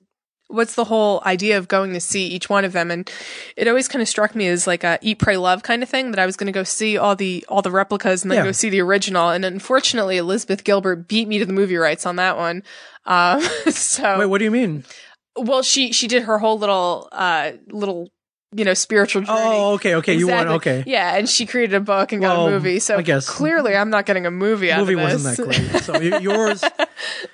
S2: what's the whole idea of going to see each one of them, and it always kind of struck me as like a eat, pray, love kind of thing that I was going to go see all the all the replicas and then
S1: Yeah.
S2: go see the original, and unfortunately, Elizabeth Gilbert beat me to the movie rights on that one. Um, so
S1: Wait, what do you mean?
S2: well, she she did her whole little uh little you know spiritual journey.
S1: Oh, okay, okay. You want
S2: Exactly.
S1: okay.
S2: Yeah, and she created a book and got
S1: Well,
S2: a movie. So
S1: I guess-
S2: clearly, I'm not getting a movie out
S1: movie
S2: of this.
S1: wasn't that great. So y- yours,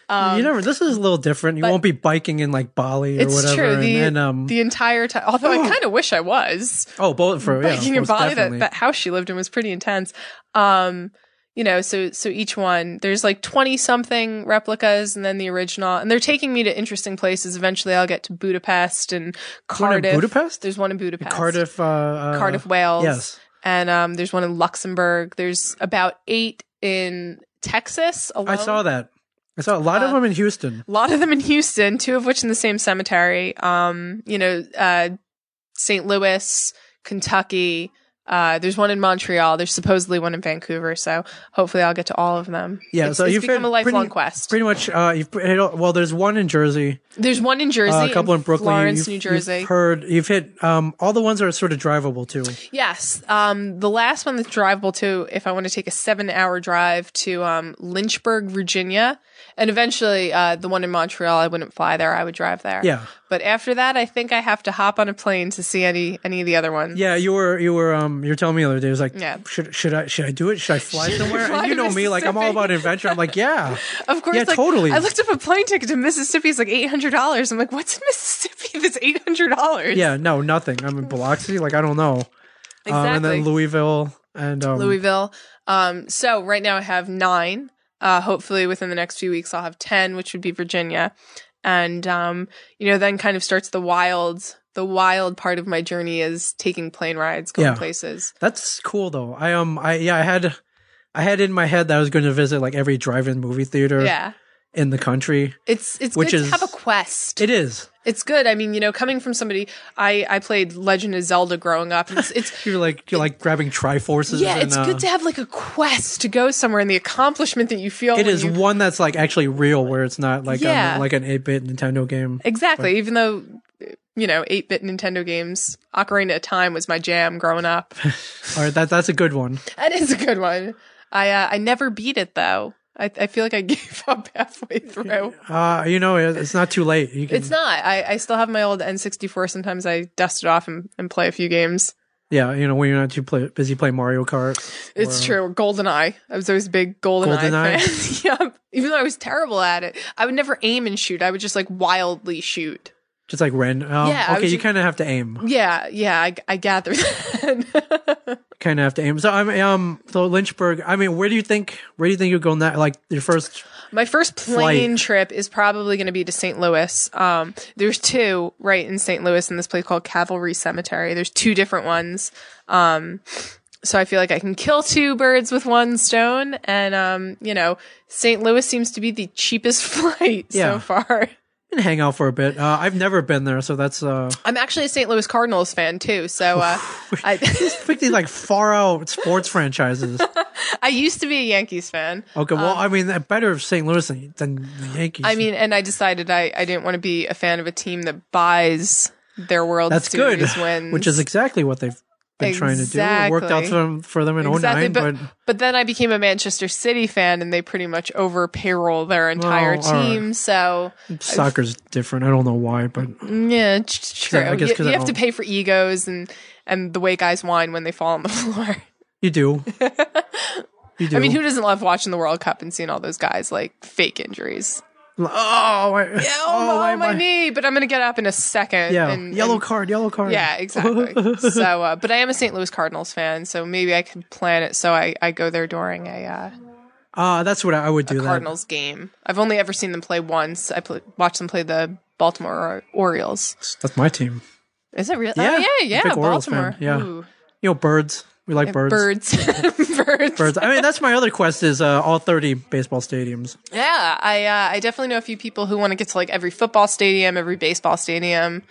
S2: Um,
S1: you never. This is a little different. You
S2: but-
S1: won't be biking in like Bali or
S2: It's
S1: whatever.
S2: true.
S1: and
S2: The-
S1: then, um,
S2: the entire time. Although I
S1: Oh.
S2: kind of wish I was
S1: oh, both for yeah,
S2: biking in
S1: most
S2: Bali. That,
S1: definitely.
S2: that house she lived in was pretty intense. Um, you know, so so each one there's like twenty something replicas, and then the original, and they're taking me to interesting places. Eventually, I'll get to Budapest and
S1: One in
S2: Cardiff.
S1: Budapest,
S2: There's one in Budapest,
S1: Cardiff, uh, uh,
S2: Cardiff, Wales.
S1: Yes,
S2: and um, there's one in Luxembourg. There's about eight in Texas. Alone.
S1: I saw that. I saw a lot of
S2: Uh,
S1: them in Houston.
S2: A lot of them in Houston, two of which in the same cemetery. Um, you know, uh, St. Louis, Kentucky. Uh, there's one in Montreal. There's supposedly one in Vancouver. So hopefully, I'll get to all of them.
S1: Yeah,
S2: it's,
S1: so
S2: it's
S1: you've
S2: become
S1: been
S2: a lifelong
S1: pretty-
S2: quest.
S1: Pretty much, uh, you've hit, all- well. There's one in Jersey,
S2: there's one in Jersey,
S1: uh, a couple in Brooklyn, You-
S2: Florence,
S1: you've-
S2: New Jersey.
S1: You've heard you've hit um, all the ones that are sort of drivable too.
S2: Yes. Um, the last one that's drivable to, if I want to take a seven hour drive to um, Lynchburg, Virginia, and eventually uh, the one in Montreal, I wouldn't fly there. I would drive there.
S1: Yeah,
S2: But after that, I think I have to hop on a plane to see any any of the other ones.
S1: yeah. You were you were um you were telling me the other day. It was like,
S2: Yeah.
S1: should should I should I do it? Should I fly
S2: Should I
S1: somewhere?
S2: fly
S1: and you
S2: to
S1: know me, like I'm all
S2: Mississippi?
S1: about adventure. I'm like, yeah.
S2: Of course,
S1: Yeah,
S2: like,
S1: totally.
S2: I looked up a plane ticket to Mississippi. It's like eight hundred dollars. I'm like, what's in Mississippi that's eight hundred dollars?
S1: Yeah, no, nothing. I'm in Biloxi. Like I don't know.
S2: exactly.
S1: Um, and then Louisville and um,
S2: Louisville. Um, so right now I have nine. Uh, hopefully within the next few weeks I'll have ten, which would be Virginia, and um, you know then kind of starts the wild. The wild part of my journey is taking plane rides, going
S1: Yeah.
S2: places.
S1: That's cool though. I um I yeah I had I had in my head that I was going to visit like every drive-in movie theater
S2: Yeah,
S1: in the country.
S2: It's it's
S1: Which
S2: good
S1: is-
S2: to have a quest.
S1: It is.
S2: it's good. I mean, you know, coming from somebody, I I played Legend of Zelda growing up. and It's, it's
S1: You're like you're like grabbing triforces.
S2: yeah,
S1: and,
S2: it's
S1: uh,
S2: good to have like a quest to go somewhere and the accomplishment that you feel.
S1: It
S2: when
S1: is
S2: you-
S1: one that's like actually real, where it's not like
S2: Yeah.
S1: a, like an eight bit Nintendo game.
S2: exactly. Even though you know, eight bit Nintendo games, Ocarina of Time was my jam growing up.
S1: All right, that that's a good one.
S2: That is a good one. I uh, I never beat it though. I, I feel like I gave up halfway through.
S1: Uh, you know, it- it's not too late. You can,
S2: It's not. I, I still have my old N64. Sometimes I dust it off and, and play a few games.
S1: yeah, you know, when you're not too play, busy playing Mario Kart.
S2: It's
S1: or-
S2: true. GoldenEye. I was always a big GoldenEye, fan. yeah. Even though I was terrible at it, I would never aim and shoot. I would just like wildly shoot.
S1: Just like Ren. Um,
S2: Yeah, I
S1: okay,
S2: was
S1: you
S2: ju-
S1: kind of have to aim.
S2: Yeah. Yeah. I, I gather that.
S1: Kind of have to aim. So I'm um. So Lynchburg. I mean, where do you think? Where do you think you're going? That like your first.
S2: My first plane trip is probably going to be to St. Louis. Um, there's two right in St. Louis in this place called Cavalry Cemetery. There's two different ones. Um, so I feel like I can kill two birds with one stone. And, um, you know, St. Louis seems to be the cheapest flight
S1: Yeah.
S2: so far.
S1: and Hang out for a bit. Uh, I've never been there, so that's uh.
S2: I'm actually a St. Louis Cardinals fan too. So, uh, I,
S1: Pretty like far out sports franchises.
S2: I used to be a Yankees fan.
S1: Okay, well, I mean, better of St. Louis than, than the Yankees.
S2: Um, I mean, and I decided I, I didn't want to be a fan of a team that buys their World
S1: that's good,
S2: Series wins.
S1: which is exactly what they've been trying to do. It worked out
S2: Exactly.
S1: for them, for them in
S2: Exactly,
S1: 09,
S2: but,
S1: but,
S2: Oh, but then I became a Manchester City fan, and they pretty much over payroll their entire
S1: Oh, all right.
S2: team. So
S1: soccer's different. I don't know why, but
S2: yeah, it's true.
S1: I guess
S2: You-
S1: 'cause
S2: you
S1: I
S2: have to
S1: don't-
S2: pay for egos and and the way guys whine when they fall on the floor.
S1: you do. You do.
S2: I mean, who doesn't love watching the World Cup and seeing all those guys like fake injuries?
S1: oh, I,
S2: Oh,
S1: oh,
S2: my,
S1: why
S2: my
S1: am I-
S2: knee! But I'm gonna get up in a second.
S1: Yeah,
S2: and-
S1: yellow
S2: and-
S1: card, yellow card.
S2: Yeah, exactly. so, uh, but I am a St. Louis Cardinals fan, so maybe I could plan it so I, I go there during a uh,
S1: Uh, that's what I, I would do. That.
S2: Cardinals game. I've only ever seen them play once. I pl- watched them play the Baltimore Orioles.
S1: That's my team.
S2: Is it real?
S1: Yeah.
S2: oh, yeah, yeah,
S1: Big Orioles
S2: Baltimore.
S1: fan, yeah.
S2: Ooh.
S1: You know, birds. We like birds.
S2: Birds. Birds.
S1: Birds. I mean, that's my other quest is uh, all 30 baseball stadiums.
S2: Yeah, I uh, I definitely know a few people who want to get to like every football stadium, every baseball stadium.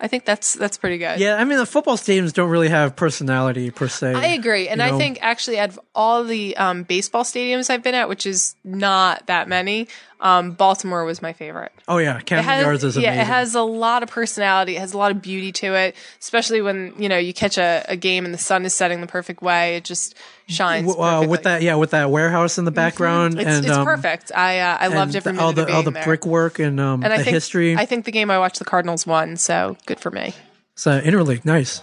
S2: I think that's that's pretty good.
S1: Yeah, I mean, the football stadiums don't really have personality per se.
S2: I agree, and
S1: you
S2: I
S1: know.
S2: think actually out of all the um, baseball stadiums I've been at, which is not that many, um, Baltimore was my favorite.
S1: Oh yeah,
S2: It
S1: Camden
S2: has-
S1: Yards is amazing.
S2: Yeah, it has a lot of personality. It has a lot of beauty to it, especially when you know you catch a, a game and the sun is setting the perfect way. It just shines.
S1: W- uh, with
S2: perfectly.
S1: that, yeah, with that warehouse in the background,
S2: Mm-hmm. it's,
S1: and
S2: it's
S1: um,
S2: perfect. I uh, I
S1: and
S2: loved every
S1: the-
S2: minute
S1: all
S2: of
S1: the
S2: being
S1: all the
S2: there.
S1: brickwork and, um,
S2: And
S1: the
S2: I think,
S1: history.
S2: I think the game I watched the Cardinals won, so good for me.
S1: it's uh, interleague, nice.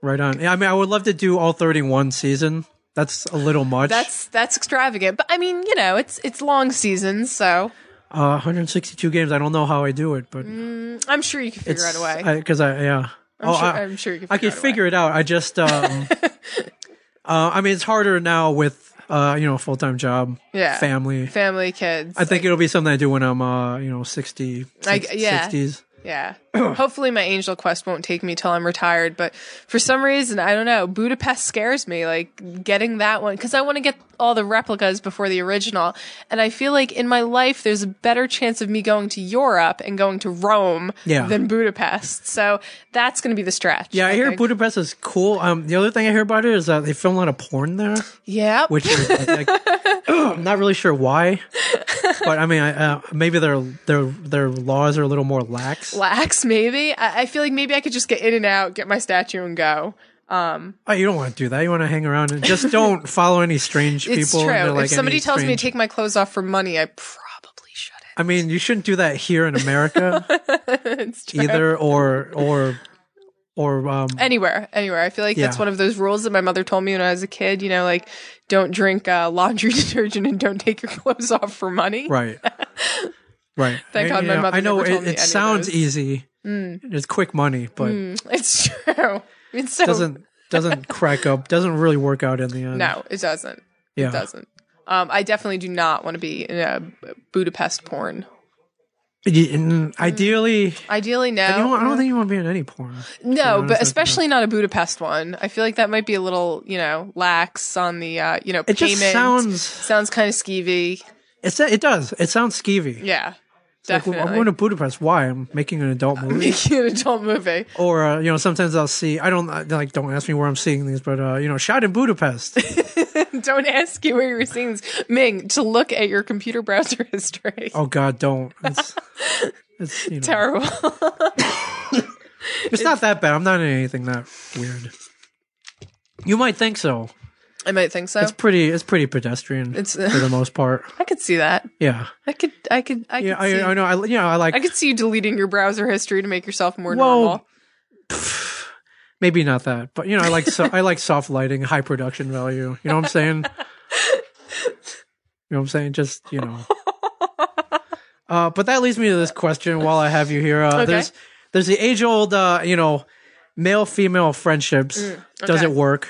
S1: Right on. Yeah, I mean, I would love to do all thirty-one season. That's a little much.
S2: That's that's extravagant, but I mean, you know, it's it's long seasons, so
S1: uh, 162 games. I don't know how I do it, but
S2: I'm sure you can figure out a way.
S1: because I, yeah.
S2: Mm, I'm,
S1: oh,
S2: sure,
S1: I,
S2: am sure you can. Figure
S1: I could
S2: out a way.
S1: figure it out. I just, um, uh, I mean, it's harder now with uh, you know, full time job,
S2: Yeah.
S1: family.
S2: Family, kids.
S1: I think it'll be something I do when I'm, uh, you know, 60,
S2: I-
S1: 60s.
S2: yeah. Yeah. Hopefully my angel quest won't take me till I'm retired, but for some reason, I don't know, Budapest scares me like getting that one cuz I want to get all the replicas before the original. And I feel like in my life there's a better chance of me going to Europe and going to Rome
S1: Yeah.
S2: than Budapest. So that's going to be the stretch.
S1: Yeah, I, hear
S2: think.
S1: Budapest is cool. Um, the other thing I hear about it is that they film a lot of porn there,
S2: Yeah.
S1: which is like, I'm not really sure why. But I mean, I, uh, maybe their their their laws are a little more lax.
S2: lax maybe. I-, I feel like maybe I could just get in and out, get my statue and go.
S1: Oh, you don't want to do that. You want to hang around and just don't follow any strange people.
S2: It's
S1: and
S2: true.
S1: they're, like,
S2: if somebody
S1: any
S2: tells me
S1: strange-
S2: to take my clothes off for money, I probably shouldn't.
S1: I mean, you shouldn't do that here in America
S2: It's true.
S1: either, or or or um.
S2: anywhere anywhere i feel like that's
S1: Yeah.
S2: one of those rules that my mother told me when i was a kid you know like don't drink uh, laundry detergent and don't take your clothes off for money
S1: Right. Right.
S2: Thank
S1: I,
S2: God
S1: you
S2: my
S1: know,
S2: mother
S1: I know
S2: never
S1: it,
S2: told me Mm.
S1: it
S2: any of
S1: sounds
S2: those.
S1: easy. It's quick money, but
S2: Mm, it's true it's so
S1: doesn't doesn't crack up. Doesn't really work out in the end.
S2: no it doesn't
S1: Yeah.
S2: it doesn't um, i definitely do not want to be in a budapest porn
S1: Y- and ideally,
S2: ideally Mm. no
S1: you know, I don't think you want to be in any porn.
S2: no
S1: honest, I
S2: but
S1: don't
S2: especially not a budapest one i feel like that might be a little you know lax on the uh, you know
S1: It
S2: payment
S1: just sounds.
S2: sounds kind of skeevy
S1: It's, it does. It sounds skeevy.
S2: Yeah.
S1: Like, well,
S2: Definitely. Uh,
S1: I'm going to Budapest. Why? I'm making an adult movie.
S2: Making an adult movie.
S1: or uh, you know, sometimes I'll see. I don't uh, like. Don't ask me where I'm seeing these, but uh, you know, shot in Budapest.
S2: Don't ask you where you were seeing this. Ming, to look at your computer browser history.
S1: oh God, don't. It's, it's you know,
S2: Terrible.
S1: It's, not that bad. I'm not in anything that weird. You might think so.
S2: I might think so.
S1: It's pretty. It's pretty pedestrian
S2: Oh. It's-
S1: for the most part.
S2: I could see that.
S1: Yeah.
S2: I could I could I
S1: Yeah.
S2: could see
S1: I, I know. I you know. I like.
S2: I could see you deleting your browser history to make yourself more
S1: Well,
S2: normal.
S1: maybe not that, but you know, I like. So, I like soft lighting, high production value. You know what I'm saying? You know what I'm saying? Just you know. Uh, but that leads me to this question. While I have you here, uh,
S2: Okay.
S1: there's there's the age old, uh, you know, male female friendships. Does
S2: Mm, okay.
S1: it work?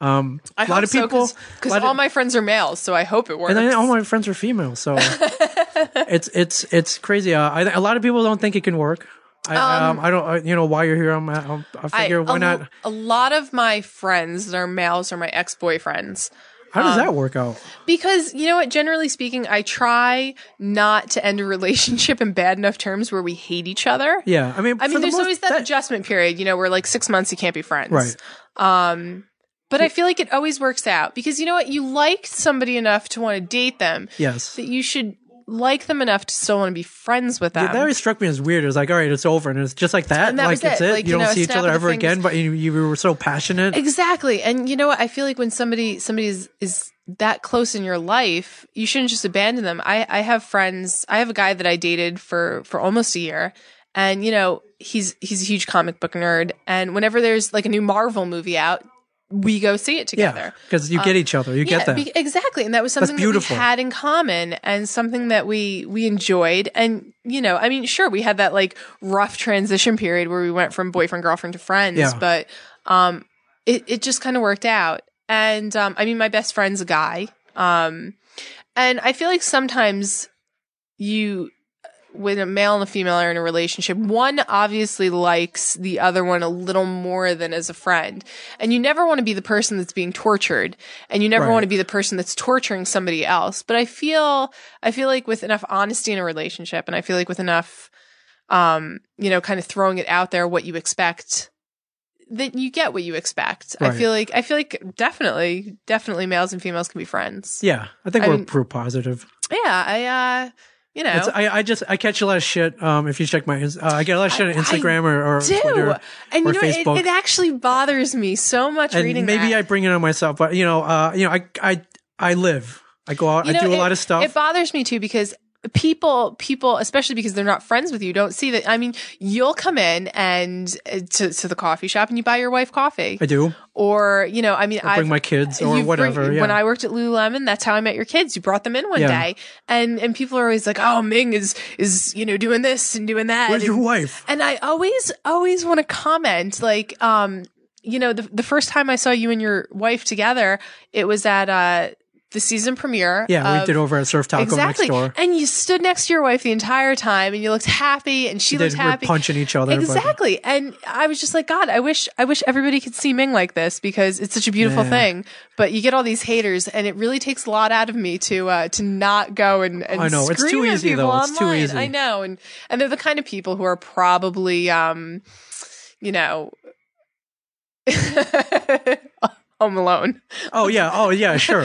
S1: Um,
S2: I
S1: a lot of people,
S2: because
S1: a lot of-
S2: all my friends are males, so I hope it works.
S1: and I, all my friends are female, so it's it's it's crazy. Uh, I, a lot of people don't think it can work. I um, I don't I, you know why you're here. I'm, I'm I
S2: I- um,
S1: figure
S2: a
S1: why
S2: lo-
S1: not?
S2: A lot of my friends that are males are my ex boyfriends.
S1: How
S2: um,
S1: does that work out?
S2: Because you know what, generally speaking, I try not to end a relationship in bad enough terms where we hate each other.
S1: Yeah, I mean,
S2: I
S1: for the
S2: mean, there's
S1: most-
S2: always that, adjustment period, you know, where like six months you can't be friends.
S1: Right.
S2: Um, but I feel like it always works out because you know what? You like somebody enough to want to date them
S1: yes.
S2: that you should like them enough to still want to be friends with them.
S1: Yeah, that always struck me as weird. It was like, all right, it's over, and it's just like that.
S2: um, And that
S1: like
S2: was
S1: it's
S2: it.
S1: it.
S2: Like,
S1: you,
S2: you
S1: don't
S2: know,
S1: see each
S2: snap
S1: other
S2: of the
S1: ever
S2: fingers.
S1: again. But you, you were so passionate.
S2: Exactly. And you know what? I feel like when somebody somebody is, is that close in your life, you shouldn't just abandon them. I, I have friends I have a guy that I dated for for almost a year and you know, he's he's a huge comic book nerd and whenever there's like a new Marvel movie out, we go see it
S1: yeah,
S2: together.
S1: because you get each other. You get that.
S2: Um, be- exactly, and that was something that we
S1: beautiful.
S2: had in common, and something that we we enjoyed. And you know, I mean, sure, we had that like rough transition period where we went from boyfriend girlfriend to friends,
S1: Yeah.
S2: but um, it it just kind of worked out. And um, I mean, my best friend's a guy, um, and I feel like sometimes you. When a male and a female are in a relationship, one obviously likes the other one a little more than as a friend. And you never want to be the person that's being tortured and you never
S1: Right.
S2: want to be the person that's torturing somebody else. But I feel I feel like with enough honesty in a relationship and I feel like with enough um, you know, kind of throwing it out there what you expect that you get what you expect.
S1: Right.
S2: I feel like I feel like definitely definitely males and females can be friends.
S1: yeah, I think
S2: I
S1: we're
S2: mean-
S1: proof positive.
S2: Yeah, I uh you know,
S1: It's, I, I just I catch a lot of shit. Um, if you check my, ins- uh, I get a lot of shit on
S2: I- I
S1: Instagram or, or
S2: do.
S1: Twitter.
S2: and
S1: or
S2: you know it,
S1: Facebook.
S2: it actually bothers me so much
S1: and
S2: reading
S1: maybe
S2: that.
S1: I bring it on myself, but you know, uh, you know, I I I live. I go out.
S2: You
S1: I
S2: know,
S1: do a
S2: it-
S1: lot of stuff.
S2: It bothers me too because people people especially because they're not friends with you don't see that i mean you'll come in and uh, to, to the coffee shop and you buy your wife coffee
S1: I do.
S2: or you know i mean
S1: I
S2: i
S1: bring my kids or whatever. yeah.
S2: when i worked at lululemon that's how i met your kids you brought them in one
S1: Yeah.
S2: day and and people are always like oh ming is is you know doing this and doing that
S1: Where's
S2: and-
S1: your wife?
S2: and I always, always want to comment, like, um, you know, the the first time I saw you and your wife together, it was at uh the season premiere.
S1: Yeah, we
S2: of-
S1: did over at Surf Taco
S2: exactly.
S1: next door.
S2: And you stood next to your wife the entire time, and you looked happy, and she
S1: They
S2: looked
S1: were
S2: happy.
S1: punching each other. but-
S2: Exactly. And I was just like, God, I wish I wish everybody could see Ming like this because it's such a beautiful
S1: Yeah.
S2: thing. But you get all these haters and it really takes a lot out of me to uh to not go and, and
S1: I know. It's
S2: scream
S1: too
S2: at
S1: easy,
S2: people
S1: though. It's too
S2: online.
S1: easy.
S2: I know. And and they're the kind of people who are probably um you know home alone.
S1: Oh yeah. Oh yeah. Sure.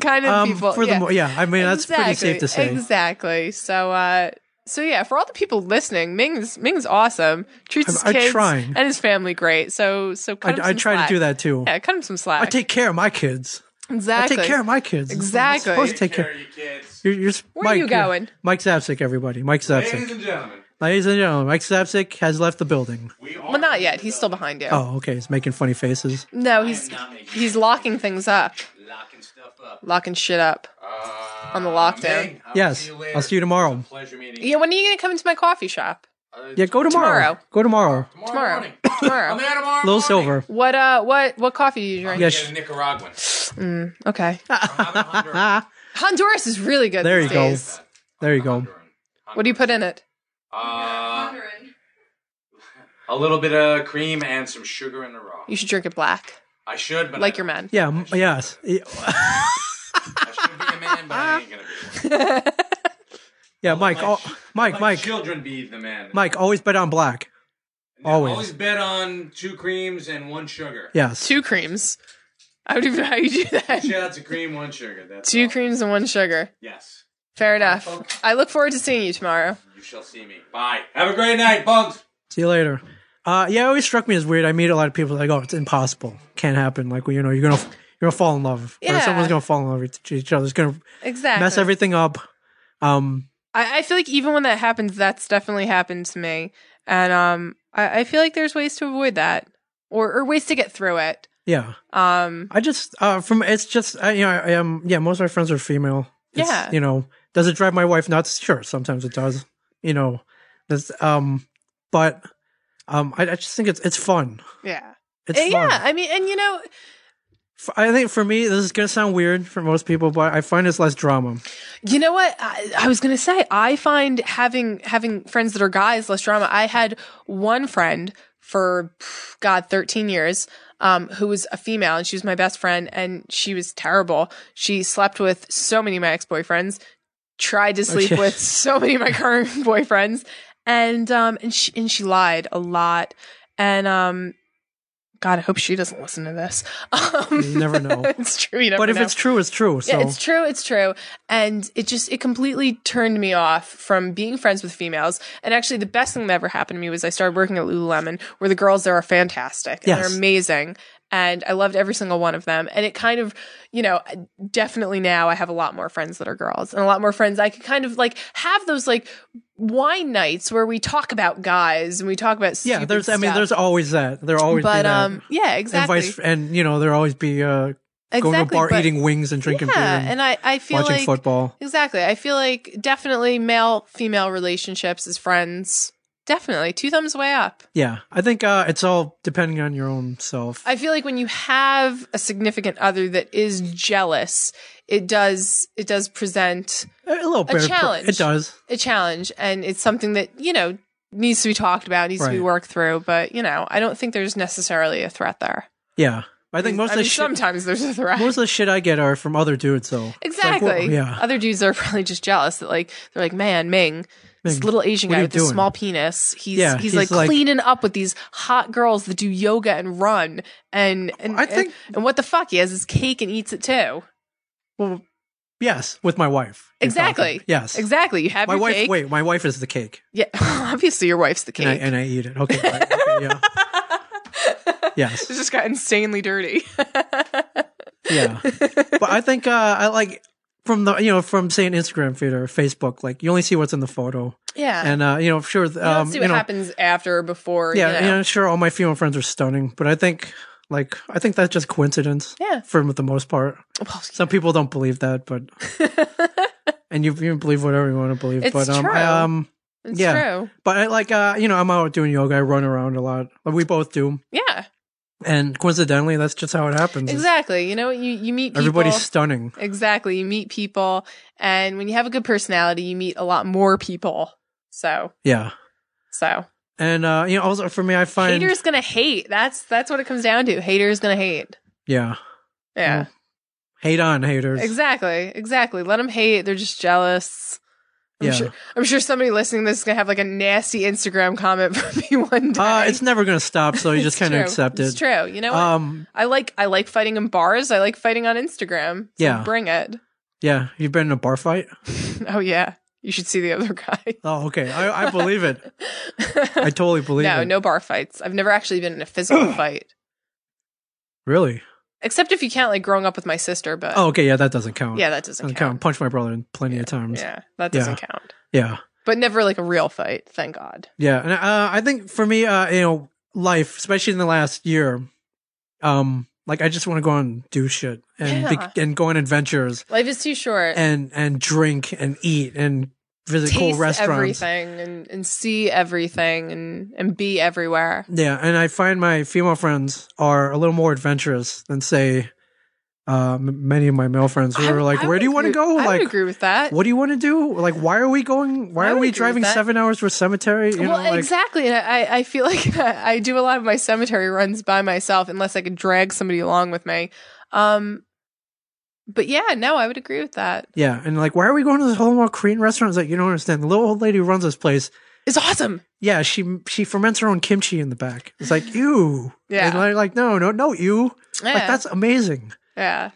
S2: kind of
S1: Um,
S2: people.
S1: for the
S2: yeah.
S1: mo- yeah. I mean, that's pretty safe to say.
S2: Exactly. So, uh, so yeah, for all the people listening, Ming's Ming's awesome. Treats
S1: I'm-
S2: his
S1: I'm
S2: kids
S1: trying.
S2: and his family great. So, so cut him
S1: I, I
S2: some
S1: try
S2: slack.
S1: to do that too.
S2: Yeah, cut him some slack.
S1: I take care of my kids.
S2: exactly.
S1: I take care of my kids. I'm
S2: Exactly.
S1: supposed to take care.
S4: your kids.
S1: You're, you're,
S2: Where
S1: Mike,
S2: are you going?
S1: Mike Zapsik, everybody. Mike Zapsik.
S4: Ladies and gentlemen,
S1: Ladies and gentlemen, Mike Zapsik has left the building.
S4: we are.
S2: Well, not yet. He's still behind you.
S1: Oh, okay. He's making funny faces.
S2: No, he's
S4: not making-
S2: he's locking things up,
S4: Locking stuff up.
S2: locking shit up.
S4: Uh,
S2: On the lockdown.
S4: Ming, I will
S1: Yes.
S4: see you later.
S1: I'll see you tomorrow.
S4: Pleasure meeting
S2: Yeah, when are you gonna come into my coffee shop
S4: Uh,
S1: Yeah, go tomorrow.
S2: Tomorrow.
S1: Go tomorrow.
S2: tomorrow?
S4: morning. I'm
S2: Tomorrow.
S4: there tomorrow.
S1: Little
S4: morning.
S1: Silver.
S2: What uh, what what coffee do you drink?
S1: Yeah,
S4: Get a Nicaraguan.
S2: Okay,
S4: I'm a Honduran.
S2: Honduras is really good.
S1: There you
S2: these
S1: go.
S2: days.
S1: Ah, There you go.
S2: What do you put in it?
S4: Uh, a little bit of cream and some sugar in the raw.
S2: You should drink it black,
S4: I should, but I
S2: like your man.
S4: don't.
S1: Yeah. m- Yes.
S4: I should be a man, but I ain't gonna be. one.
S1: Yeah, Mike.
S4: my
S1: All,
S4: ch-
S1: Mike,
S4: Let
S1: Mike,
S4: Children be the man.
S1: Mike. Always bet on black. Always.
S4: Always bet on two creams and one sugar.
S1: Yes.
S2: Two creams. I don't even know how you do that.
S4: Shout out to cream, one sugar. That's
S2: Two
S4: all.
S2: creams and one sugar.
S4: Yes.
S2: Fair enough. I look forward to seeing you tomorrow.
S4: You shall see me. Bye. Have a great night, bugs.
S1: See you later. Uh, yeah, it always struck me as weird. I meet a lot of people like, oh, it's impossible, can't happen. Like, well, you know, you're gonna you're gonna fall in love, or
S2: Yeah.
S1: someone's gonna fall in love with each other. It's gonna
S2: Exactly.
S1: mess everything up. Um,
S2: I, I feel like even when that happens, that's definitely happened to me. And um I, I feel like there's ways to avoid that. Or or ways to get through it.
S1: yeah.
S2: Um
S1: I just uh, from it's just I, you know I am yeah. Most of my friends are female. It's,
S2: Yeah.
S1: You know, does it drive my wife nuts? Sure, sometimes it does. You know, that's um, but um, I, I just think it's it's fun.
S2: yeah.
S1: It's
S2: And
S1: fun.
S2: yeah, I mean and you know
S1: F- I think for me, this is gonna sound weird for most people, but I find it's less drama.
S2: You know what? I, I was gonna say I find having having friends that are guys less drama. I had one friend for pff, God thirteen years, um, who was a female, and she was my best friend, and she was terrible. She slept with so many of my ex boyfriends, tried to sleep
S1: Okay.
S2: with so many of my current boyfriends, and um, and she and she lied a lot, and um. God, I hope she doesn't listen to this. Um,
S1: You never know.
S2: it's true. You never
S1: but if
S2: know.
S1: it's true, it's true. So
S2: Yeah, it's true. It's true. And it just, it completely turned me off from being friends with females. And actually, the best thing that ever happened to me was I started working at Lululemon, where the girls there are fantastic and
S1: Yes.
S2: they're amazing. And I loved every single one of them. And it kind of, you know, definitely now I have a lot more friends that are girls and a lot more friends I could kind of like have those like wine nights where we talk about guys and we talk about
S1: yeah.
S2: stupid
S1: There's I mean,
S2: stuff.
S1: there's always that. There always be
S2: but
S1: that.
S2: um yeah exactly
S1: and vice and you know there always be uh, going to a
S2: exactly
S1: bar,
S2: but-
S1: eating wings and drinking beer,
S2: yeah
S1: and,
S2: and I I feel
S1: watching
S2: like
S1: football.
S2: Exactly. I feel like definitely male female relationships as friends. Definitely. Two thumbs way up.
S1: Yeah, I think uh, it's all depending on your own self.
S2: I feel like when you have a significant other that is jealous, it does it does present
S1: a little bit. of-
S2: challenge.
S1: It does.
S2: a challenge and it's something that, you know, needs to be talked about, needs to be
S1: Right.
S2: worked through, but you know, I don't think there's necessarily a threat there.
S1: Yeah, I think most
S2: I
S1: of the
S2: mean,
S1: shit,
S2: sometimes there's a threat.
S1: most of the shit I get are from other dudes. So it's like,
S2: Exactly.
S1: whoa, yeah,
S2: Other dudes are probably just jealous that like they're like, man, Ming, this
S1: Ming,
S2: little Asian
S1: what
S2: guy
S1: are you
S2: with this
S1: doing?"
S2: small penis. He's
S1: Yeah,
S2: he's,
S1: he's
S2: like,
S1: like-
S2: cleaning up with these hot girls that do yoga and run and and
S1: I think-
S2: and, and what the fuck? He has his cake and eats it too.
S1: well, yes, with my wife. you're
S2: Exactly.
S1: talking. Yes.
S2: Exactly. You have
S1: My
S2: your
S1: wife.
S2: cake.
S1: Wait, my wife is the cake,
S2: Yeah. Obviously, your wife's the cake.
S1: And, I, and I eat it. Okay. right, okay, yeah. Yes.
S2: This just got insanely dirty.
S1: yeah but i think uh i like from the you know from say an instagram feed or facebook like you only see what's in the photo
S2: yeah.
S1: and uh you know sure th-
S2: you don't
S1: um
S2: see
S1: you,
S2: what
S1: know
S2: happens after or before.
S1: yeah
S2: You know.
S1: you know, sure all my female friends are stunning but i think like i think that's just coincidence
S2: Yeah.
S1: for the most part
S2: Well,
S1: some people don't believe that but and you, you believe whatever you want to believe
S2: It's
S1: but um
S2: true.
S1: I, um
S2: It's
S1: yeah.
S2: true.
S1: but i like uh you know i'm out doing yoga i run around a lot Like, we both do
S2: Yeah.
S1: and coincidentally that's just how it happens It's-
S2: Exactly. You know, you, you meet people.
S1: everybody's stunning
S2: Exactly. You meet people. And when you have a good personality, you meet a lot more people. So,
S1: yeah
S2: so
S1: and uh you know also for me i find
S2: haters gonna hate. That's that's what it comes down to. Haters gonna hate.
S1: yeah
S2: Yeah.
S1: hate on haters.
S2: Exactly. Exactly. Let them hate. They're just jealous. I'm
S1: Yeah. Uh,
S2: sure I'm sure somebody listening to this is gonna have like a nasty Instagram comment from me one day.
S1: Uh, it's never going to stop, so you
S2: It's
S1: just kind of
S2: true.
S1: accept it.
S2: It's true. You know what?
S1: Um,
S2: I like I like fighting in bars. I like fighting on Instagram. So
S1: Yeah.
S2: Bring it.
S1: yeah, you've been in a bar fight.
S2: Oh yeah. You should see the other guy.
S1: Oh, okay, I, I believe it. I totally believe
S2: no,
S1: it.
S2: no bar fights. I've never actually been in a physical fight,
S1: really.
S2: except if you count like growing up with my sister. But
S1: Oh, okay, yeah, that doesn't count.
S2: yeah, that doesn't
S1: doesn't
S2: count.
S1: Punch my brother in plenty of times.
S2: Yeah, that
S1: Yeah.
S2: doesn't count.
S1: yeah,
S2: But never like a real fight. Thank God.
S1: yeah. And uh, I think for me, uh, you know, life, especially in the last year, um, like I just want to go out and do shit and
S2: Yeah.
S1: be, and go on adventures
S2: Life is too short.
S1: and and drink and eat and visit
S2: Taste
S1: cool restaurants.
S2: everything and, and see everything and, and be everywhere.
S1: Yeah, and I find my female friends are a little more adventurous than say uh, m- many of my male friends who
S2: I-
S1: are like,
S2: I
S1: "Where
S2: would
S1: do you want to
S2: agree-
S1: go?
S2: I would
S1: Like,
S2: agree with that.
S1: what do you want to do? Like, why are we going? Why
S2: I
S1: are
S2: would
S1: we
S2: agree
S1: driving
S2: with that.
S1: seven hours to a cemetery? You
S2: well,
S1: know, like,
S2: exactly. And I, I feel like I do a lot of my cemetery runs by myself unless I could drag somebody along with me. Um, But yeah, no, I would agree with that.
S1: Yeah, and like, why are we going to this whole more Korean restaurant? It's like, you don't understand. The little old lady who runs this place.
S2: It's awesome.
S1: Yeah, she she ferments her own kimchi in the back. It's like, ew.
S2: Yeah.
S1: And they're like, no, no, no, ew.
S2: Yeah.
S1: Like that's amazing.
S2: yeah.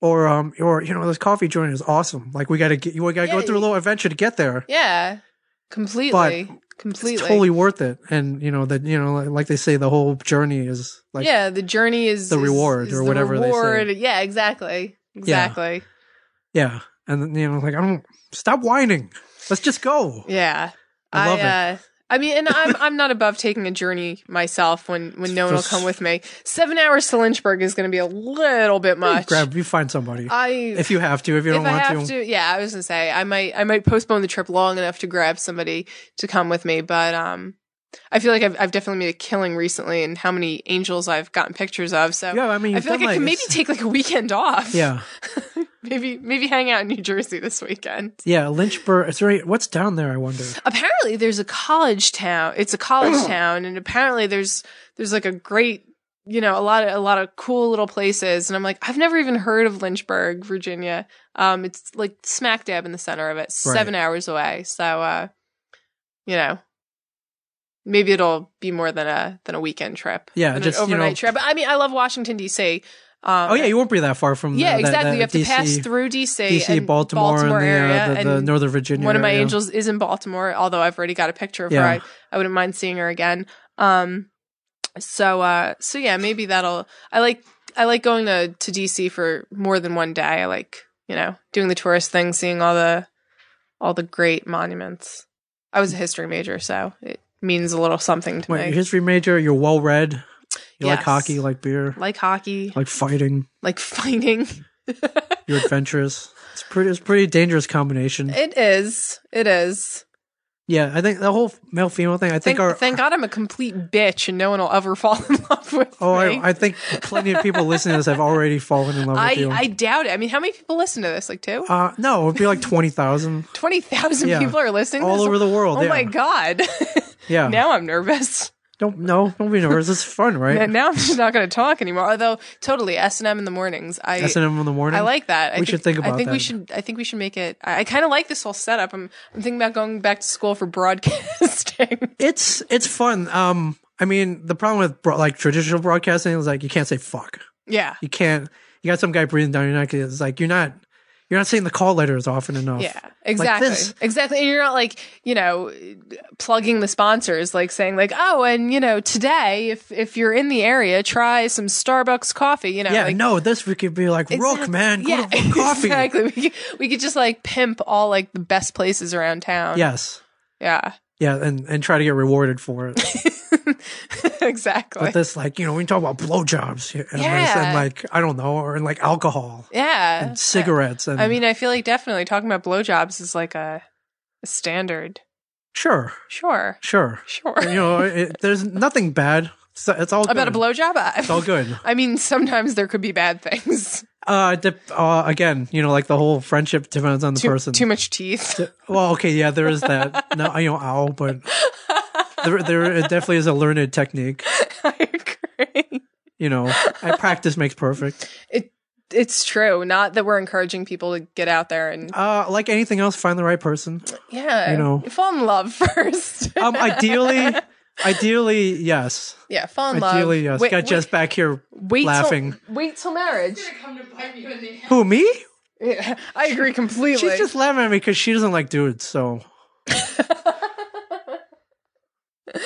S1: Or um, or you know, this coffee joint is awesome. Like we gotta get, we gotta go
S2: Yeah,
S1: through a little adventure to get there.
S2: Yeah. Completely. completely.
S1: It's totally worth it. And you know that you know, like, like they say, the whole journey is like,
S2: yeah, the journey is
S1: the
S2: is-
S1: reward
S2: is
S1: or
S2: the
S1: whatever they say.
S2: reward. Yeah, exactly. Exactly.
S1: yeah. And then, you know, like I don't stop whining. Let's just go.
S2: Yeah.
S1: I love it.
S2: uh, I mean, and I'm I'm not above taking a journey myself when when no one will
S1: Just-
S2: come with me. Seven hours to Lynchburg is going to be a little bit much.
S1: Grab you find somebody
S2: I
S1: if you have to. If you don't
S2: if I
S1: want
S2: have to, yeah, I was gonna say I might I might postpone the trip long enough to grab somebody to come with me, but um, I feel like I've I've definitely made a killing recently, and how many angels I've gotten pictures of. So
S1: Yeah, I mean,
S2: I
S1: you've
S2: feel like
S1: done,
S2: I can
S1: like,
S2: maybe
S1: it's-
S2: take like a weekend off.
S1: Yeah,
S2: maybe maybe hang out in New Jersey this weekend.
S1: yeah. Lynchburg. It's right. What's down there? I wonder.
S2: Apparently, there's a college town. It's a college town, and apparently there's there's like a great you know a lot of a lot of cool little places and i'm like i've never even heard of lynchburg virginia um it's like smack dab in the center of it seven hours away so uh you know maybe it'll be more than a than a weekend trip
S1: Yeah,
S2: than
S1: just,
S2: an
S1: you
S2: overnight
S1: know-
S2: trip but i mean i love washington dc um
S1: Oh yeah, you won't be that far from.
S2: yeah
S1: the,
S2: exactly
S1: The,
S2: you have to
S1: DC,
S2: pass through dc
S1: DC,
S2: and
S1: Baltimore, and the,
S2: area
S1: uh, the, the
S2: and-
S1: Northern Virginia.
S2: one of my
S1: area.
S2: angels is in Baltimore, although I've already got a picture of her.
S1: Yeah.
S2: I, I wouldn't mind seeing her again. Um, so uh, so yeah, maybe that'll. I like I like going to to DC for more than one day. I like you know doing the tourist thing, seeing all the all the great monuments. I was a history major, so it means a little something to
S1: Wait, you're
S2: me.
S1: history major. You're well read. You like
S2: Yes.
S1: hockey. You like beer.
S2: Like hockey,
S1: Like fighting.
S2: like fighting.
S1: You're adventurous. It's pretty. It's a pretty dangerous combination.
S2: it is. It is.
S1: yeah, I think the whole male female thing. I think
S2: Thank,
S1: our.
S2: thank God I'm a complete bitch and no one will ever fall in love with
S1: oh,
S2: me.
S1: I, I think plenty of people listening to this have already fallen in love with
S2: I,
S1: you.
S2: I doubt it. I mean, how many people listen to this? Like two?
S1: uh, no, it would be like twenty thousand
S2: 20,000
S1: yeah.
S2: people are listening to
S1: all
S2: this?
S1: over the world.
S2: Oh
S1: yeah.
S2: my God.
S1: Yeah.
S2: now I'm nervous.
S1: Don't no. Don't be nervous. It's fun, right?
S2: And now I'm just not going to talk anymore. Although, totally, S&M in the mornings. I,
S1: S and M in the morning.
S2: I like that. I
S1: We should think
S2: I
S1: about
S2: think we
S1: that.
S2: should. I think we should make it. I, I kind of like this whole setup. I'm, I'm thinking about going back to school for broadcasting.
S1: it's it's fun. Um, I mean, the problem with bro- like traditional broadcasting is like you can't say fuck.
S2: yeah,
S1: You can't. You got some guy breathing down your neck. It's like you're not. You're not saying the call letters often enough.
S2: yeah, exactly,
S1: this.
S2: exactly. And you're not like you know plugging the sponsors, like saying like, oh, and you know today, if if you're in the area, try some Starbucks coffee. You know,
S1: Yeah.
S2: like,
S1: no, this we could be like Rook,
S2: Exact-
S1: man. Go to Rook Coffee.
S2: exactly. We could, we could just like pimp all like the best places around town.
S1: Yes.
S2: yeah,
S1: Yeah, and, and try to get rewarded for it.
S2: exactly.
S1: But this, like, you know, we talk about blowjobs here, and,
S2: Yeah.
S1: and like I don't know, or like alcohol,
S2: yeah,
S1: and cigarettes, and
S2: I mean, I feel like definitely talking about blowjobs is like a, a standard.
S1: sure,
S2: Sure,
S1: sure,
S2: sure.
S1: you know, it, there's nothing bad. It's, it's all
S2: About a
S1: good.
S2: blowjob,
S1: It's all
S2: I,
S1: good.
S2: I mean, sometimes there could be bad things.
S1: Uh, dep- uh, again, you know, like the whole friendship depends on the
S2: Too,
S1: person.
S2: too much teeth.
S1: Well, okay, yeah, there is that. No, I know, ow, but there, there it definitely is a learned technique.
S2: I agree.
S1: You know, I practice makes perfect.
S2: It's true. Not that we're encouraging people to get out there and
S1: Uh, like anything else, find the right person.
S2: yeah,
S1: you know.
S2: fall in love first.
S1: Um, ideally, ideally, yes.
S2: yeah, fall in love.
S1: Ideally, yes.
S2: Wait-
S1: Got
S2: wait-
S1: Jess back here
S2: wait
S1: laughing.
S2: Till, wait till marriage.
S1: Who me?
S2: Yeah, I agree completely.
S1: She's just laughing at me because she doesn't like dudes. So,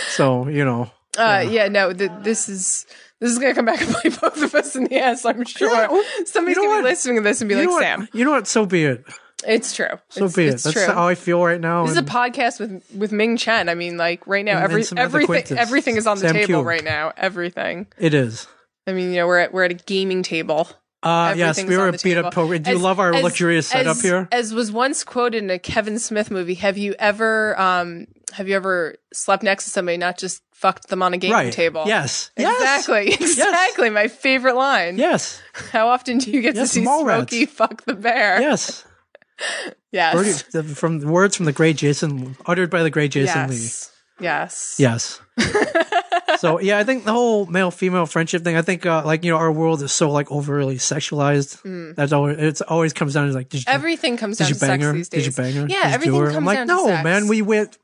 S1: so you know.
S2: uh, yeah. no, th- this is this is gonna come back and bite both of us in the ass. I'm sure
S1: Yeah, oh,
S2: somebody's
S1: you know
S2: gonna
S1: what?
S2: be listening to this and be
S1: you
S2: like,
S1: know what?
S2: Sam,
S1: You know what? So be it.
S2: it's true.
S1: So
S2: it's,
S1: be it.
S2: It's
S1: That's
S2: true.
S1: how I feel right now.
S2: this is a
S1: and-
S2: podcast with with Ming Chen. I mean, like right now,
S1: And-
S2: every
S1: and Samantha Quintus.
S2: everything everything is on the
S1: Sam
S2: table
S1: Cube.
S2: right now. Everything.
S1: it is.
S2: I mean, you know, we're at we're at a gaming table.
S1: Uh, yes,
S2: Everything's
S1: we were
S2: on
S1: a
S2: the
S1: beat up
S2: table.
S1: poker. Do you
S2: As-
S1: love our
S2: as-
S1: luxurious setup
S2: as-
S1: here?
S2: As was once quoted in a Kevin Smith movie, have you ever um have you ever slept next to somebody not just fucked them on a gaming
S1: right.
S2: table?
S1: Yes. Yes.
S2: Exactly. Exactly. My favorite line.
S1: Yes.
S2: How often do you get
S1: Yes,
S2: to see
S1: Mallrats.
S2: Smokey fuck the bear?
S1: Yes.
S2: Yes.
S1: Birdie- the- from words from the great Jason, uttered by the great Jason Lee.
S2: yes. Yes.
S1: Yes. so yeah, I think the whole male female friendship thing. I think uh, like you know our world is so like overly sexualized. That's always it's always comes down to like did you,
S2: Mm. Everything comes
S1: did
S2: down
S1: you
S2: to
S1: bang
S2: sex
S1: her?
S2: these
S1: Did
S2: days.
S1: you bang her? Did you
S2: Yeah,
S1: do
S2: everything
S1: her?
S2: comes
S1: I'm like,
S2: down
S1: no,
S2: to sex.
S1: man, we went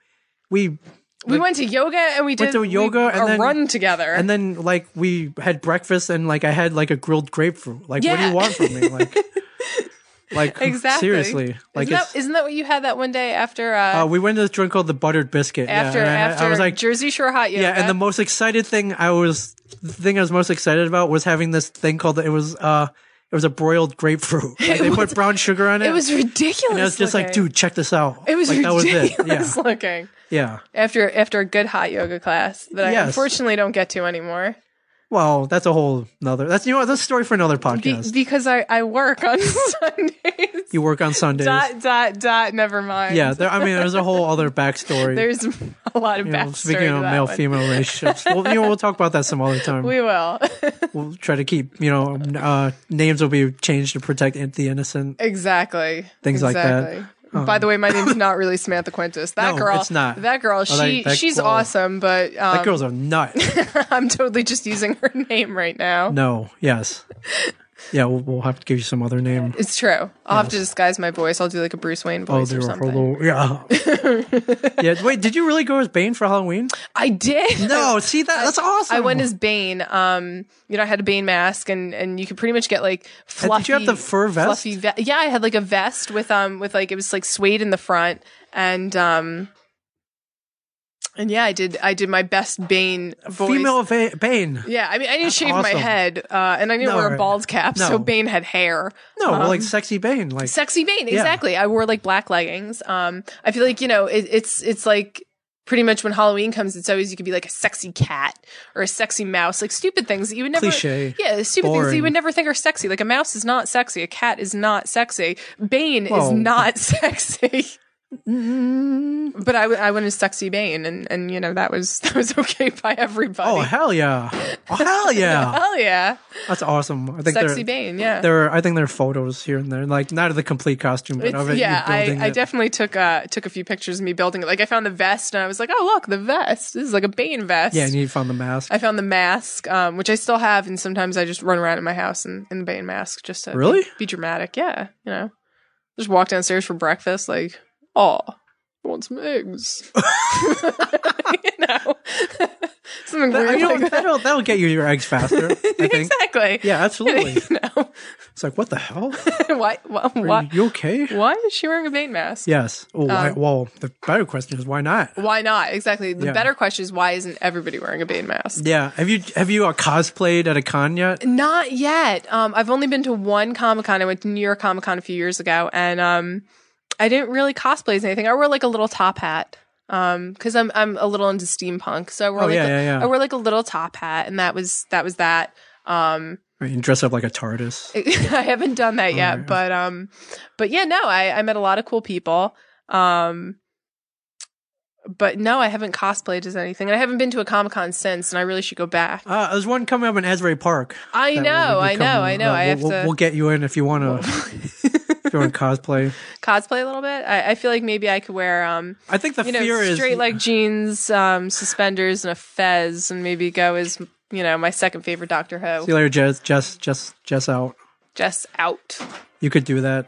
S1: we
S2: we went to yoga and we did
S1: to yoga
S2: we,
S1: and
S2: a
S1: then-
S2: run together.
S1: and then like we had breakfast and like I had like a grilled grapefruit. Like what do
S2: Yeah.
S1: you want from me? Like like
S2: exactly.
S1: seriously. Like
S2: isn't,
S1: it's,
S2: that, isn't that what you had that one day after? Uh,
S1: uh, we went to this drink called the buttered biscuit. Yeah,
S2: after
S1: and I-
S2: after
S1: I was like
S2: Jersey Shore hot yoga.
S1: Yeah, and the most excited thing I was the thing I was most excited about was having this thing called it was uh it was a broiled grapefruit. Like, they put brown sugar on it.
S2: it was ridiculous.
S1: and I was just like, dude, check this out.
S2: It was
S1: like,
S2: ridiculous
S1: That was it.
S2: looking.
S1: Yeah, yeah.
S2: After after a good hot yoga class that I
S1: Yes.
S2: unfortunately don't get to anymore
S1: Well, that's a whole another. That's you know what, that's a story for another
S2: Be-
S1: podcast.
S2: because I, I work on Sundays.
S1: you work on Sundays.
S2: dot dot dot. Never mind.
S1: yeah, there, I mean, there's a whole other backstory.
S2: there's a lot of
S1: you know,
S2: backstory.
S1: speaking
S2: to
S1: of
S2: that
S1: male
S2: one.
S1: female relationships, well, you know, we'll talk about that some other time.
S2: we will
S1: we'll try to keep, you know, uh, names will be changed to protect the innocent.
S2: exactly
S1: Things like that. Um,
S2: exactly. By the way, my name's not really Samantha Quintus. That
S1: No,
S2: girl,
S1: it's not.
S2: That girl, she
S1: that- that
S2: she's
S1: girl-
S2: awesome, but um,
S1: That girl's a nut.
S2: I'm totally just using her name right now.
S1: No, yes, yeah, we'll, we'll have to give you some other name.
S2: It's true. I'll have to disguise my voice. I'll do like a Bruce Wayne
S1: Oh,
S2: voice
S1: they
S2: or
S1: were
S2: something.
S1: horrible. Yeah, yeah. Wait, did you really go as Bane for Halloween?
S2: I did.
S1: No, see that that's awesome.
S2: I went as Bane. Um, you know, I had a Bane mask, and and you could pretty much get like fluffy.
S1: did you have the fur vest?
S2: Fluffy ve- yeah, I had like a vest with um with like it was like suede in the front, and um, and yeah, I did I did my best Bane voice.
S1: female va- Bane.
S2: Yeah, I mean, I didn't shave my
S1: awesome.
S2: head, uh, and I didn't
S1: No,
S2: wear a
S1: right.
S2: bald cap,
S1: No.
S2: so Bane had hair.
S1: No, like sexy Bane. Like
S2: um, sexy vein exactly i wore like black leggings um i feel like you know it, it's it's like pretty much when halloween comes it's always you could be like a sexy cat or a sexy mouse like stupid things that you would never
S1: Cliche.
S2: yeah stupid things that you
S1: Boring.
S2: would never think are sexy like a mouse is not sexy a cat is not sexy bane
S1: Well-
S2: is not sexy
S1: Mm-hmm.
S2: but I, w- I went as sexy bane and and you know that was that was okay by everybody
S1: oh hell yeah, oh, hell yeah.
S2: Hell yeah
S1: That's awesome. I think they're.
S2: sexy bane yeah
S1: There are, I think there are photos here and there, like not of the complete costume, but
S2: It's-
S1: of it. you
S2: yeah, I,
S1: building
S2: I
S1: it.
S2: definitely took uh, took a few pictures of me building it. Like I found the vest, and I was like, "Oh, look, the vest! This is like a Bane vest."
S1: Yeah, and you found the mask.
S2: I found the mask, um, which I still have, and sometimes I just run around in my house in, in the Bane mask just to be-
S1: Really?
S2: be, dramatic. Yeah, you know, just walk downstairs for breakfast, like, oh, I want some eggs, you know, something
S1: That-
S2: weird
S1: you know,
S2: like that.
S1: that'll that'll get you your eggs faster. I think.
S2: Exactly.
S1: Yeah, absolutely.
S2: you know,
S1: It's like what the hell?
S2: why? Why?
S1: Are
S2: Why,
S1: you okay?
S2: why is she wearing a Bane mask?
S1: Yes. Well, why,
S2: Um,
S1: well, the better question is why not?
S2: Why not? Exactly. The
S1: Yeah.
S2: better question is why isn't everybody wearing a Bane mask?
S1: Yeah. Have you have you uh, cosplayed at a con yet?
S2: Not yet. Um, I've only been to one Comic Con. I went to New York Comic Con a few years ago, and um, I didn't really cosplay as anything. I wore like a little top hat because I'm I'm a little into steampunk, so I wore
S1: Oh,
S2: like
S1: yeah,
S2: a-
S1: yeah, yeah.
S2: I wore like a little top hat, and that was that was that. Um,
S1: I mean, dress up like a TARDIS.
S2: I haven't done that yet,
S1: right.
S2: but um, but yeah, no, I I met a lot of cool people. Um, but no, I haven't cosplayed as anything, and I haven't been to a Comic Con since, and I really should go back.
S1: Uh, there's one coming up in Asbury Park.
S2: I
S1: that will
S2: know,
S1: be
S2: I know,
S1: coming-
S2: I know.
S1: that
S2: I
S1: we'll-
S2: have
S1: we'll,
S2: to
S1: We'll get you in if you want to. if you want to cosplay,
S2: cosplay a little bit. I, I feel like maybe I could wear um,
S1: I think the
S2: you know,
S1: fear is
S2: straight leg jeans, um, suspenders, and a fez, and maybe go as you know my second favorite Doctor Who,
S1: See you later, Jess. Jess. Jess. Jess out.
S2: just out.
S1: You could do that.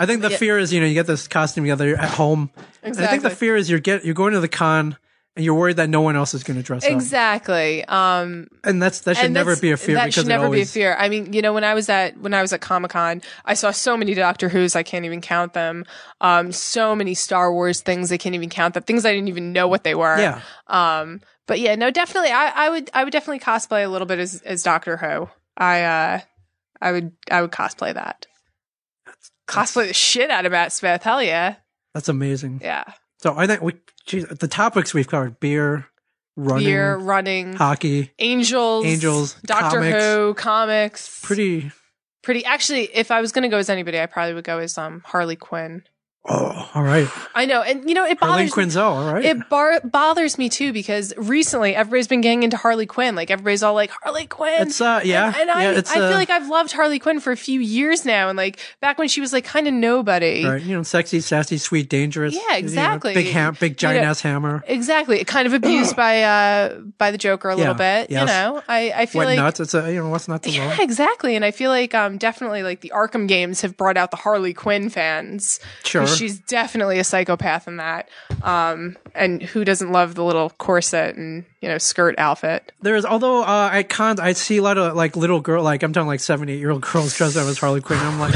S1: I think the
S2: Yeah.
S1: fear is you know you get this costume together at home. And I think the
S2: Exactly.
S1: fear is you're get you're going to the con and you're worried that no one else is going to dress up.
S2: Exactly. Um,
S1: And that's that should
S2: And
S1: never
S2: that's-
S1: be a fear
S2: That
S1: because
S2: should
S1: it
S2: never
S1: always,
S2: be a fear. I mean, you know, when I was at when I was at Comic Con, I saw so many Doctor Who's I can't even count them. Um, so many Star Wars things I can't even count them. Things I didn't even know what they were.
S1: Yeah.
S2: Um, but yeah, no, definitely, I, I would I would definitely cosplay a little bit as as Doctor Who. I uh, I would I would cosplay that. Cosplay the shit out of Matt Smith. Hell yeah,
S1: That's amazing.
S2: yeah.
S1: So I think we geez, the topics we've covered: beer, running,
S2: Beer running.
S1: hockey.
S2: Angels,
S1: Angels,
S2: Doctor
S1: comics.
S2: Who, comics,
S1: Pretty.
S2: pretty actually if i was going to go as anybody i probably would go as um harley quinn
S1: Oh, all right.
S2: I know, and you know it
S1: Harley
S2: bothers me.
S1: Quinzel, all right.
S2: It bar- bothers me too because recently everybody's been getting into Harley Quinn. Like everybody's all like Harley Quinn.
S1: It's, uh, yeah.
S2: And, and I,
S1: Yeah, it's,
S2: I feel
S1: uh,
S2: like I've loved Harley Quinn for a few years now, and like back when she was like kind of nobody.
S1: right. You know, sexy, sassy, sweet, dangerous.
S2: Yeah,
S1: you know,
S2: exactly.
S1: big ham, big giant
S2: know,
S1: ass hammer.
S2: Exactly, kind of abused by uh by the Joker a little
S1: Yeah,
S2: bit. You
S1: yes.
S2: know, I I feel
S1: What
S2: like
S1: nuts? It's a you know what's not to
S2: Yeah,
S1: love.
S2: exactly. And I feel like um, definitely like the Arkham games have brought out the Harley Quinn fans.
S1: Sure.
S2: She's definitely a psychopath in that. Um, and who doesn't love the little corset and, you know, skirt outfit?
S1: There is, although uh, I can't. I see a lot of like little girl, like I'm talking like seven, eight year old girls dressed up as Harley Quinn. I'm like,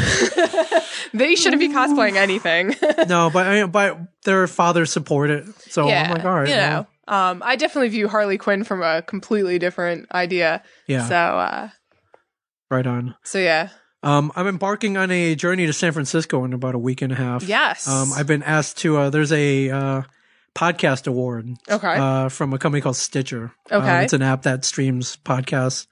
S2: They shouldn't be cosplaying anything.
S1: no, but I, but their fathers support it, so
S2: yeah.
S1: I'm like, all right,
S2: You
S1: well,
S2: know, um, I definitely view Harley Quinn from a completely different idea.
S1: yeah,
S2: So, uh,
S1: right on.
S2: so yeah.
S1: Um, I'm embarking on a journey to San Francisco in about a week and a half.
S2: Yes.
S1: Um, I've been asked to. Uh, there's a uh, podcast award.
S2: Okay.
S1: Uh, from a company called Stitcher. Uh,
S2: Okay.
S1: it's an app that streams podcasts.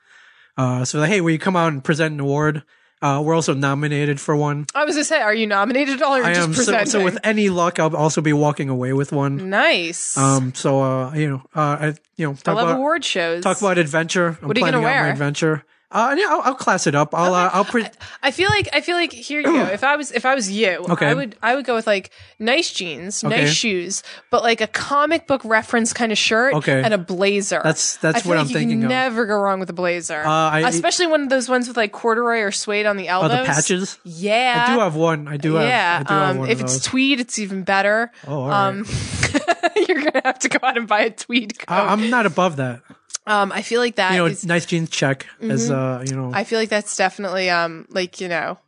S1: Uh, so like, hey, will you come out and present an award? Uh, we're also nominated for one.
S2: I was going to say, are you nominated at all or
S1: I
S2: just
S1: am so,
S2: presenting?
S1: so. With any luck, I'll also be walking away with one.
S2: nice.
S1: Um. So uh, you know, uh, I you know,
S2: Mm. I
S1: talk
S2: love
S1: about
S2: award shows.
S1: talk about adventure. I'm
S2: What are you
S1: planning
S2: gonna
S1: out my
S2: wear?
S1: adventure. Uh, yeah, I'll, I'll class it up. I'll uh, I'll pre-
S2: I feel like I feel like here you go. If I was if I was you,
S1: Okay.
S2: I would I would go with like nice jeans,
S1: Okay.
S2: nice shoes, but like a comic book reference kind of shirt
S1: Okay.
S2: and a blazer.
S1: That's- that's
S2: I feel
S1: what
S2: like
S1: I'm
S2: you
S1: thinking
S2: Can
S1: of. Uh,
S2: never go wrong with a blazer,
S1: I-
S2: especially one of those ones with like corduroy or suede on the
S1: uh,
S2: elbows.
S1: the patches.
S2: Yeah,
S1: I do have one. I do have.
S2: yeah.
S1: I do have
S2: um,
S1: one
S2: if
S1: of
S2: it's
S1: those.
S2: tweed, it's even better.
S1: Oh, all right.
S2: um, you're gonna have to go out and buy a tweed coat.
S1: I, I'm not above that.
S2: um, I feel like that
S1: You know,
S2: is-
S1: nice jeans check as uh, you know.
S2: Mm-hmm. I feel like that's definitely um like you know,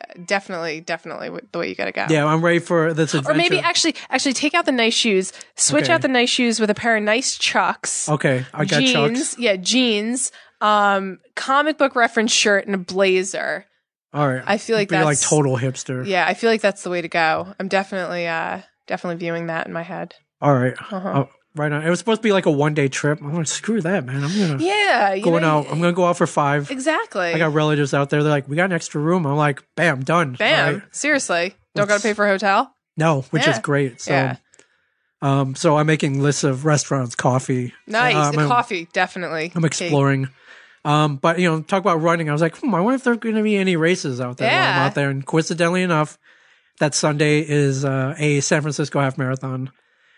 S2: uh, definitely definitely wh- the way you gotta go.
S1: yeah, I'm ready for this adventure.
S2: Or maybe actually, actually take out the nice shoes, switch
S1: Okay.
S2: out the nice shoes with a pair of nice chucks,
S1: Okay, I got
S2: jeans,
S1: chucks.
S2: yeah, jeans, um, comic book reference shirt, and a blazer.
S1: All right.
S2: I feel like
S1: Be like
S2: that's-
S1: total hipster.
S2: Yeah, I feel like that's the way to go. I'm definitely, uh, definitely viewing that in my head.
S1: All right.
S2: Uh-huh.
S1: Oh, right on. It was supposed to be like a one day trip. I'm like, screw that, man. I'm gonna
S2: Yeah, you
S1: going
S2: know,
S1: out. I'm gonna go out for five.
S2: exactly.
S1: I got relatives out there. They're like, we got an extra room. I'm like, bam, done.
S2: Bam!
S1: All right.
S2: Seriously, don't gotta
S1: Let's-
S2: pay for a hotel.
S1: No, which is
S2: Yeah.
S1: great. So,
S2: Yeah.
S1: um, so I'm making lists of restaurants, coffee.
S2: Nice,
S1: Um,
S2: the
S1: I'm-
S2: coffee definitely.
S1: I'm exploring. Um, but you know, talk about running. I was like, hmm, I wonder if there are going to be any races out there while
S2: Yeah.
S1: I'm out there. And coincidentally enough, that Sunday is uh, a San Francisco half marathon.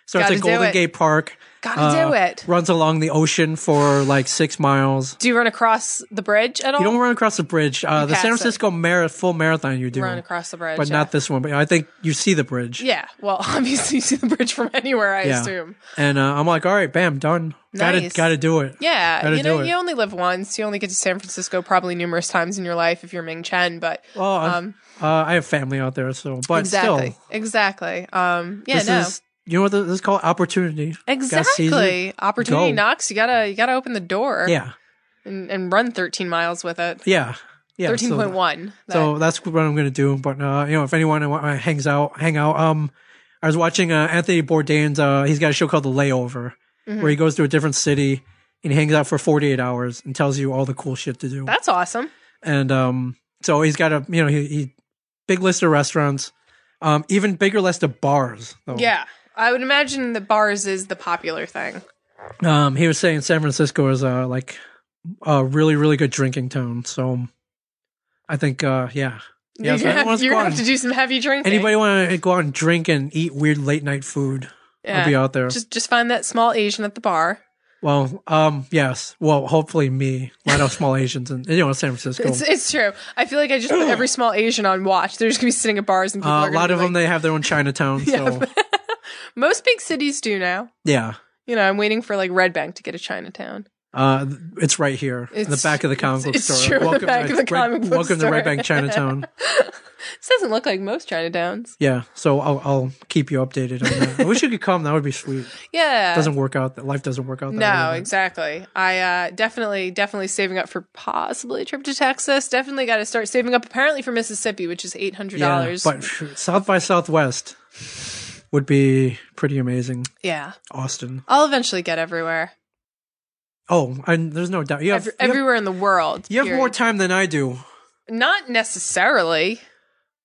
S1: Starts
S2: Gotta
S1: at
S2: do
S1: Golden
S2: it.
S1: Gate Park.
S2: Gotta
S1: uh,
S2: do it.
S1: Runs along the ocean for like six miles.
S2: Do you run across the bridge at all?
S1: You don't run across the bridge. Uh, the
S2: pass
S1: San
S2: it.
S1: Francisco mara- full marathon you do,
S2: run across the bridge,
S1: but
S2: yeah.
S1: not this one. But I think you see the bridge.
S2: Yeah, well, obviously you see the bridge from anywhere, I
S1: Yeah.
S2: assume.
S1: And uh, I'm like, all right, bam, done. Gotta
S2: Nice.
S1: gotta do it.
S2: Yeah,
S1: Gotta
S2: you know,
S1: do it.
S2: you only live once. You only get to San Francisco probably numerous times in your life if you're Ming Chen, but
S1: Well,
S2: um,
S1: uh, I have family out there, so but
S2: exactly,
S1: still,
S2: exactly. Um, yeah,
S1: this
S2: no,
S1: is you know what this is called opportunity. Gotta seize it.
S2: exactly. Opportunity
S1: Go.
S2: knocks. You gotta, you gotta open the door.
S1: Yeah,
S2: and, and run 13 miles with it.
S1: yeah, yeah. so-
S2: Thirteen point one.
S1: So that's what I'm gonna do. But uh, you know, if anyone uh, hangs out, hang out. Um, I was watching uh, Anthony Bourdain's. Uh, he's got a show called The Layover,
S2: Mm-hmm.
S1: where he goes to a different city and hangs out for 48 hours and tells you all the cool shit to do.
S2: that's awesome.
S1: and um, so he's got a you know he, he big list of restaurants, um, even bigger list of bars. Though.
S2: Yeah, I would imagine the bars is the popular thing.
S1: Um, he was saying San Francisco is uh like a really really good drinking town. So um, I think uh yeah. Yeah, so
S2: you're gonna,
S1: everyone's
S2: have, you're gonna
S1: gone.
S2: have to do some heavy drinking.
S1: Anybody want to go out and drink and eat weird late night food?
S2: Yeah.
S1: I'll be out there.
S2: Just, just find that small Asian at the bar.
S1: well, um, yes. Well, hopefully me. A lot of small Asians in you know San Francisco. Uh,
S2: It's, it's true. I feel like I just put every small Asian on watch. They're just gonna be sitting at bars and people
S1: Uh,
S2: are
S1: a
S2: gonna
S1: lot
S2: be
S1: of them
S2: like-
S1: they have their own Chinatown. So
S2: most big cities do now.
S1: yeah,
S2: You know, I'm waiting for like Red Bank to get a Chinatown.
S1: uh, it's right here in the
S2: It's-
S1: back of the comic book
S2: it's
S1: store.
S2: true, the back
S1: to
S2: of the
S1: Red-
S2: comic book
S1: Welcome to
S2: store.
S1: Red Bank Chinatown.
S2: This doesn't look like most Chinatowns.
S1: Yeah, so I'll, I'll keep you updated on that. I wish you could come. That would be sweet.
S2: Yeah.
S1: Doesn't work out. That life doesn't work out. That
S2: no,
S1: way.
S2: exactly. I uh, definitely, definitely saving up for possibly a trip to Texas. Definitely got to start saving up. Apparently for Mississippi, which is eight hundred
S1: Yeah,
S2: dollars.
S1: but phew, South by Southwest would be pretty amazing.
S2: yeah,
S1: Austin.
S2: I'll eventually get everywhere,
S1: Oh, and there's no doubt. You have,
S2: Every,
S1: you have,
S2: everywhere in the world.
S1: you have more
S2: period.
S1: time than I do.
S2: Not necessarily.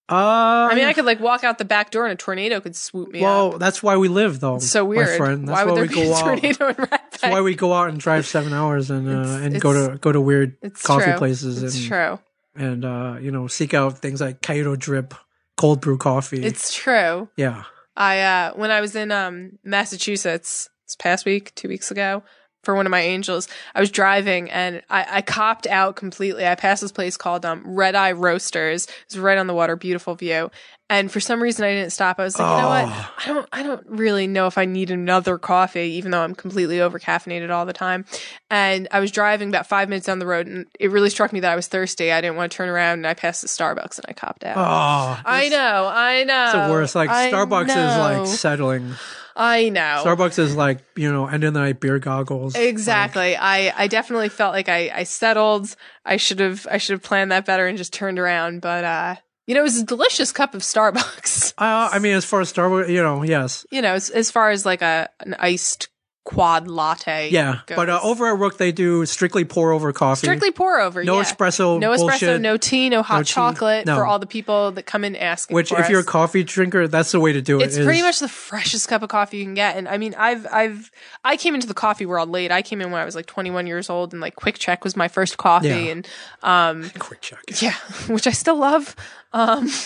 S1: Uh,
S2: I mean, I could like walk out the back door and a tornado could swoop me
S1: well,
S2: up.
S1: that's why we live, though.
S2: It's so
S1: My
S2: weird.
S1: friend. That's
S2: Why would there
S1: we
S2: be
S1: go
S2: a
S1: out.
S2: tornado in Rat
S1: That's why
S2: Pack?
S1: we go out and drive seven hours and uh,
S2: It's-
S1: and go
S2: it's-
S1: to go to weird
S2: It's
S1: coffee
S2: true.
S1: places
S2: It's
S1: and
S2: true.
S1: and uh, you know seek out things like Kyoto drip, cold brew coffee.
S2: It's true.
S1: yeah.
S2: I uh when I was in um Massachusetts this past week, two weeks ago, for one of my angels, I was driving and I, I copped out completely. I passed this place called um Red Eye Roasters. It's right on the water, beautiful view. And for some reason I didn't stop. I was like, you know what?
S1: Oh.
S2: I don't I don't really know if I need another coffee, even though I'm completely over caffeinated all the time. And I was driving about five minutes down the road and it really struck me that I was thirsty. I didn't want to turn around and I passed the Starbucks and I copped out.
S1: Oh,
S2: I know, I know.
S1: It's the worst. Like
S2: I
S1: Starbucks is
S2: know.
S1: like settling.
S2: I know.
S1: Starbucks is like you know end of the night beer goggles.
S2: Exactly. I, I definitely felt like I, I settled. I should have I should have planned that better and just turned around. But uh, you know, it was a delicious cup of Starbucks.
S1: Uh, I mean, as far as Starbucks, you know, yes,
S2: You know, as, as far as like a an iced quad latte.
S1: yeah.
S2: goes.
S1: But uh, over at Rook, they do strictly pour over coffee.
S2: strictly pour over.
S1: no
S2: yeah.
S1: espresso.
S2: No espresso.
S1: bullshit,
S2: No tea. No hot
S1: No tea,
S2: chocolate
S1: no.
S2: for all the people that come in asking.
S1: Which,
S2: for
S1: if you're a
S2: us.
S1: coffee drinker, that's the way to do it.
S2: It's
S1: is-
S2: pretty much the freshest cup of coffee you can get. And I mean, I've I've I came into the coffee world late. I came in when I was like 21 years old, and like Quick Check was my first coffee,
S1: Yeah.
S2: and um,
S1: quick check.
S2: yeah, which I still love. Um,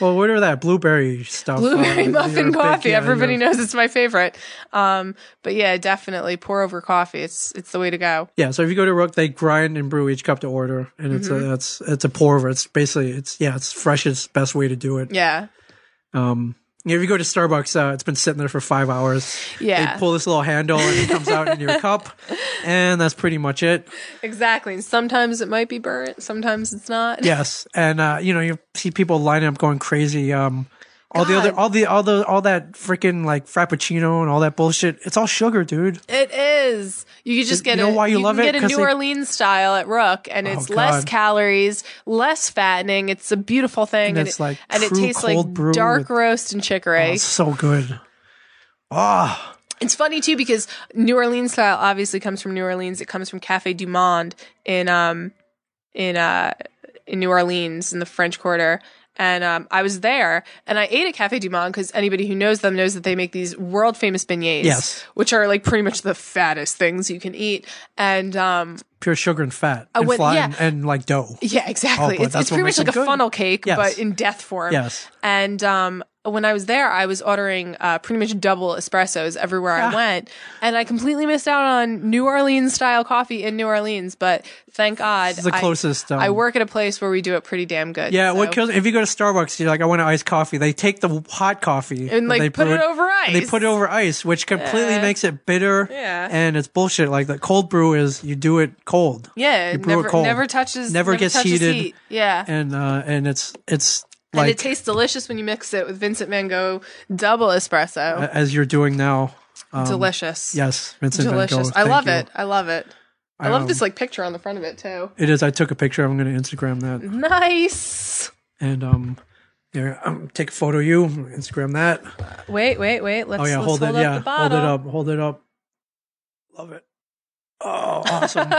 S1: Well, what are that blueberry stuff? uh,
S2: blueberry muffin coffee. Everybody
S1: knows.
S2: knows it's my favorite. Um, but yeah, definitely pour over coffee. It's it's the way to go.
S1: Yeah, so if you go to Rook, they grind and brew each cup to order, and it's
S2: Mm-hmm.
S1: a that's it's a pour over. It's basically it's yeah, it's freshest best way to do it.
S2: Yeah,
S1: Um, if you go to Starbucks, uh, it's been sitting there for five hours.
S2: Yeah.
S1: they pull this little handle and it comes out in your cup, and that's pretty much it.
S2: exactly. And sometimes it might be burnt. Sometimes it's not.
S1: Yes, and uh, you know you see people lining up going crazy. Um, all the
S2: God.
S1: other all the all the all that freaking like frappuccino and all that bullshit. It's all sugar, dude.
S2: It is. You could just
S1: You
S2: get
S1: know
S2: a,
S1: why you love
S2: can
S1: it?
S2: get a
S1: 'Cause
S2: New
S1: they- Oh,
S2: Orleans style at Rook, and it's less
S1: God.
S2: calories, less fattening. It's a beautiful thing,
S1: And it's, like,
S2: and it
S1: true
S2: tastes like
S1: cold brew
S2: dark
S1: with- Oh,
S2: roast and chicory.
S1: It's so good. Ah.
S2: It's funny too because New Orleans style obviously comes from New Orleans. It comes from Cafe Du Monde in um in uh in New Orleans in the French Quarter. And um, I was there, and I ate at Cafe Du Monde because anybody who knows them knows that they make these world famous beignets,
S1: Yes.
S2: which are like pretty much the fattest things you can eat. And um,
S1: pure sugar and fat and,
S2: went-
S1: fly,
S2: Oh, yeah.
S1: and, and, like dough.
S2: Yeah, exactly.
S1: but
S2: it's
S1: Oh, that's
S2: it's
S1: what
S2: pretty
S1: makes
S2: much like a
S1: them good.
S2: funnel cake,
S1: Yes.
S2: but in death form.
S1: Yes.
S2: And um, when I was there, I was ordering uh, pretty much double espressos everywhere
S1: Ah.
S2: I went, and I completely missed out on New Orleans style coffee in New Orleans. But thank God,
S1: It's the
S2: I-
S1: closest. Um,
S2: I, work at a place where we do it pretty damn good.
S1: Yeah, what
S2: so-
S1: kills if you go to Starbucks, you're like, I want an iced coffee. They take the hot coffee
S2: And, like,
S1: they
S2: put
S1: brew
S2: it over
S1: and they
S2: ice.
S1: put it over ice, which completely makes it bitter.
S2: Yeah.
S1: and it's bullshit. Like the cold brew is you do it cold.
S2: yeah,
S1: you
S2: it
S1: brew it
S2: never
S1: cold.
S2: never touches
S1: Never gets
S2: touches
S1: heated.
S2: Heat. Yeah,
S1: and uh, and it's it's
S2: and
S1: like
S2: it tastes delicious when you mix it with Vincent Mango double espresso.
S1: a- as you're doing now. Uh, Um,
S2: delicious.
S1: Yes, Vincent. Van
S2: delicious.
S1: Gogh,
S2: I
S1: thank
S2: love
S1: you.
S2: it. I love it. I love
S1: Um,
S2: this like picture on the front of it too.
S1: It is. I took a picture. I'm going to Instagram that
S2: Nice.
S1: and um, there. Um, take a photo of you. Instagram that.
S2: Wait, wait, wait. Let's,
S1: Oh yeah,
S2: let's
S1: hold
S2: hold,
S1: it.
S2: up
S1: Yeah,
S2: the bottle.
S1: hold it up. Hold it up. Love it. Oh, awesome!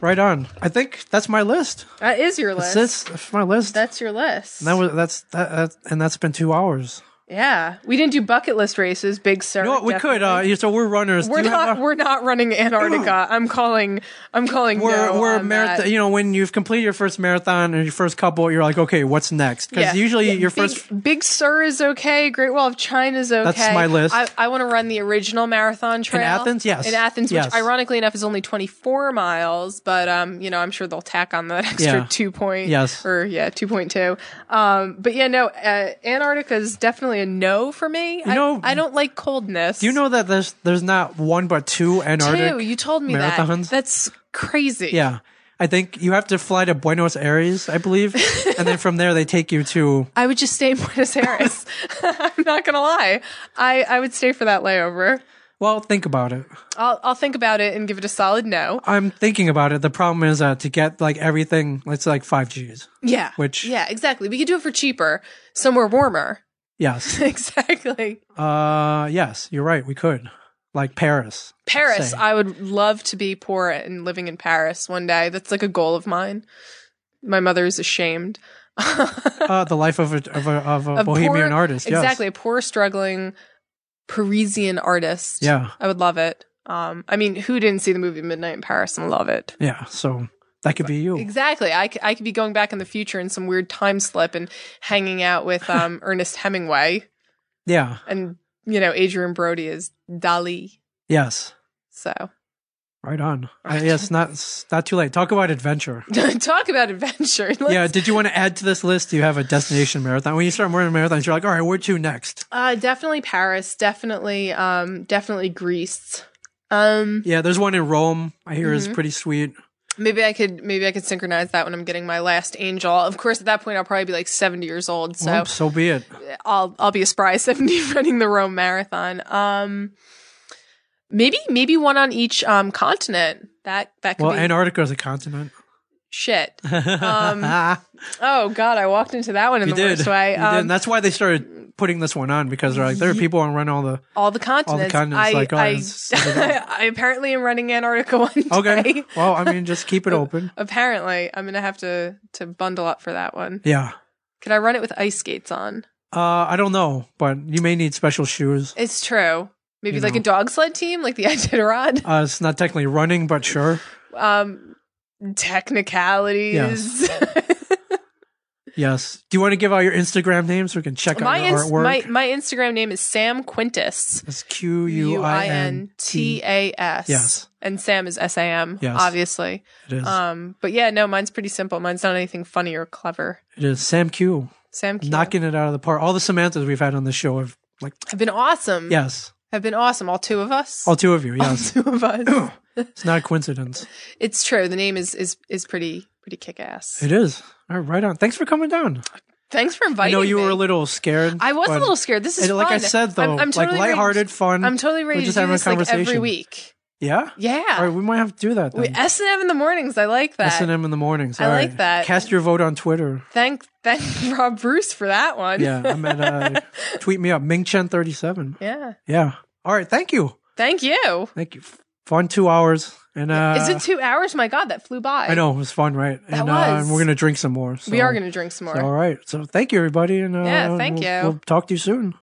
S1: right on. I think that's my list.
S2: That is your
S1: That's
S2: list.
S1: this. That's my list.
S2: That's your list.
S1: and that was that's that, that and that's been two hours.
S2: yeah, we didn't do bucket list races. Big Sur.
S1: You know what? We could. Uh,
S2: definitely.
S1: yeah, so we're runners. Do
S2: we're
S1: you have
S2: not.
S1: a-
S2: we're not running Antarctica. I'm calling. I'm calling.
S1: we're
S2: no
S1: we're
S2: on
S1: marathon.
S2: that.
S1: You know, when you've completed your first marathon or your first couple, you're like, okay, what's next? Because
S2: Yeah.
S1: usually
S2: Yeah,
S1: your
S2: Big-
S1: first.
S2: Big Sur is okay. Great Wall of China is okay.
S1: my list.
S2: I, I want to run the original marathon trail
S1: Athens? Yes.
S2: In Athens,
S1: Yes.
S2: which ironically enough is only twenty four miles, but um, you know, I'm sure they'll tack on that extra
S1: Yeah.
S2: two point.
S1: Yes.
S2: Or yeah, two point two. Um, but yeah, no, uh, Antarctica is definitely a no for me. I,
S1: know-
S2: I don't like coldness.
S1: Do you know that there's there's not one but two Antarctic
S2: Two, you told me
S1: marathons?
S2: that. That's crazy.
S1: Yeah. I think you have to fly to Buenos Aires, I believe, and then from there they take you to
S2: I would just stay in Buenos Aires. I'm not gonna lie. I, I would stay for that layover.
S1: Well, think about it.
S2: I'll I'll think about it and give it a solid no.
S1: I'm thinking about it. The problem is uh, to get like everything, it's like five Gs.
S2: Yeah.
S1: Which-
S2: Yeah, exactly. We could do it for cheaper, somewhere warmer.
S1: Yes.
S2: exactly.
S1: Uh, yes, you're right. We could. Like Paris.
S2: Paris.
S1: Same.
S2: I would love to be poor and living in Paris one day. That's like a goal of mine. My mother is ashamed.
S1: uh, the life of a, of a, of a, bohemian
S2: poor-
S1: artist. Yes.
S2: Exactly. A poor, struggling Parisian artist.
S1: Yeah.
S2: I would love it. Um, I mean, who didn't see the movie Midnight in Paris and love it?
S1: Yeah. So that could be you.
S2: Exactly. I, c- I could be going back in the future in some weird time slip and hanging out with um, Ernest Hemingway.
S1: Yeah.
S2: And, you know, Adrian Brody is Dali.
S1: Yes.
S2: So
S1: Right on. Uh, yeah, it's not it's not too late. Talk about adventure.
S2: talk about adventure. Let's-
S1: yeah. Did you want to add to this list? Do you have a destination marathon? When you start running marathons, you're like, all right, where to next?
S2: Uh, definitely Paris. Definitely, um, definitely Greece. Um,
S1: Yeah. There's one in Rome. I hear is
S2: Mhm.
S1: pretty sweet.
S2: maybe I could maybe I could synchronize that when I'm getting my last angel. Of course, at that point I'll probably be like 70 years old, so
S1: Well, so be it.
S2: I'll I'll be a spry 70 running the Rome Marathon. Um, maybe maybe one on each um continent. That that could
S1: Well,
S2: be
S1: Antarctica is a continent.
S2: shit. Oh God, I walked into that one Um, in
S1: you
S2: the
S1: did.
S2: worst way. Um,
S1: You did. And that's why they started putting this one on because they're like, there are people on run all the.
S2: all the continents.
S1: continents,
S2: I,
S1: like, oh,
S2: I,
S1: it's so good.
S2: I apparently am running Antarctica one day.
S1: Okay. well, I mean, just keep it open.
S2: Apparently, I'm gonna have to to bundle up for that one.
S1: Yeah.
S2: Could I run it with ice skates on?
S1: Uh, I don't know, but you may need special shoes.
S2: It's true. Maybe
S1: You
S2: like
S1: know.
S2: a dog sled team, like the Iditarod.
S1: Uh, it's not technically running, but sure.
S2: Um, technicalities.
S1: Yes. Do you want to give out your Instagram name so we can check
S2: my,
S1: out your
S2: ins-
S1: artwork?
S2: my my Instagram name is Sam Quintus.
S1: That's Q U I N T.
S2: A S.
S1: Yes.
S2: And Sam is S A M.
S1: Yes.
S2: Obviously.
S1: It is.
S2: Um, but yeah, no, mine's pretty simple. Mine's not anything funny or clever.
S1: it is Sam Q.
S2: Sam Q.
S1: Knocking it out of the park. All the Samanthas we've had on the show have like
S2: have been awesome.
S1: yes,
S2: Have been awesome. All two of us.
S1: all two of you. Yes,
S2: All two of us.
S1: it's not a coincidence.
S2: it's true. The name is is is pretty pretty kick ass.
S1: It is. All right, right on. Thanks for coming down.
S2: Thanks for
S1: I
S2: inviting me.
S1: know you were a little scared.
S2: I was a
S1: but-
S2: little scared. This is
S1: and like I
S2: fun.
S1: said though,
S2: I'm- I'm totally
S1: like
S2: ready to-
S1: lighthearted, fun.
S2: I'm totally ready
S1: We're just
S2: to do
S1: having a
S2: this like every
S1: conversation.
S2: week.
S1: yeah. All
S2: Yeah.
S1: right, we might have to do that.
S2: We
S1: Then.
S2: S and M in the mornings. I like that.
S1: S and M in the mornings.
S2: I
S1: All
S2: like
S1: right.
S2: that.
S1: Cast your vote on Twitter.
S2: Thank thank Rob Bruce for that one.
S1: Yeah, I'm at uh, tweet me up Mingchen37.
S2: Yeah.
S1: Yeah. All right. Thank you.
S2: Thank you.
S1: Thank you. Fun two hours. And uh,
S2: is it two hours? My God, that flew by.
S1: I know it was fun, right?
S2: That
S1: and uh,
S2: was.
S1: we're gonna drink some more. So.
S2: We are going to drink some more.
S1: All right. So thank you, everybody. And uh,
S2: Yeah, thank
S1: we'll-
S2: you.
S1: We'll talk to you soon.